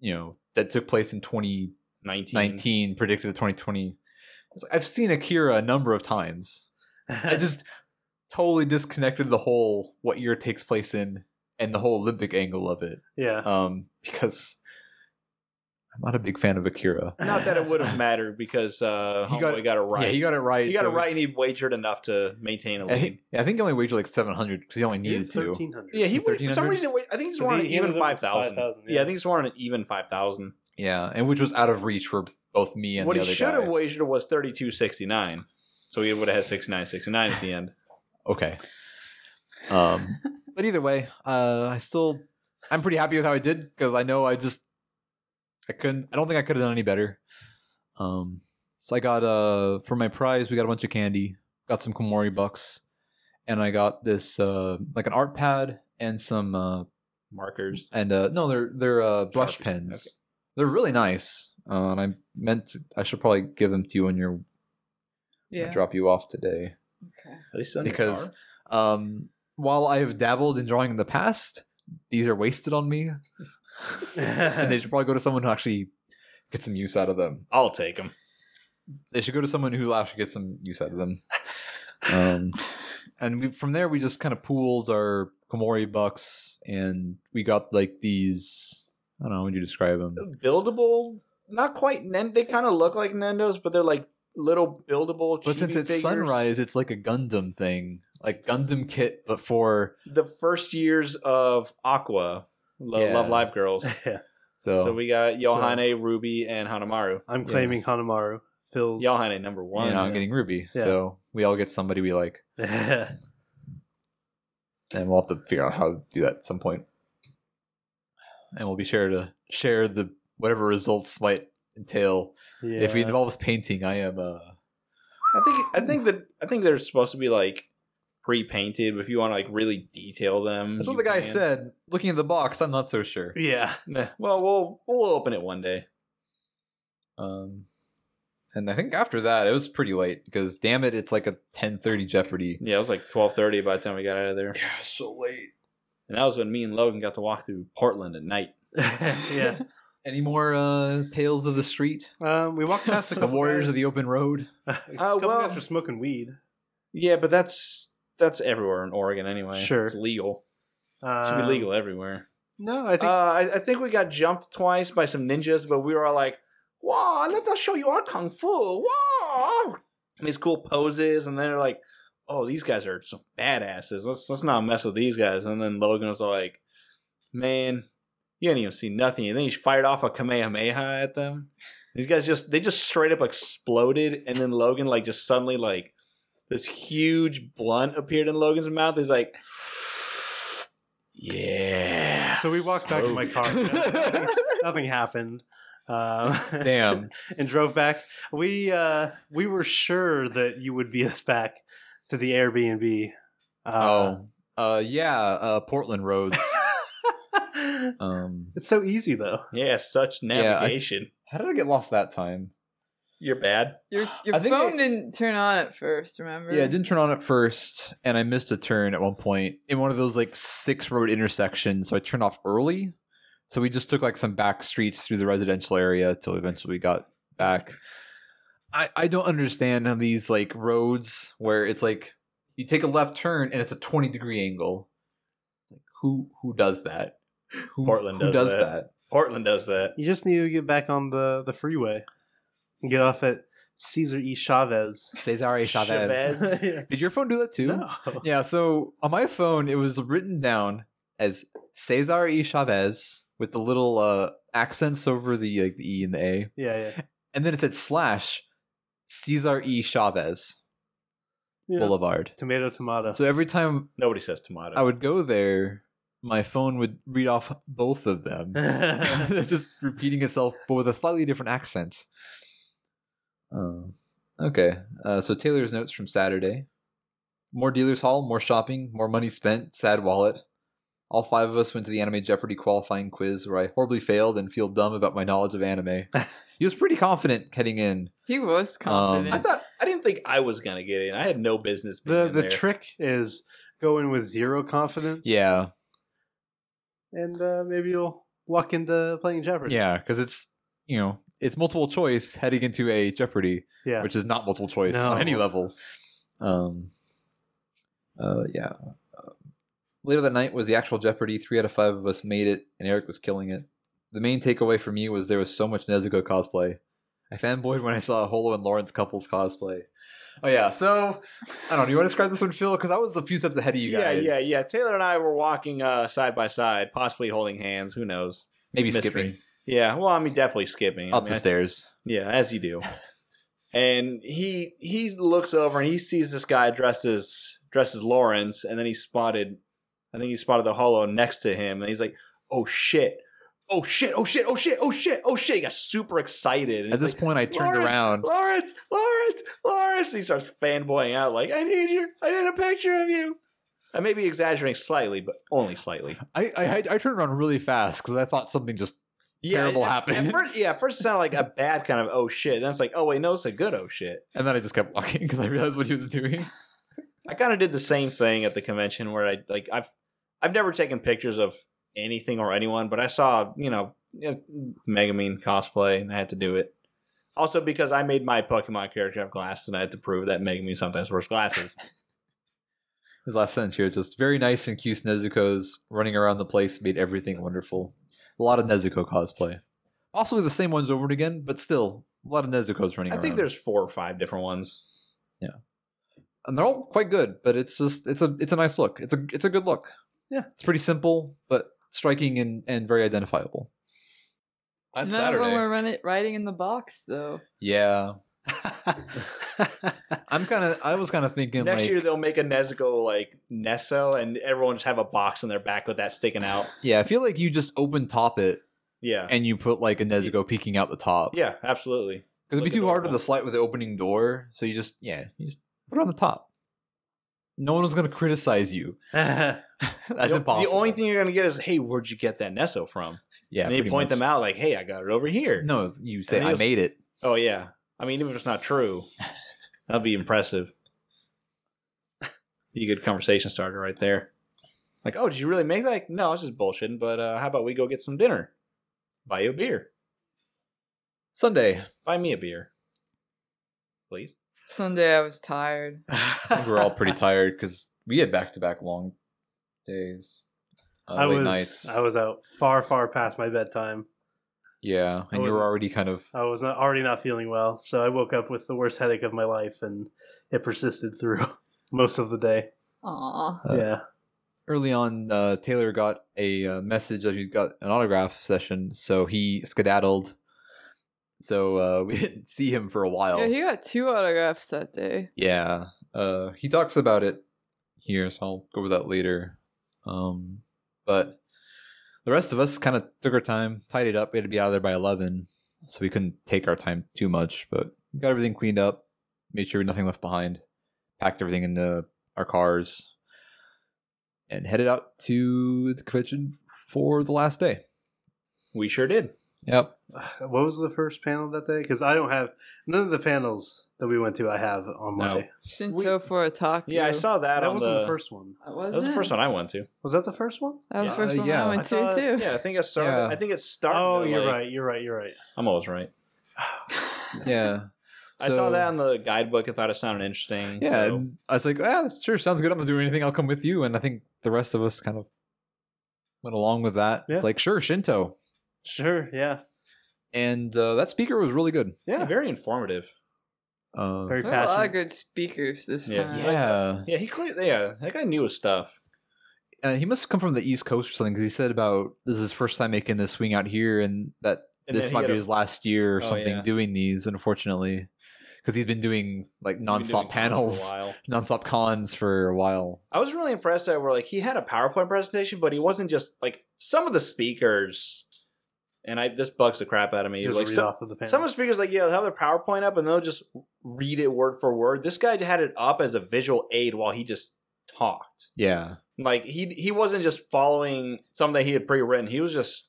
you know, that took place in 2019 19. predicted the 2020. It's like, I've seen Akira a number of times. I just totally disconnected the whole what year it takes place in and the whole Olympic angle of it Yeah. um, because I'm not a big fan of Akira. Not that it would have mattered because uh, He he got- got, got it right. Yeah, he got it right. He got so- it right, and he wagered enough to maintain a I lead. think, I think he only wagered like 700 because he only needed to. Thirteen hundred. Yeah, he wa- for some 1300? reason wa- I think he just Was wanted he- he an even ended up five with thousand. 5,000, yeah. yeah. I think he just wanted an even five thousand. Yeah, and which was out of reach for both me and What the he other should guy. have wagered was thirty two sixty nine. So he would have had sixty nine sixty nine at the end. okay. Um, but either way, uh, I still I'm pretty happy with how I did because I know I just I couldn't I don't think I could have done any better. Um, So I got uh for my prize, we got a bunch of candy, got some Komori bucks, and I got this uh like an art pad and some uh markers. and uh no they're they're uh brush Sharpie, pens okay. they're really nice uh, and i meant to, i should probably give them to you when you're when I Yeah. drop you off today Okay. At least on Because- because um while i have dabbled in drawing in the past these are wasted on me and they should probably go to someone who actually gets some use out of them I'll take them. they should go to someone who actually gets some use out of them um and we, from there we just kind of pooled our komori bucks and we got like these i don't know how would you describe them Buildable, not quite. Nen- they kind of look like Nendos, but they're like little buildable. But since chibi it's figures. sunrise, it's like a Gundam thing, like Gundam kit, but for the first years of Aqua, Lo- Yeah. Love Live Girls. yeah, so. So we got Yohane, Ruby, and Hanamaru. I'm Yeah. claiming Hanamaru. Phil's. Yohane number one. you know, I'm getting Ruby, Yeah. so we all get somebody we like, and we'll have to figure out how to do that at some point. And we'll be sure to share the whatever results might entail. If it Yeah. involves painting, I am. Uh, I think I think that I think they're supposed to be like pre-painted. But if you want to like really detail them, that's what you the guy can. said. Looking at the box, I'm not so sure. yeah. Nah, Well, we'll we'll open it one day. Um, and I think after that, it was pretty late because damn it, it's like a 10:30 Jeopardy. Yeah, it was like twelve thirty by the time we got out of there, Yeah, so late. and that was when me and Logan got to walk through Portland at night. yeah. Any more uh, tales of the street? Um, we walked past a The couple warriors guys, Uh, of the open road. A couple well- guys were smoking weed. Yeah, but that's that's everywhere in Oregon anyway. Sure. it's legal. It should Um, be legal everywhere. No, I Uh, think I, I think we got jumped twice by some ninjas, but we were all like, "Wow, let us show you our kung fu!" Wow, and these cool poses, and they're like, "Oh, these guys are some badasses. Let's let's not mess with these guys." And then Logan was like, "Man, you ain't even see nothing." And then he fired off a kamehameha at them. These guys just they just straight up exploded, and then Logan like just suddenly like this huge blunt appeared in Logan's mouth. He's like. Yeah. so. We walked back to my car. Nothing, nothing happened. Um, Damn. and drove back. We uh, we were sure that you would be us back to the Airbnb. Uh, oh, uh, yeah, uh, Portland roads. um, it's so easy though. Yeah, such I- navigation. how did I get lost that time? You're bad. Your your I think phone it- didn't turn on at first, remember? Yeah, I didn't turn on at first, and I missed a turn at one point in one of those like six road intersections. So I turned off early. So we just took like some back streets through the residential area till eventually we got back. I I don't understand how these like roads where it's like you take a left turn and it's a twenty degree angle. It's like who who does that? Who, Portland who does does that. that? Portland does that. You just need to get back on the the freeway and get off at Caesar E. Chavez. Cesare Chavez. Chavez. Did your phone do that too? No. Yeah, so on my phone, it was written down as Cesar E. Chavez with the little uh, accents over the like the E and the A, Yeah, yeah. and then it said slash Cesar E. Chavez Yeah. Boulevard. Tomato, tomato. So every time Nobody says tomato. I would go there, my phone would read off both of them, It's just repeating itself, but with a slightly different accent. Uh, okay, uh, so Taylor's notes from Saturday: more dealers hall, more shopping, more money spent, sad wallet. All five of us went to the Anime Jeopardy qualifying quiz, where I horribly failed and feel dumb about my knowledge of anime. he was pretty confident heading in. He was confident. I thought I didn't think I was gonna get in. I had no business being the in the there. trick is go in with zero confidence. Yeah, and uh, maybe you'll walk into playing Jeopardy. yeah, because it's you know it's multiple choice heading into a Jeopardy. yeah. which is not multiple choice on No. any level. Um, uh, yeah. Uh, Later that night was the actual Jeopardy. Three out of five of us made it, and Eric was killing it. The main takeaway for me was there was so much Nezuko cosplay. I fanboyed when I saw Holo and Lawrence couples cosplay. Oh yeah, so I don't know. You want to describe this one, Phil? Because I was a few steps ahead of you yeah, guys. yeah, yeah. Taylor and I were walking uh, side by side, possibly holding hands. Who knows? Maybe Mystery. skipping Yeah. Well, I mean, definitely skipping I up mean, the I- stairs. Yeah, as you do. and he he looks over and he sees this guy dressed as dressed as Lawrence, and then he spotted, I think he spotted the hollow next to him, and he's like, "Oh shit, oh shit, oh shit, oh shit, oh shit, oh shit. He got super excited. And At he's this like, point, I turned Lawrence, around. Lawrence, Lawrence, Lawrence. He starts fanboying out like, I need you. I need a picture of you. I may be exaggerating slightly, but only slightly. I, I I turned around really fast because I thought something just Terrible at- happened. At first, yeah, at first it sounded like a bad kind of oh shit. Then it's like, oh wait, no, it's a good oh shit. And then I just kept walking because I realized what he was doing. I kind of did the same thing at the convention where I like I've I've never taken pictures of anything or anyone, but I saw you know you know, Megamine cosplay and I had to do it. Also because I made my Pokemon character have glasses and I had to prove that Megamine sometimes wears glasses. His last sentence here, just very nice and cute Nezuko's running around the place made everything wonderful. A lot of Nezuko cosplay. Possibly the same ones over and again, but still, a lot of Nezuko's running I around. think there's four or five different ones. and they're all quite good, but it's just it's a it's a nice look. It's a it's a good look. Yeah. It's pretty simple, but striking and, and very identifiable. None That's of them Saturday. were running, riding in the box though. Yeah. I'm kinda I was kinda thinking Next like year they'll make a Nezuko like Neso and everyone just have a box in their back with that sticking out. Yeah, I feel like you just open top it Yeah. and you put like a Nezuko peeking out the top. Yeah, absolutely. Because it'd be Look too hard with adorable. the slight with the opening door. So you just yeah, you just put it on the top. No one was gonna criticize you. That's the, impossible. The only thing you're gonna get is, "Hey, where'd you get that Nesso from?" yeah, and you pretty point much. them out, like, "Hey, I got it over here." No, you say then I you'll- made it. Oh yeah. I mean, even if it's not true, that'd be impressive. Be a good conversation starter right there. Like, oh, did you really make that? Like, no, it's just bullshitting. But uh, how about we go get some dinner? Buy you a beer. Sunday. Buy me a beer, please. Sunday I was tired. I think we're all pretty tired because we had back to back long days, uh, I late was nights. I was out far far past my bedtime. yeah, and you was- were already kind of I was not, already not feeling well, so I woke up with the worst headache of my life, and it persisted through most of the day. Aw. Uh, yeah, early on. Uh, Taylor got a uh, message that he got an autograph session, so he skedaddled. So uh, we didn't see him for a while. Yeah, he got two autographs that day. Yeah. Uh, he talks about it here, so I'll go over that later. Um, but the rest of us kind of took our time, tidied up. We had to be out of there by 11, so we couldn't take our time too much, but we got everything cleaned up, made sure nothing left behind, packed everything into our cars, and headed out to the convention for the last day. We sure did. Yep. what was the first panel that day? Because I don't have none of the panels that we went to. I have on my. No. Shinto for a taco. Yeah, I saw that. That on wasn't the... the first one. Was That was the it? first one I went to. Was that the first one? That was the Yeah. first Uh, one yeah. I I went thought- to too. Yeah, I think I started. Yeah. I think it started. Oh, at, you're like- right. You're right. You're right. I'm always right. Yeah. I saw So- that on the guidebook. I thought it sounded interesting. Yeah, so- and I was like, "Ah, that's- sure, sounds good. I'm not doing anything. I'll come with you." And I think the rest of us kind of went along with that. Yeah. It's like, sure, Shinto, Sure. Yeah. and uh, that speaker was really good. Yeah. very informative. Uh, Very There were a lot of passionate. good speakers this Yeah. time. yeah, Yeah, he clearly. Yeah, that guy knew his stuff. uh, he must have come from the East Coast or something because he said about this is his first time making this swing out here, and that And this then he might had be a- his last year or Oh, something yeah. doing these. Unfortunately, because he's been doing like He'd been doing nonstop it for a panels, while. nonstop cons for a while. I was really impressed that we're like he had a PowerPoint presentation, but he wasn't just like some of the speakers. And I this bugs the crap out of me. Just like read some, off of the panel. some of the speakers like yeah, they'll have their PowerPoint up and they'll just read it word for word. This guy had it up as a visual aid while he just talked. Yeah, Like he he wasn't just following something he had pre written. He was just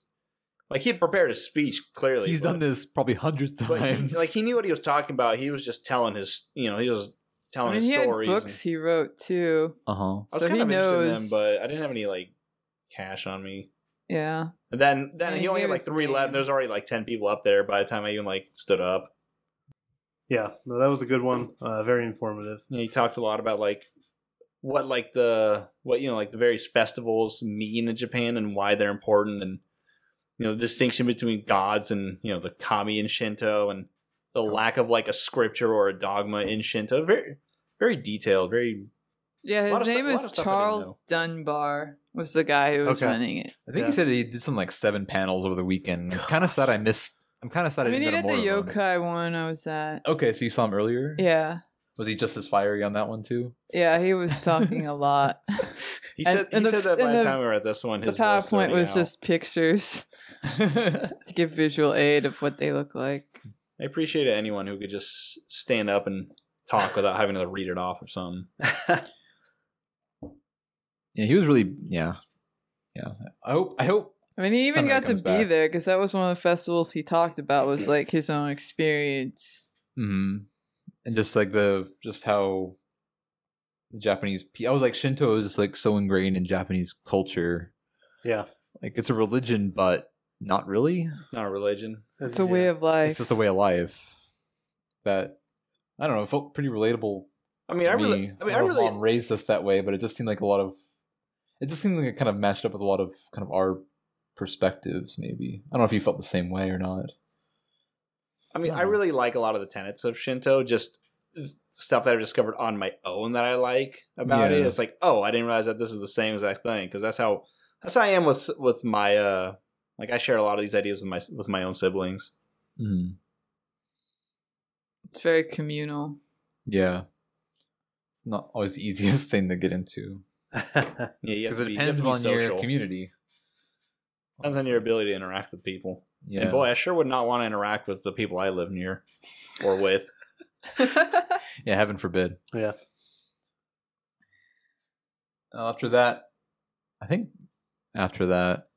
like he had prepared a speech clearly. he's but- done this probably hundreds of But he- times. like he knew what he was talking about. He was just telling his, you know, he was telling I mean, his he had stories. and- books he wrote too. uh huh. I was so kind he of interested in them, knows. but I didn't have any like cash on me. Yeah. And then then And he he only had knew like his three name. left. There's already like ten people up there by the time I even like stood up. Yeah. No, that was a good one. Uh, very informative. And he talked a lot about like what like the what you know like the various festivals mean in Japan and why they're important and you know the distinction between gods and you know the kami in Shinto and the lack of like a scripture or a dogma in Shinto. Very very detailed, very Yeah, lot his of stu- name lot is of stuff I didn't Charles know. Dunbar was the guy who was Okay. running it. I think Yeah. he said he did some like seven panels over the weekend. I'm kind of sad I missed. I'm kind of sad I, I mean, he didn't go did to the more of them. yokai one I was at. Okay, so you saw him earlier. Yeah. Was he just as fiery on that one too? Yeah, he was talking a lot. He And- said, he and the- said that by and the, the- time we were at this one, The his voice PowerPoint already was out. just pictures to give visual aid of what they look like. I appreciate anyone who could just stand up and talk without having to read it off or something. Yeah, he was really yeah, yeah. I hope I hope I mean, he even Somebody got to comes be back. there because that was one of the festivals he talked about was like his own experience. hmm And just like the just how the Japanese, pe- I was like Shinto is like so ingrained in Japanese culture. Yeah. like it's a religion, but not really. Not a religion. It's a way of It's life. just a way of life. That I don't know. It felt pretty relatable. I mean, I to really, me. I mean, know I if really, mom raised us that way, but it just seemed like a lot of. It just seemed like it kind of matched up with a lot of kind of our perspectives. Maybe I don't know if you felt the same way or not. I mean, I No. really like a lot of the tenets of Shinto. Just s- stuff that I've discovered on my own that I like about it. Yeah. It's like, oh, I didn't realize that this is the same exact thing because that's how that's how I am with with my uh like I share a lot of these ideas with my with my own siblings. Mm. It's very communal. Yeah. It's not always the easiest thing to get into. Yeah, you have Because to it be- you have to depends be on your social. community. Depends on your ability to interact with people. Yeah. And boy, I sure would not want to interact with the people I live near or with. yeah, heaven forbid. Yeah. Uh, after that, I think after that,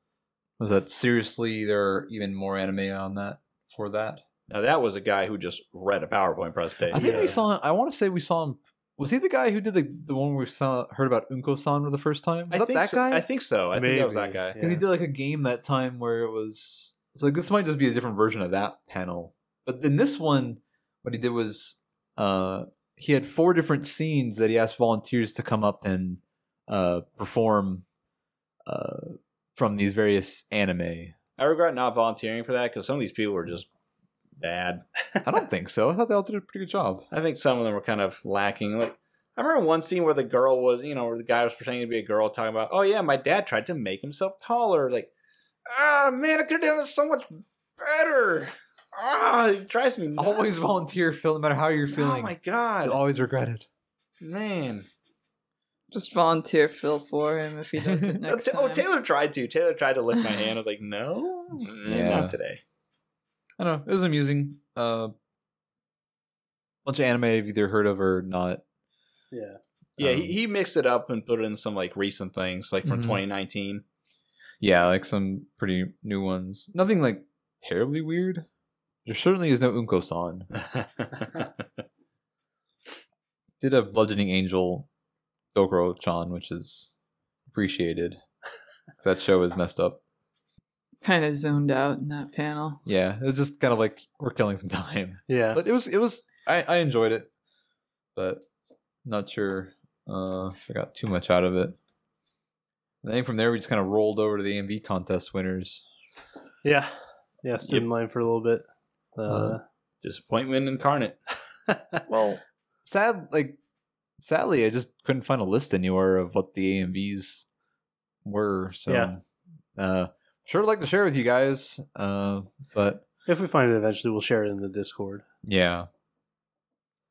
was that seriously, there are even more anime on that for that? Now that was a guy who just read a PowerPoint presentation. I think Yeah. we saw I want to say we saw him. Was he the guy who did the, the one we saw heard about Unko san for the first time? Was I that think that so. guy? I think so. I think that was that Maybe, guy. yeah. Because he did like a game that time where it was so like this might just be a different version of that panel. But in this one, what he did was uh he had four different scenes that he asked volunteers to come up and uh perform uh from these various anime. I regret not volunteering for that because some of these people were just bad. I don't think so. I thought they all did a pretty good job. I think some of them were kind of lacking. Like I remember one scene where the girl was, you know, where the guy was pretending to be a girl, talking about, "Oh yeah, my dad tried to make himself taller." Like, ah, man, I could have done this so much better. Ah, it drives me nuts. Always volunteer Phil, no matter how you're feeling. Oh my god, You'll always regret it. man. Just volunteer Phil for him if he does it Oh, next Ta- oh, time. Taylor tried to. Taylor tried to lick my hand. I was like, no, mm, Yeah. not today. I don't know. It was amusing. Uh bunch of anime I've either heard of or not. Yeah. Yeah, Um, he, he mixed it up and put in some like recent things, like from Mhm. 2019. Yeah, like some pretty new ones. Nothing like terribly weird. There certainly is no Unko san. Did have Bludgeoning Angel Dokuro chan, which is appreciated. that show is messed up. Kind of zoned out in that panel. Yeah, it was just kind of like we're killing some time. Yeah. But it was, it was, I, I enjoyed it, but not sure uh, if I got too much out of it. And then from there, we just kind of rolled over to the AMV contest winners. Yeah. Yeah. Stood in line for a little bit. Uh, Uh, Disappointment incarnate. Uh-huh. well, sad like sadly, I just couldn't find a list anywhere of what the AMVs were. So, uh, sure, would like to share with you guys. Uh, but if we find it eventually, we'll share it in the Discord. yeah,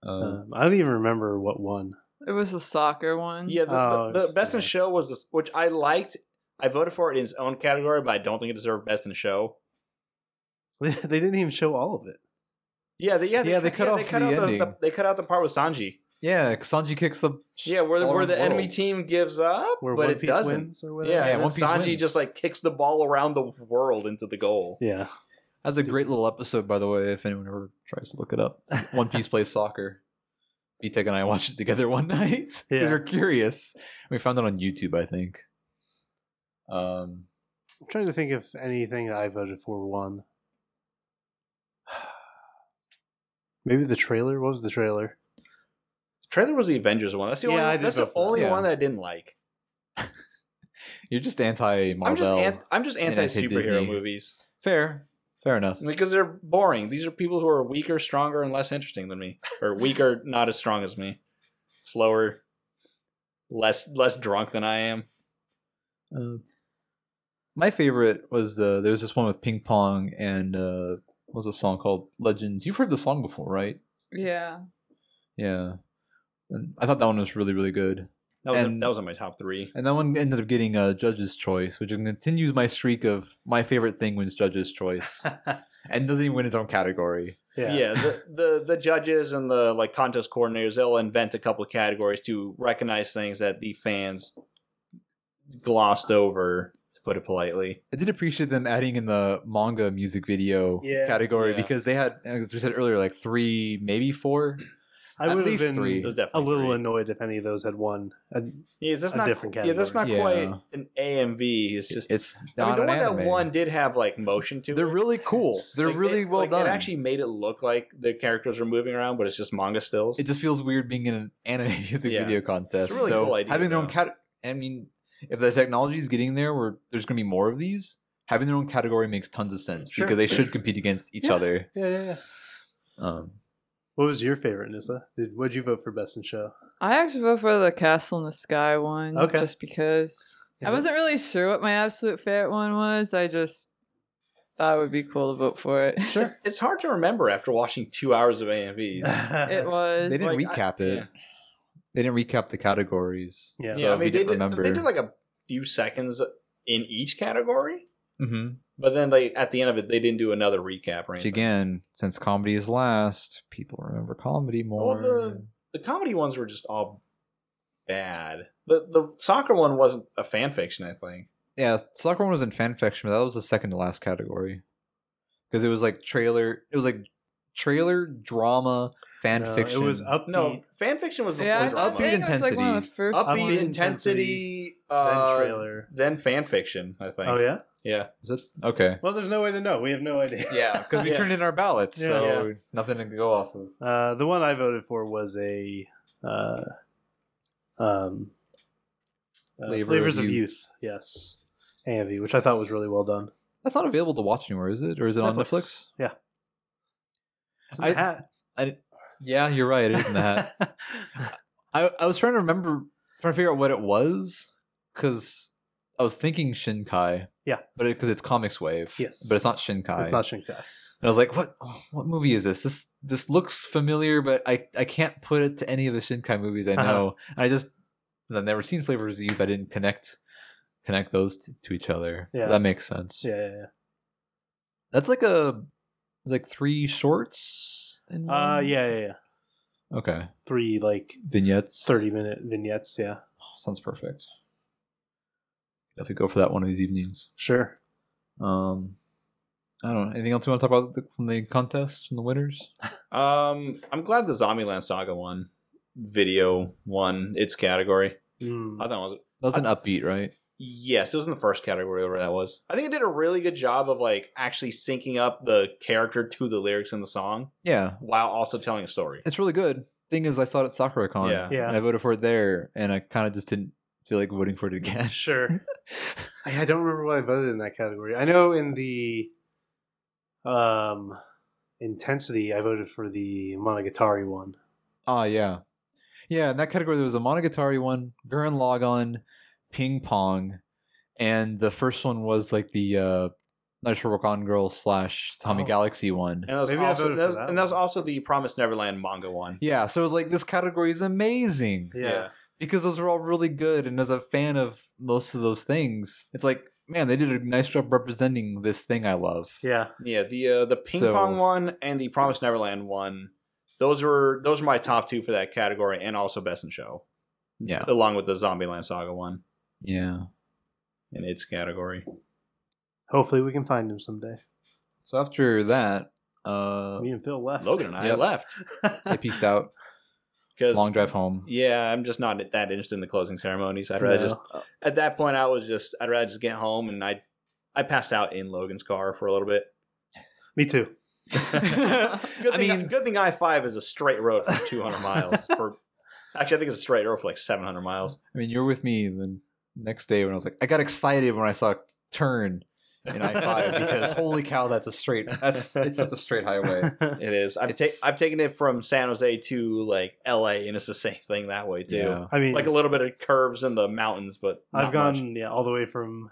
Uh-huh. uh, Um, I don't even remember what one. It was the soccer one. Yeah, the, Oh, the, the best in yeah. show was this, which I liked. I voted for it in its own category, but I don't think it deserved best in show. they didn't even show all of it. Yeah, they, yeah, Yeah, they cut off the out ending. they cut out the part with Sanji. yeah. Sanji kicks the Yeah, where the, all where around the enemy world. team gives up, Where but One it Piece doesn't. wins or Yeah, whatever. and One then Piece Sanji wins. just like kicks the ball around the world into the goal. Yeah. That's a great little episode, by the way. If anyone ever tries to look it up, One Piece plays soccer. Bitek and I watched it together one night because Yeah. we're curious. We found it on YouTube, I think. Um, I'm trying to think if anything I voted for won. Maybe the trailer. What was the trailer? Trailer was the Avengers one. That's the Yeah, I only. did That's vote the for that. only Yeah. one that I didn't like. You're just anti Marvel. I'm just an, I'm just and I anti hate superhero Disney. movies Fair, fair enough. because they're boring. These are people who are weaker, stronger, and less interesting than me, or weaker, not as strong as me, slower, less less drunk than I am. Uh, my favorite was the there was this one with ping pong and uh, what was a song called Legends. You've heard the song before, right? Yeah. Yeah, and I thought that one was really really good. That was And- that was on my top three. And that one ended up getting a judge's choice, which continues my streak of my favorite thing wins judge's choice, and doesn't even win its own category. Yeah, the, the the judges and the like contest coordinators they'll invent a couple of categories to recognize things that the fans glossed over, to put it politely. I did appreciate them adding in the manga music video Yeah. category Yeah. because they had, as we said earlier, like three, maybe four. I At would have least been three. It was a definitely little great. annoyed if any of those had won. And Yeah, that's a not different yeah, that's not category. quite an AMV. It's just It's I mean, not the an one that anime. one did have like motion to They're it. really cool. It's They're like- really it- well like, done. It actually made it look like the characters were moving around, but it's just manga stills. it just feels weird being in an anime music Yeah. video contest. It's a really so cool idea, having their own though. cat, I mean, if the technology is getting there, where there's going to be more of these, having their own category makes tons of sense Sure. because they should compete against each Yeah. other. yeah, yeah, yeah. Um, What was your favorite, Nissa? Did what'd you vote for best in show? I actually vote for the Castle in the Sky one, Okay. just because Is I it- wasn't really sure what my absolute favorite one was. I just thought it would be cool to vote for it. Sure. It's hard to remember after watching two hours of AMVs. it they was. didn't like, I- recap it. yeah. They didn't recap the categories. Yeah. so yeah, I mean, we they didn't did, remember. they did like a few seconds in each category, hmm but then they at the end of it they didn't do another recap or Which anything. again, since comedy is last, people remember comedy more. the- the comedy ones were just all bad. The the soccer one wasn't a fan fiction, I think. Yeah, soccer one was in fan fiction, but that was the second to last category because it was like trailer. It was like trailer drama fan No, fiction. It was upbeat. No, fan fiction was before Yeah, I was drama. think upbeat it was like one of the first. Upbeat, Upbeat intensity, then uh, trailer. then fan fiction. I think. Oh yeah. yeah. Is it? okay. Well, there's no way to know. We have no idea. Yeah, because we Yeah. turned in our ballots, Yeah. so nothing to go off of. Uh, the one I voted for was a uh, um, uh, Flavor flavors of of Youth. youth. Yes, AMV, which I thought was really well done. That's not available to watch anywhere, is it? Or is it on Netflix. Netflix? Yeah. It's in I- the hat. Yeah, you're right. It is in the hat. I I was trying to remember, trying to figure out what it was, because I was thinking Shinkai. Yeah. but because it's Comics Wave. Yes. but it's not Shinkai. it's not Shinkai. And I was like, "What? oh, What movie is this? This this looks familiar, but I I can't put it to any of the Shinkai movies I Uh-huh. know." And I just since I've never seen Flavor of Youth. I didn't connect connect those t- to each other. Yeah. that makes sense. Yeah, yeah, That's like a it's like three shorts. In yeah. Uh, one? yeah, yeah, yeah. Okay. Three like Vignettes. thirty minute vignettes. Yeah, Sounds perfect. Definitely go for that one of these evenings. sure. Um, I don't know. Anything else you want to talk about the, from the contest from the winners? Um, I'm glad the Zombieland Saga one video won its category. Mm. I Uh, thought it was That was an upbeat, right? yes, it was in the first category where that was. I think it did a really good job of like actually syncing up the character to the lyrics in the song Yeah, while also telling a story. it's really good. Thing is, I saw it at SakuraCon. Yeah. Yeah. And I voted for it there, and I kind of just didn't feel like voting for it again. Sure. I I don't remember what I voted in that category. I know in the um intensity, I voted for the Monogatari one. Ah, yeah, yeah. In that category, there was a Monogatari one, Gurren Lagann, Ping Pong, and the first one was like the uh, Night Rokan Girl slash Tommy Oh. Galaxy one. And that was Maybe I also voted that for was, that and that was one. also the Promised Neverland manga one. Yeah, so it was like this category is amazing Yeah. because those are all really good. And as a fan of most of those things, it's like, man, they did a nice job representing this thing I love. Yeah. Yeah, the uh, the ping So- pong one and the Promised Neverland one. Those were those were my top two for that category, and also Best in Show, Yeah, along with the Zombieland Saga one yeah. in its category. Hopefully we can find him someday. So after that, uh, Me and Phil left. Logan and I Yep. left I peaced out. because Long drive home. yeah, I'm just not that interested in the closing ceremonies. I'd rather No. just at that point I was just I'd rather just get home and I I passed out in Logan's car for a little bit. Me too. Good I thing, mean- good thing I five is a straight road for 200 miles. For actually, I think it's a straight road for like 700 miles. I mean, you're with me the next day when I was like, I got excited when I saw turn in I five because holy cow, that's a straight. That's it's such a straight highway. It is. I've, ta- It's- I've taken it from San Jose to like LA, and it's the same thing that way too. I mean, Like a little bit of curves in the mountains, but not I've gone much. yeah all the way from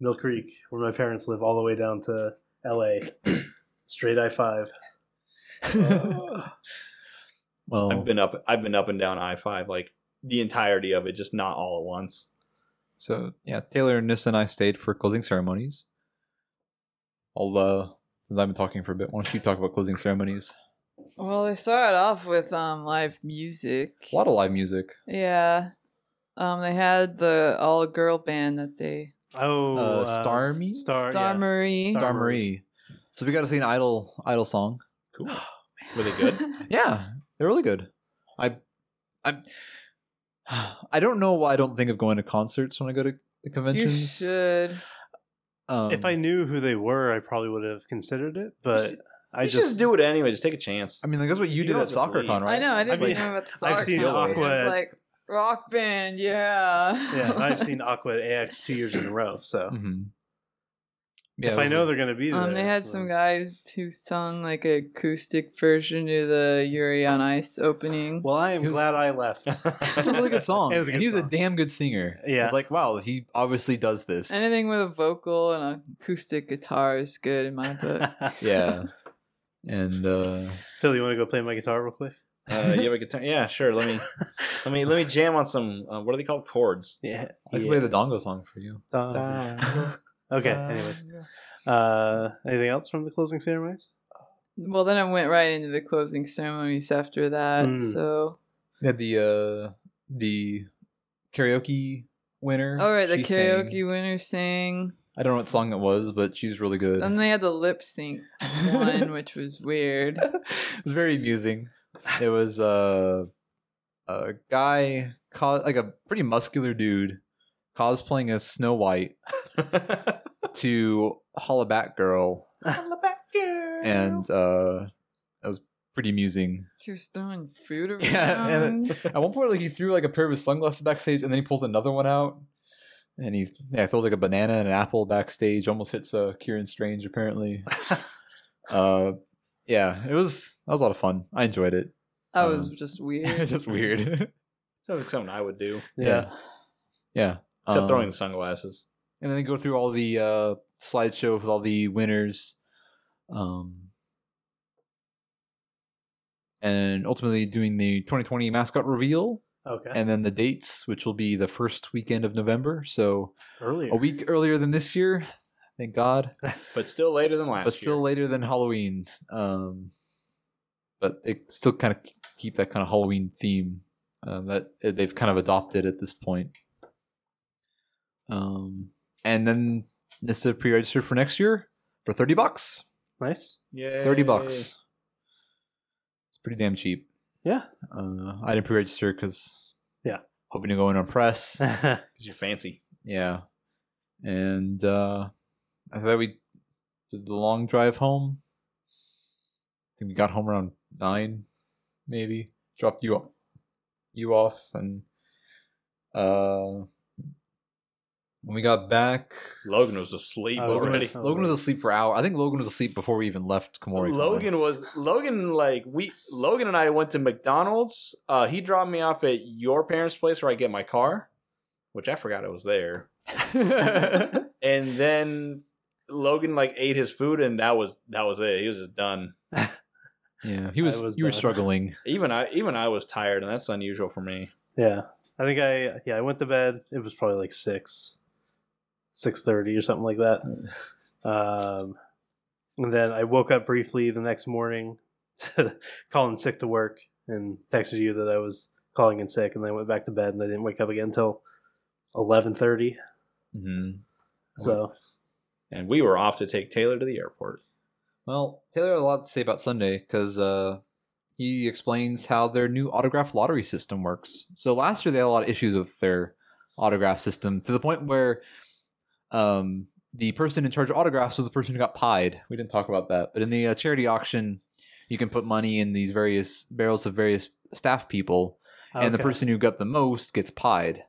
Mill Creek, where my parents live, all the way down to L.A. Straight I five. well, Oh. I've been up. I've been up and down I five like the entirety of it, just not all at once. So yeah, Taylor and Nissa and I stayed for closing ceremonies. I'll uh, since I've been talking for a bit, why don't you talk about closing ceremonies? Well, they started off with um live music. A lot of live music. Yeah. Um, they had the all girl band that they Oh, Uh, Starmie? Star, Star yeah. Marie. Star- Star Marie. So we got to sing an idol idol song. Cool. Were they good? Yeah, they're really good. I, I, I don't know why I don't think of going to concerts when I go to the you conventions. should. Um, if I knew who they were, I probably would have considered it, but should- I you just, should just do it anyway. Just take a chance. I mean, like that's what you, You did don't at just SoccerCon, leave. right? I know. I didn't mean, know about the I've soccer seen company. Aqua- It's like rock band. Yeah. yeah, I've seen Aqua at AX two years in a row, so hmm Yeah, if it I was know a- they're going to be there, Um, they had some then- guy who sung like an acoustic version to the Yuri on Ice opening. Well, I am He was- glad I left. It's a really good song. It was a and good he was a song. damn good singer. Yeah. It's like, wow, he obviously does this. Anything with a vocal and an acoustic guitar is good in my book. yeah. And uh Phil, you want to go play my guitar real quick? Uh, you have a guitar? Yeah, sure. Let me, let me, let me jam on some. Uh, what are they called? Chords. Yeah. I can play the dongo song for you. okay. Anyways, uh, anything else from the closing ceremonies? well, then I went right into the closing ceremonies after that. Hmm. Mm. So, Yeah, the uh the karaoke winner. all Oh, right, the she sang- karaoke winner sang. I don't know what song it was, but she's really good. Then they had the lip sync one, which was weird. it was very amusing. There was a a guy, co- like a pretty muscular dude, cosplaying as Snow White to Holla Back Girl, and uh, that was pretty amusing. She was throwing fruit around. Yeah, and At one point, like he threw like a pair of his sunglasses backstage, and then he pulls another one out, and he yeah throws like a banana and an apple backstage. Almost hits uh, Kieran Strange apparently. uh, yeah, it was that was a lot of fun. I enjoyed it. that was um, just It's weird. just weird. Sounds like something I would do. Yeah. yeah. Except Um, throwing the sunglasses. and then they go through all the uh, slideshow with all the winners, um, and ultimately doing the 2020 mascot reveal, Okay. and then the dates, which will be the first weekend of November, so Earlier. a week earlier than this year. Thank God, But still later than last but still year. later than Halloween. Um, but they still kind of keep that kind of Halloween theme um, that they've kind of adopted at this point. Um, and then Nissa pre-registered for next year for thirty bucks. nice. Yay. Thirty bucks. It's pretty damn cheap. Yeah. Uh, I didn't pre-register because Yeah. hoping to go in on press. Because you're fancy. yeah, and uh, after that we did the long drive home. I think we got home around nine, maybe. Dropped you off, you off, and uh, when we got back, Logan was asleep I was Logan already. was, Logan was asleep for an hour. I think Logan was asleep before we even left Komori. Logan was Logan like we Logan and I went to McDonald's. Uh, he dropped me off at your parents' place where I get my car, which I forgot I was there. and then Logan like ate his food, and that was that was it. He was just done. yeah, he I was. was you were done. struggling. Even I even I was tired, and that's unusual for me. yeah. I think I yeah I went to bed. It was probably like six, six thirty or something like that. Um, and then I woke up briefly the next morning, to calling sick to work, and texted you that I was calling in sick, and then I went back to bed, and I didn't wake up again until eleven thirty. hmm So And we were off to take Taylor to the airport. Well, Taylor had a lot to say about Sunday because uh, he explains how their new autograph lottery system works. So last year they had a lot of issues with their autograph system to the point where um, the person in charge of autographs was the person who got pied. We didn't talk about that, but in the uh, charity auction, you can put money in these various barrels of various staff people, and the okay. person who got the most gets pied.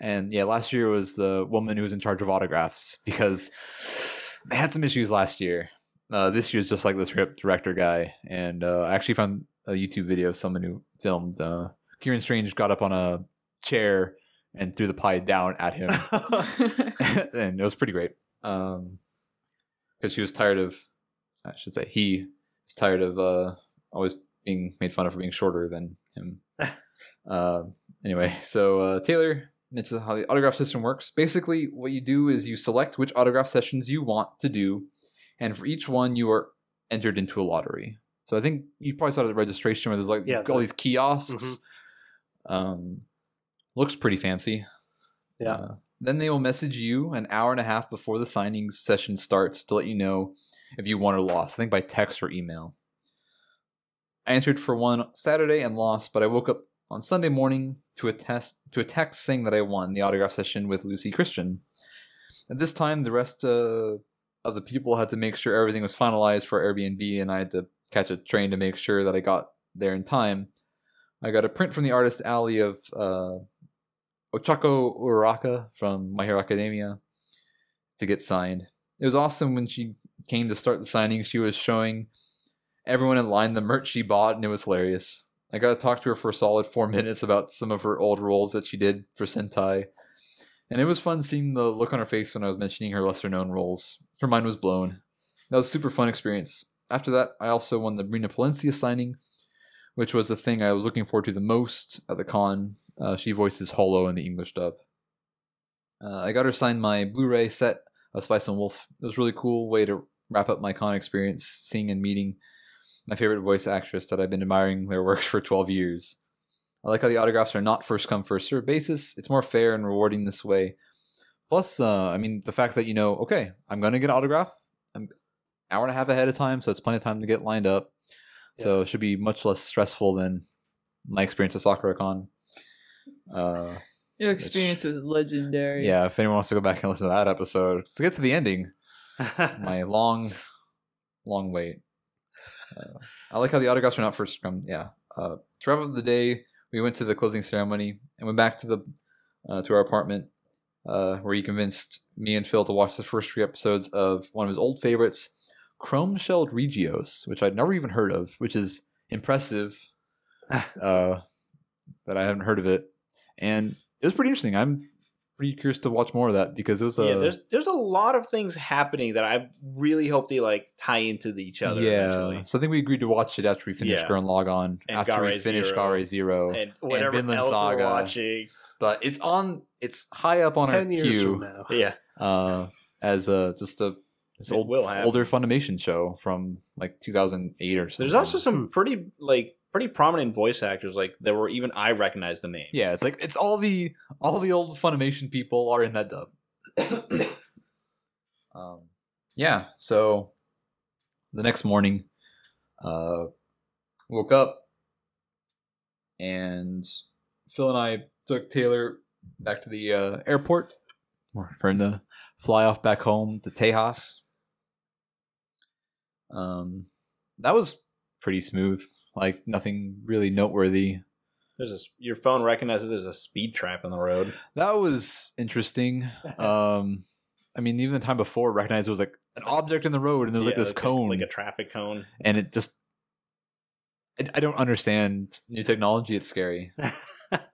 And yeah, last year was the woman who was in charge of autographs because they had some issues last year. Uh, this year's just like the trip director guy, and uh, I actually found a YouTube video of someone who filmed. Uh, Kieran Strange got up on a chair and threw the pie down at him, and it was pretty great. Um, because she was tired of, I should say, he was tired of uh always being made fun of for being shorter than him. Uh, anyway, so uh, Taylor mentions how the autograph system works. Basically, what you do is you select which autograph sessions you want to do, and for each one, you are entered into a lottery. So I think you probably saw it at the registration where there's like Yeah, all the- these kiosks. Um, looks pretty fancy. Yeah. Uh, then they will message you an hour and a half before the signing session starts to let you know if you won or lost. I think by text or email. I entered for one Saturday and lost, but I woke up on Sunday morning to a test to a text saying that I won the autograph session with Lucy Christian. At this time, the rest uh, of the people had to make sure everything was finalized for Airbnb, and I had to catch a train to make sure that I got there in time. I got a print from the artist alley of uh, Ochako Uraka from My Hero Academia to get signed. It was awesome when she came to start the signing. She was showing everyone in line the merch she bought, and it was hilarious. I got to talk to her for a solid four minutes about some of her old roles that she did for Sentai. And it was fun seeing the look on her face when I was mentioning her lesser known roles. Her mind was blown. That was a super fun experience. After that, I also won the Marina Palencia signing, which was the thing I was looking forward to the most at the con. Uh, she voices Hollow in the English dub. Uh, I got her signed my Blu ray set of Spice and Wolf. It was a really cool way to wrap up my con experience, seeing and meeting my favorite voice actress that I've been admiring their works for 12 years. I like how the autographs are not first come, first serve basis. It's more fair and rewarding this way. Plus, uh, I mean, the fact that you know, okay, I'm going to get an autograph. I'm hour and a half ahead of time, so it's plenty of time to get lined up. So it should be much less stressful than my experience at SakuraCon. Uh, Your experience was legendary. yeah, if anyone wants to go back and listen to that episode, let's get to the ending my long, long wait. Uh, I like how the autographs are not first come. Yeah. Uh, to wrap up the day, we went to the closing ceremony and went back to the uh, to our apartment, uh, where he convinced me and Phil to watch the first three episodes of one of his old favorites, Chrome Shelled Regios, which I'd never even heard of, which is impressive uh, that I haven't heard of it. And it was pretty interesting. I'm pretty curious to watch more of that because it was a yeah, there's there's a lot of things happening that I really hope they like tie into the- each other. eventually. So I think we agreed to watch it after we finished Yeah. Gurren Lagann, And after we Gaara finished Zero. Gare Zero. and whatever Vinland else Saga. we're watching. but it's on, it's high up on our Ten years from queue now. Yeah, uh, as a just a this It old will happen. older Funimation show from like 2008 or something. there's also some pretty like pretty prominent voice actors like that were even I recognize the name. yeah, it's like it's all the all the old Funimation people are in that dub. um, yeah, so the next morning, uh, woke up and Phil and I took Taylor back to the uh, airport for him to fly off back home to Tejas. Um, that was pretty smooth. Like nothing really noteworthy. There's a s your phone recognizes there's a speed trap on the road. That was interesting. Um, I mean, even the time before, recognized it was like an object in the road, and there was like Yeah, this cone, a, like a traffic cone. and it just. I, I don't understand new technology. It's scary.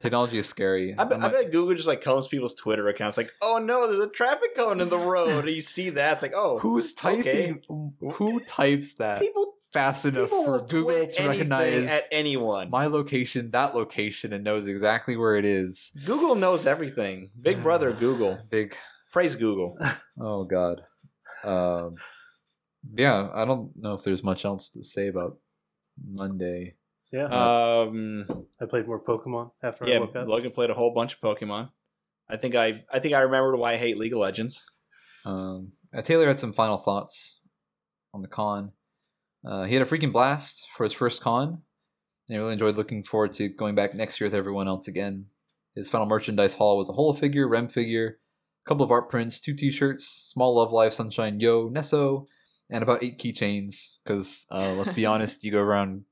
technology is scary. I bet, I'm I like- bet Google just like combs people's Twitter accounts, like, oh no, there's a traffic cone in the road. you see that? It's like, oh, who's okay. typing? Who types that people, fast enough people for will Google tweet to anything recognize at anyone. my location, that location, and knows exactly where it is? Google knows everything. Big brother Google. Big Praise Google. Oh God. Um, yeah, I don't know if there's much else to say about Monday. Yeah, Um, I played more Pokemon after I yeah, woke up. Logan played a whole bunch of Pokemon. I think I, I think I remembered why I hate League of Legends. Um, uh, Taylor had some final thoughts on the con. Uh, he had a freaking blast for his first con, and he really enjoyed looking forward to going back next year with everyone else again. His final merchandise haul was a Holo figure, Rem figure, a couple of art prints, two T-shirts, small Love Live Sunshine Yo Nesso, and about eight keychains. Because uh, let's be honest, you go around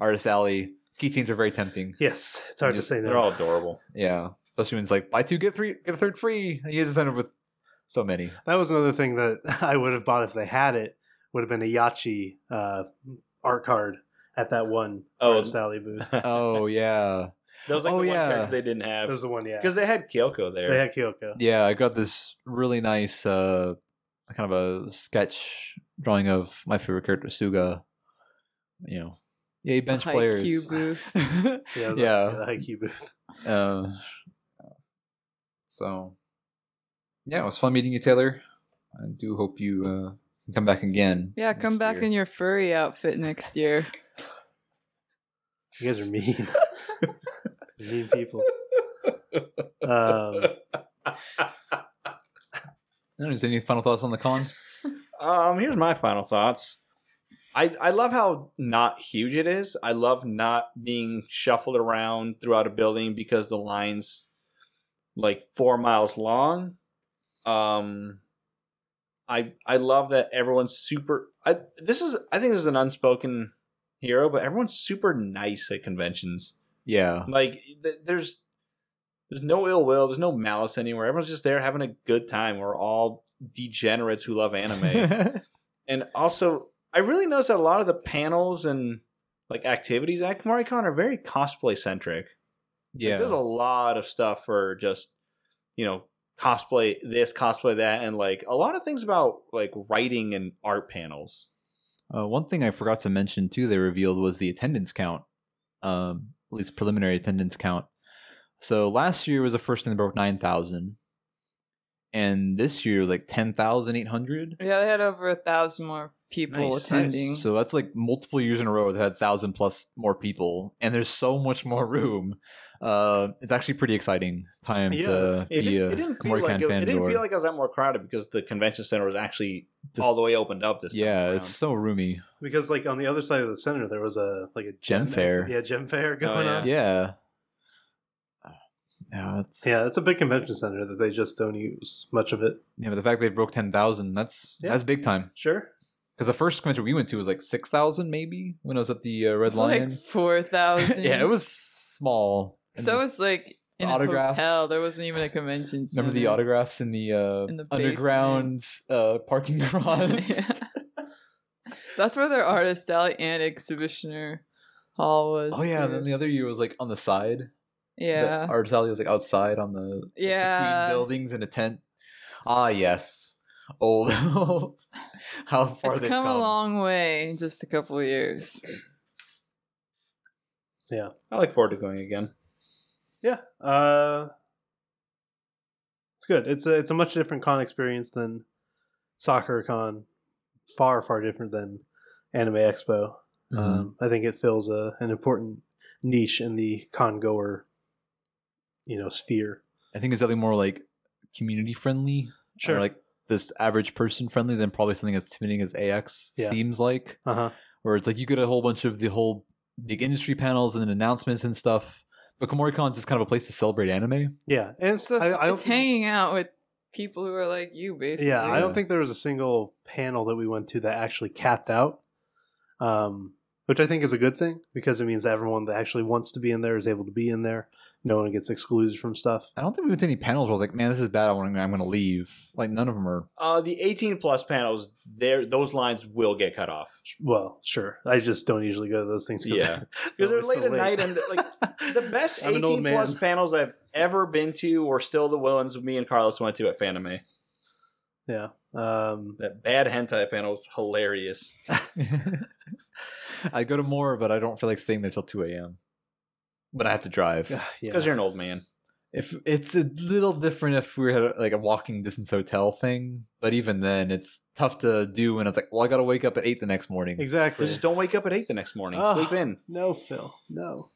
Artist Alley, keychains are very tempting. yes, it's hard to Just- say They're no. all adorable. Yeah, especially when it's like buy two get three get a third free. And You just end up with so many. that was another thing that I would have bought if they had it. Would have been a Yachi uh, art card at that one Oh. Artist Alley booth. Oh yeah, That was like Oh, the one yeah. character they didn't That was have the one, yeah. because they had Kyoko there. They had Kyoko. yeah. I got this really nice uh kind of a sketch drawing of my favorite character Suga. You know, Yeah, he bench Haikyuu players. booth. Yeah, Yeah. yeah. the IQ booth. uh, so, yeah, it was fun meeting you, Taylor. I do hope you uh, can come back again. Yeah, come next back year. in your furry outfit next year. You guys are mean. You're mean people. Um, I don't know, is there any final thoughts on the con? Um, here's my final thoughts. I I love how not huge it is. I love not being shuffled around throughout a building because the lines like 4 miles long. Um I I love that everyone's super I this is I think this is an unspoken hero, but everyone's super nice at conventions. Yeah. Like th- there's there's no ill will, there's no malice anywhere. Everyone's just there having a good time. We're all degenerates who love anime and also I really noticed that a lot of the panels and like activities at KamariCon are very cosplay centric. Like, yeah. there's a lot of stuff for just you know cosplay this, cosplay that, and like a lot of things about like writing and art panels. Uh, one thing I forgot to mention too, they revealed was the attendance count, um, at least preliminary attendance count. So last year was the first thing that broke nine thousand, and this year was like ten thousand eight hundred. Yeah, they had over a thousand more people Nice, nice. attending. So that's like multiple years in a row that had thousand plus more people, and there's so much more room. Uh, it's actually pretty exciting time to It, be didn't- a it didn't feel Morrican like it, fan it didn't door. feel like I was that more crowded because the convention center was actually Just- all the way opened up this time. yeah, around. it's so roomy. because like on the other side of the center there was a like a Gem fair. yeah gem fair going Oh, yeah. on Yeah. Yeah, it's, yeah it's a big convention center that they just don't use much of it yeah, but the fact they broke ten thousand, that's Yeah. that's big time. sure Because the first convention we went to was like six thousand, maybe when I was at the uh, Red It's Lion. like four thousand. yeah, it was small. And So it's like in autographs. a hotel. There wasn't even a convention. Center. remember the autographs in the, uh, In the underground uh, parking garage. Yeah. That's where their artist alley and exhibitioner hall was. Oh yeah, and then too. the other year was like on the side. yeah. the artist alley was like outside on the like, Yeah. between buildings in a tent. Ah yes, old. How far it's they've come a long way in just a couple of years. I look forward to going again. yeah uh it's good it's a it's a much different con experience than soccer con far far different than anime expo Mhm. um i think it fills a an important niche in the con goer you know sphere I think it's definitely more like community friendly or like this average person friendly than probably something as intimidating as AX Yeah. seems like. uh-huh Where it's like you get a whole bunch of the whole big industry panels and announcements and stuff. But KomoriCon is just kind of a place to celebrate anime. yeah and it's, So I, I don't it's think- hanging out with people who are like you, basically. Yeah, I Yeah. don't think there was a single panel that we went to that actually capped out, um, which I think is a good thing because it means everyone that actually wants to be in there is able to be in there. No one gets excluded from stuff. I don't think we went to any panels where I was like, man, this is bad. I want, I'm going to leave. Like, none of them are. Uh, the 18 plus panels, there those lines will get cut off. Well, sure. I just don't usually go to those things. Yeah. because they're always late so at night and like the best I'm an old 18 plus man. panels I've ever been to were still the ones me and Carlos went to at Fanime. yeah. Um, That bad hentai panel was hilarious. I go to more, but I don't feel like staying there till 2 a.m. But I have to drive. Because yeah. you're an old man. If it's a little different if we had like a walking distance hotel thing, but even then, it's tough to do. when it's like, well, I got to wake up at eight the next morning. Exactly. Just don't wake up at 8 the next morning. Ugh. Sleep in. No, Phil. No.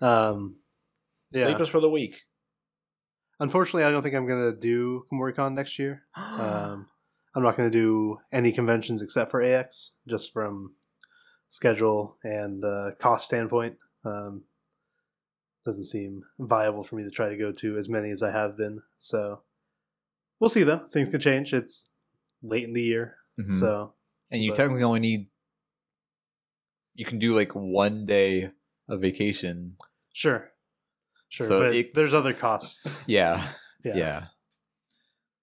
Um, yeah. Sleep is for the week. Unfortunately, I don't think I'm gonna do KomoriCon next year. Um, I'm not going to do any conventions except for AX, just from schedule and uh, cost standpoint. Um, doesn't seem viable for me to try to go to as many as I have been. So we'll see, though. Things could change. It's late in the year, Mhm. so and you but- technically only need you can do like one day of vacation. sure, sure. So but it- there's other costs. Yeah, Yeah. yeah.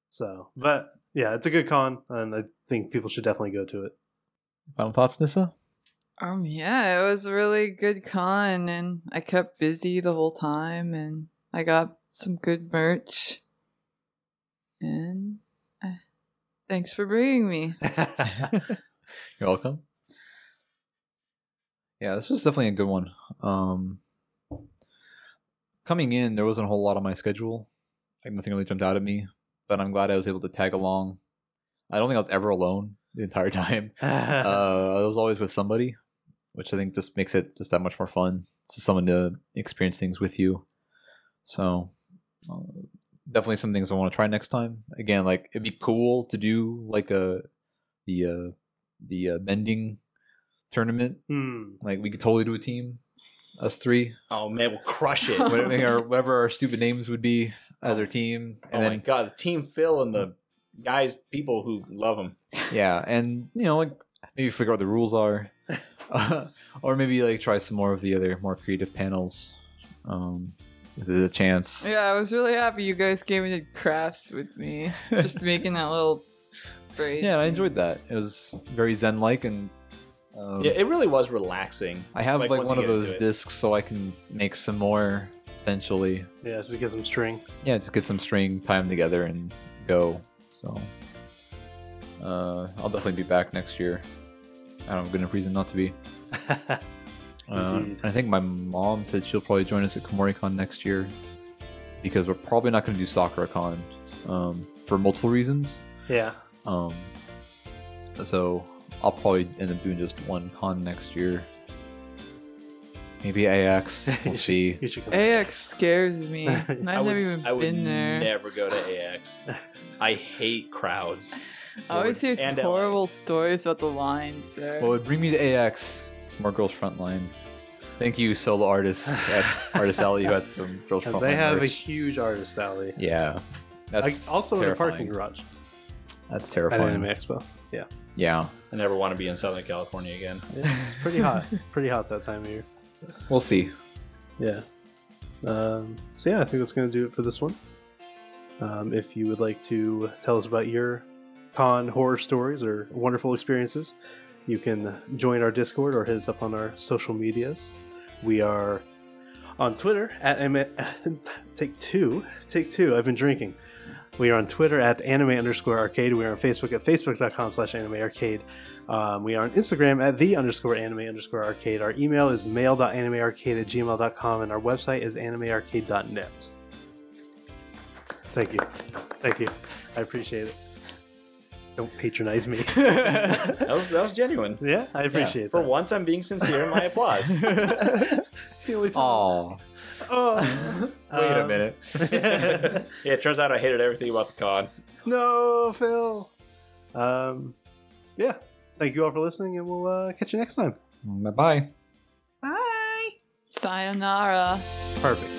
So, but yeah, it's a good con, and I think people should definitely go to it. Final thoughts, Nissa? Um, yeah, it was a really good con, and I kept busy the whole time, and I got some good merch. And uh, thanks for bringing me. You're welcome. Yeah, this was definitely a good one. Um, coming in, there wasn't a whole lot on my schedule. Like nothing really jumped out at me, but I'm glad I was able to tag along. I don't think I was ever alone the entire time. Uh, I was always with somebody, which I think just makes it just that much more fun. It's just someone to experience things with you. So uh, definitely some things I want to try next time. Again, like it'd be cool to do like a the uh, the uh, bending tournament Hmm. like we could totally do a team, us three, Oh man, we'll crush it. whatever, our, whatever our stupid names would be as our team, oh and my then god, the team Phil and the guys, people who love him. yeah, and you know like maybe figure out what the rules are, or maybe like try some more of the other more creative panels, um, if there's a chance. Yeah, I was really happy you guys came and did crafts with me. Just making that little braid. Yeah, I enjoyed that. It was very zen-like, and um, Yeah, it really was relaxing. I have like, like, once one you of get into those it. discs, so I can make some more eventually. Yeah, just get some string. yeah, just get some string time together and go. So uh, I'll definitely be back next year. I don't have a good enough reason not to be. Uh, Indeed. I think my mom said she'll probably join us at KomoriCon next year because we're probably not going to do SakuraCon um, for multiple reasons. yeah. Um, so I'll probably end up doing just one con next year. Maybe AX. We'll see. You should come. AX scares me. I I've never would- even I would been there. never go to AX. I hate crowds. I always hear And LA. horrible stories about the lines there. What would bring me to AX? More Girls Frontline. Thank you, solo artist at Artist Alley, who had some Girls And Frontline. they have a merch. huge artist alley. yeah. That's Like, also in a parking terrifying. garage That's at Anime terrifying. Expo. Yeah, I never want to be in Southern California again. It's pretty hot. pretty hot that time of year. we'll see. Yeah. Um, so yeah, I think that's going to do it for this one. Um, if you would like to tell us about your con horror stories or wonderful experiences, you can join our Discord or hit us up on our social medias. We are on Twitter at anime, take two, take two. I've been drinking. We are on Twitter at anime underscore arcade. We are on Facebook at facebook.com slash anime arcade. Um, we are on Instagram at the underscore anime underscore arcade. Our email is mail.animearcade at gmail.com and our website is animearcade.net. Thank you. Thank you. I appreciate it. Don't patronize me. That was that was genuine. yeah, I appreciate For that. once, I'm being sincere in my applause. Oh, Oh, wait a um, minute. Yeah, it turns out I hated everything about the con. no, Phil. Um, yeah. Thank you all for listening, and we'll uh, catch you next time. Bye bye. Bye. Sayonara. Perfect.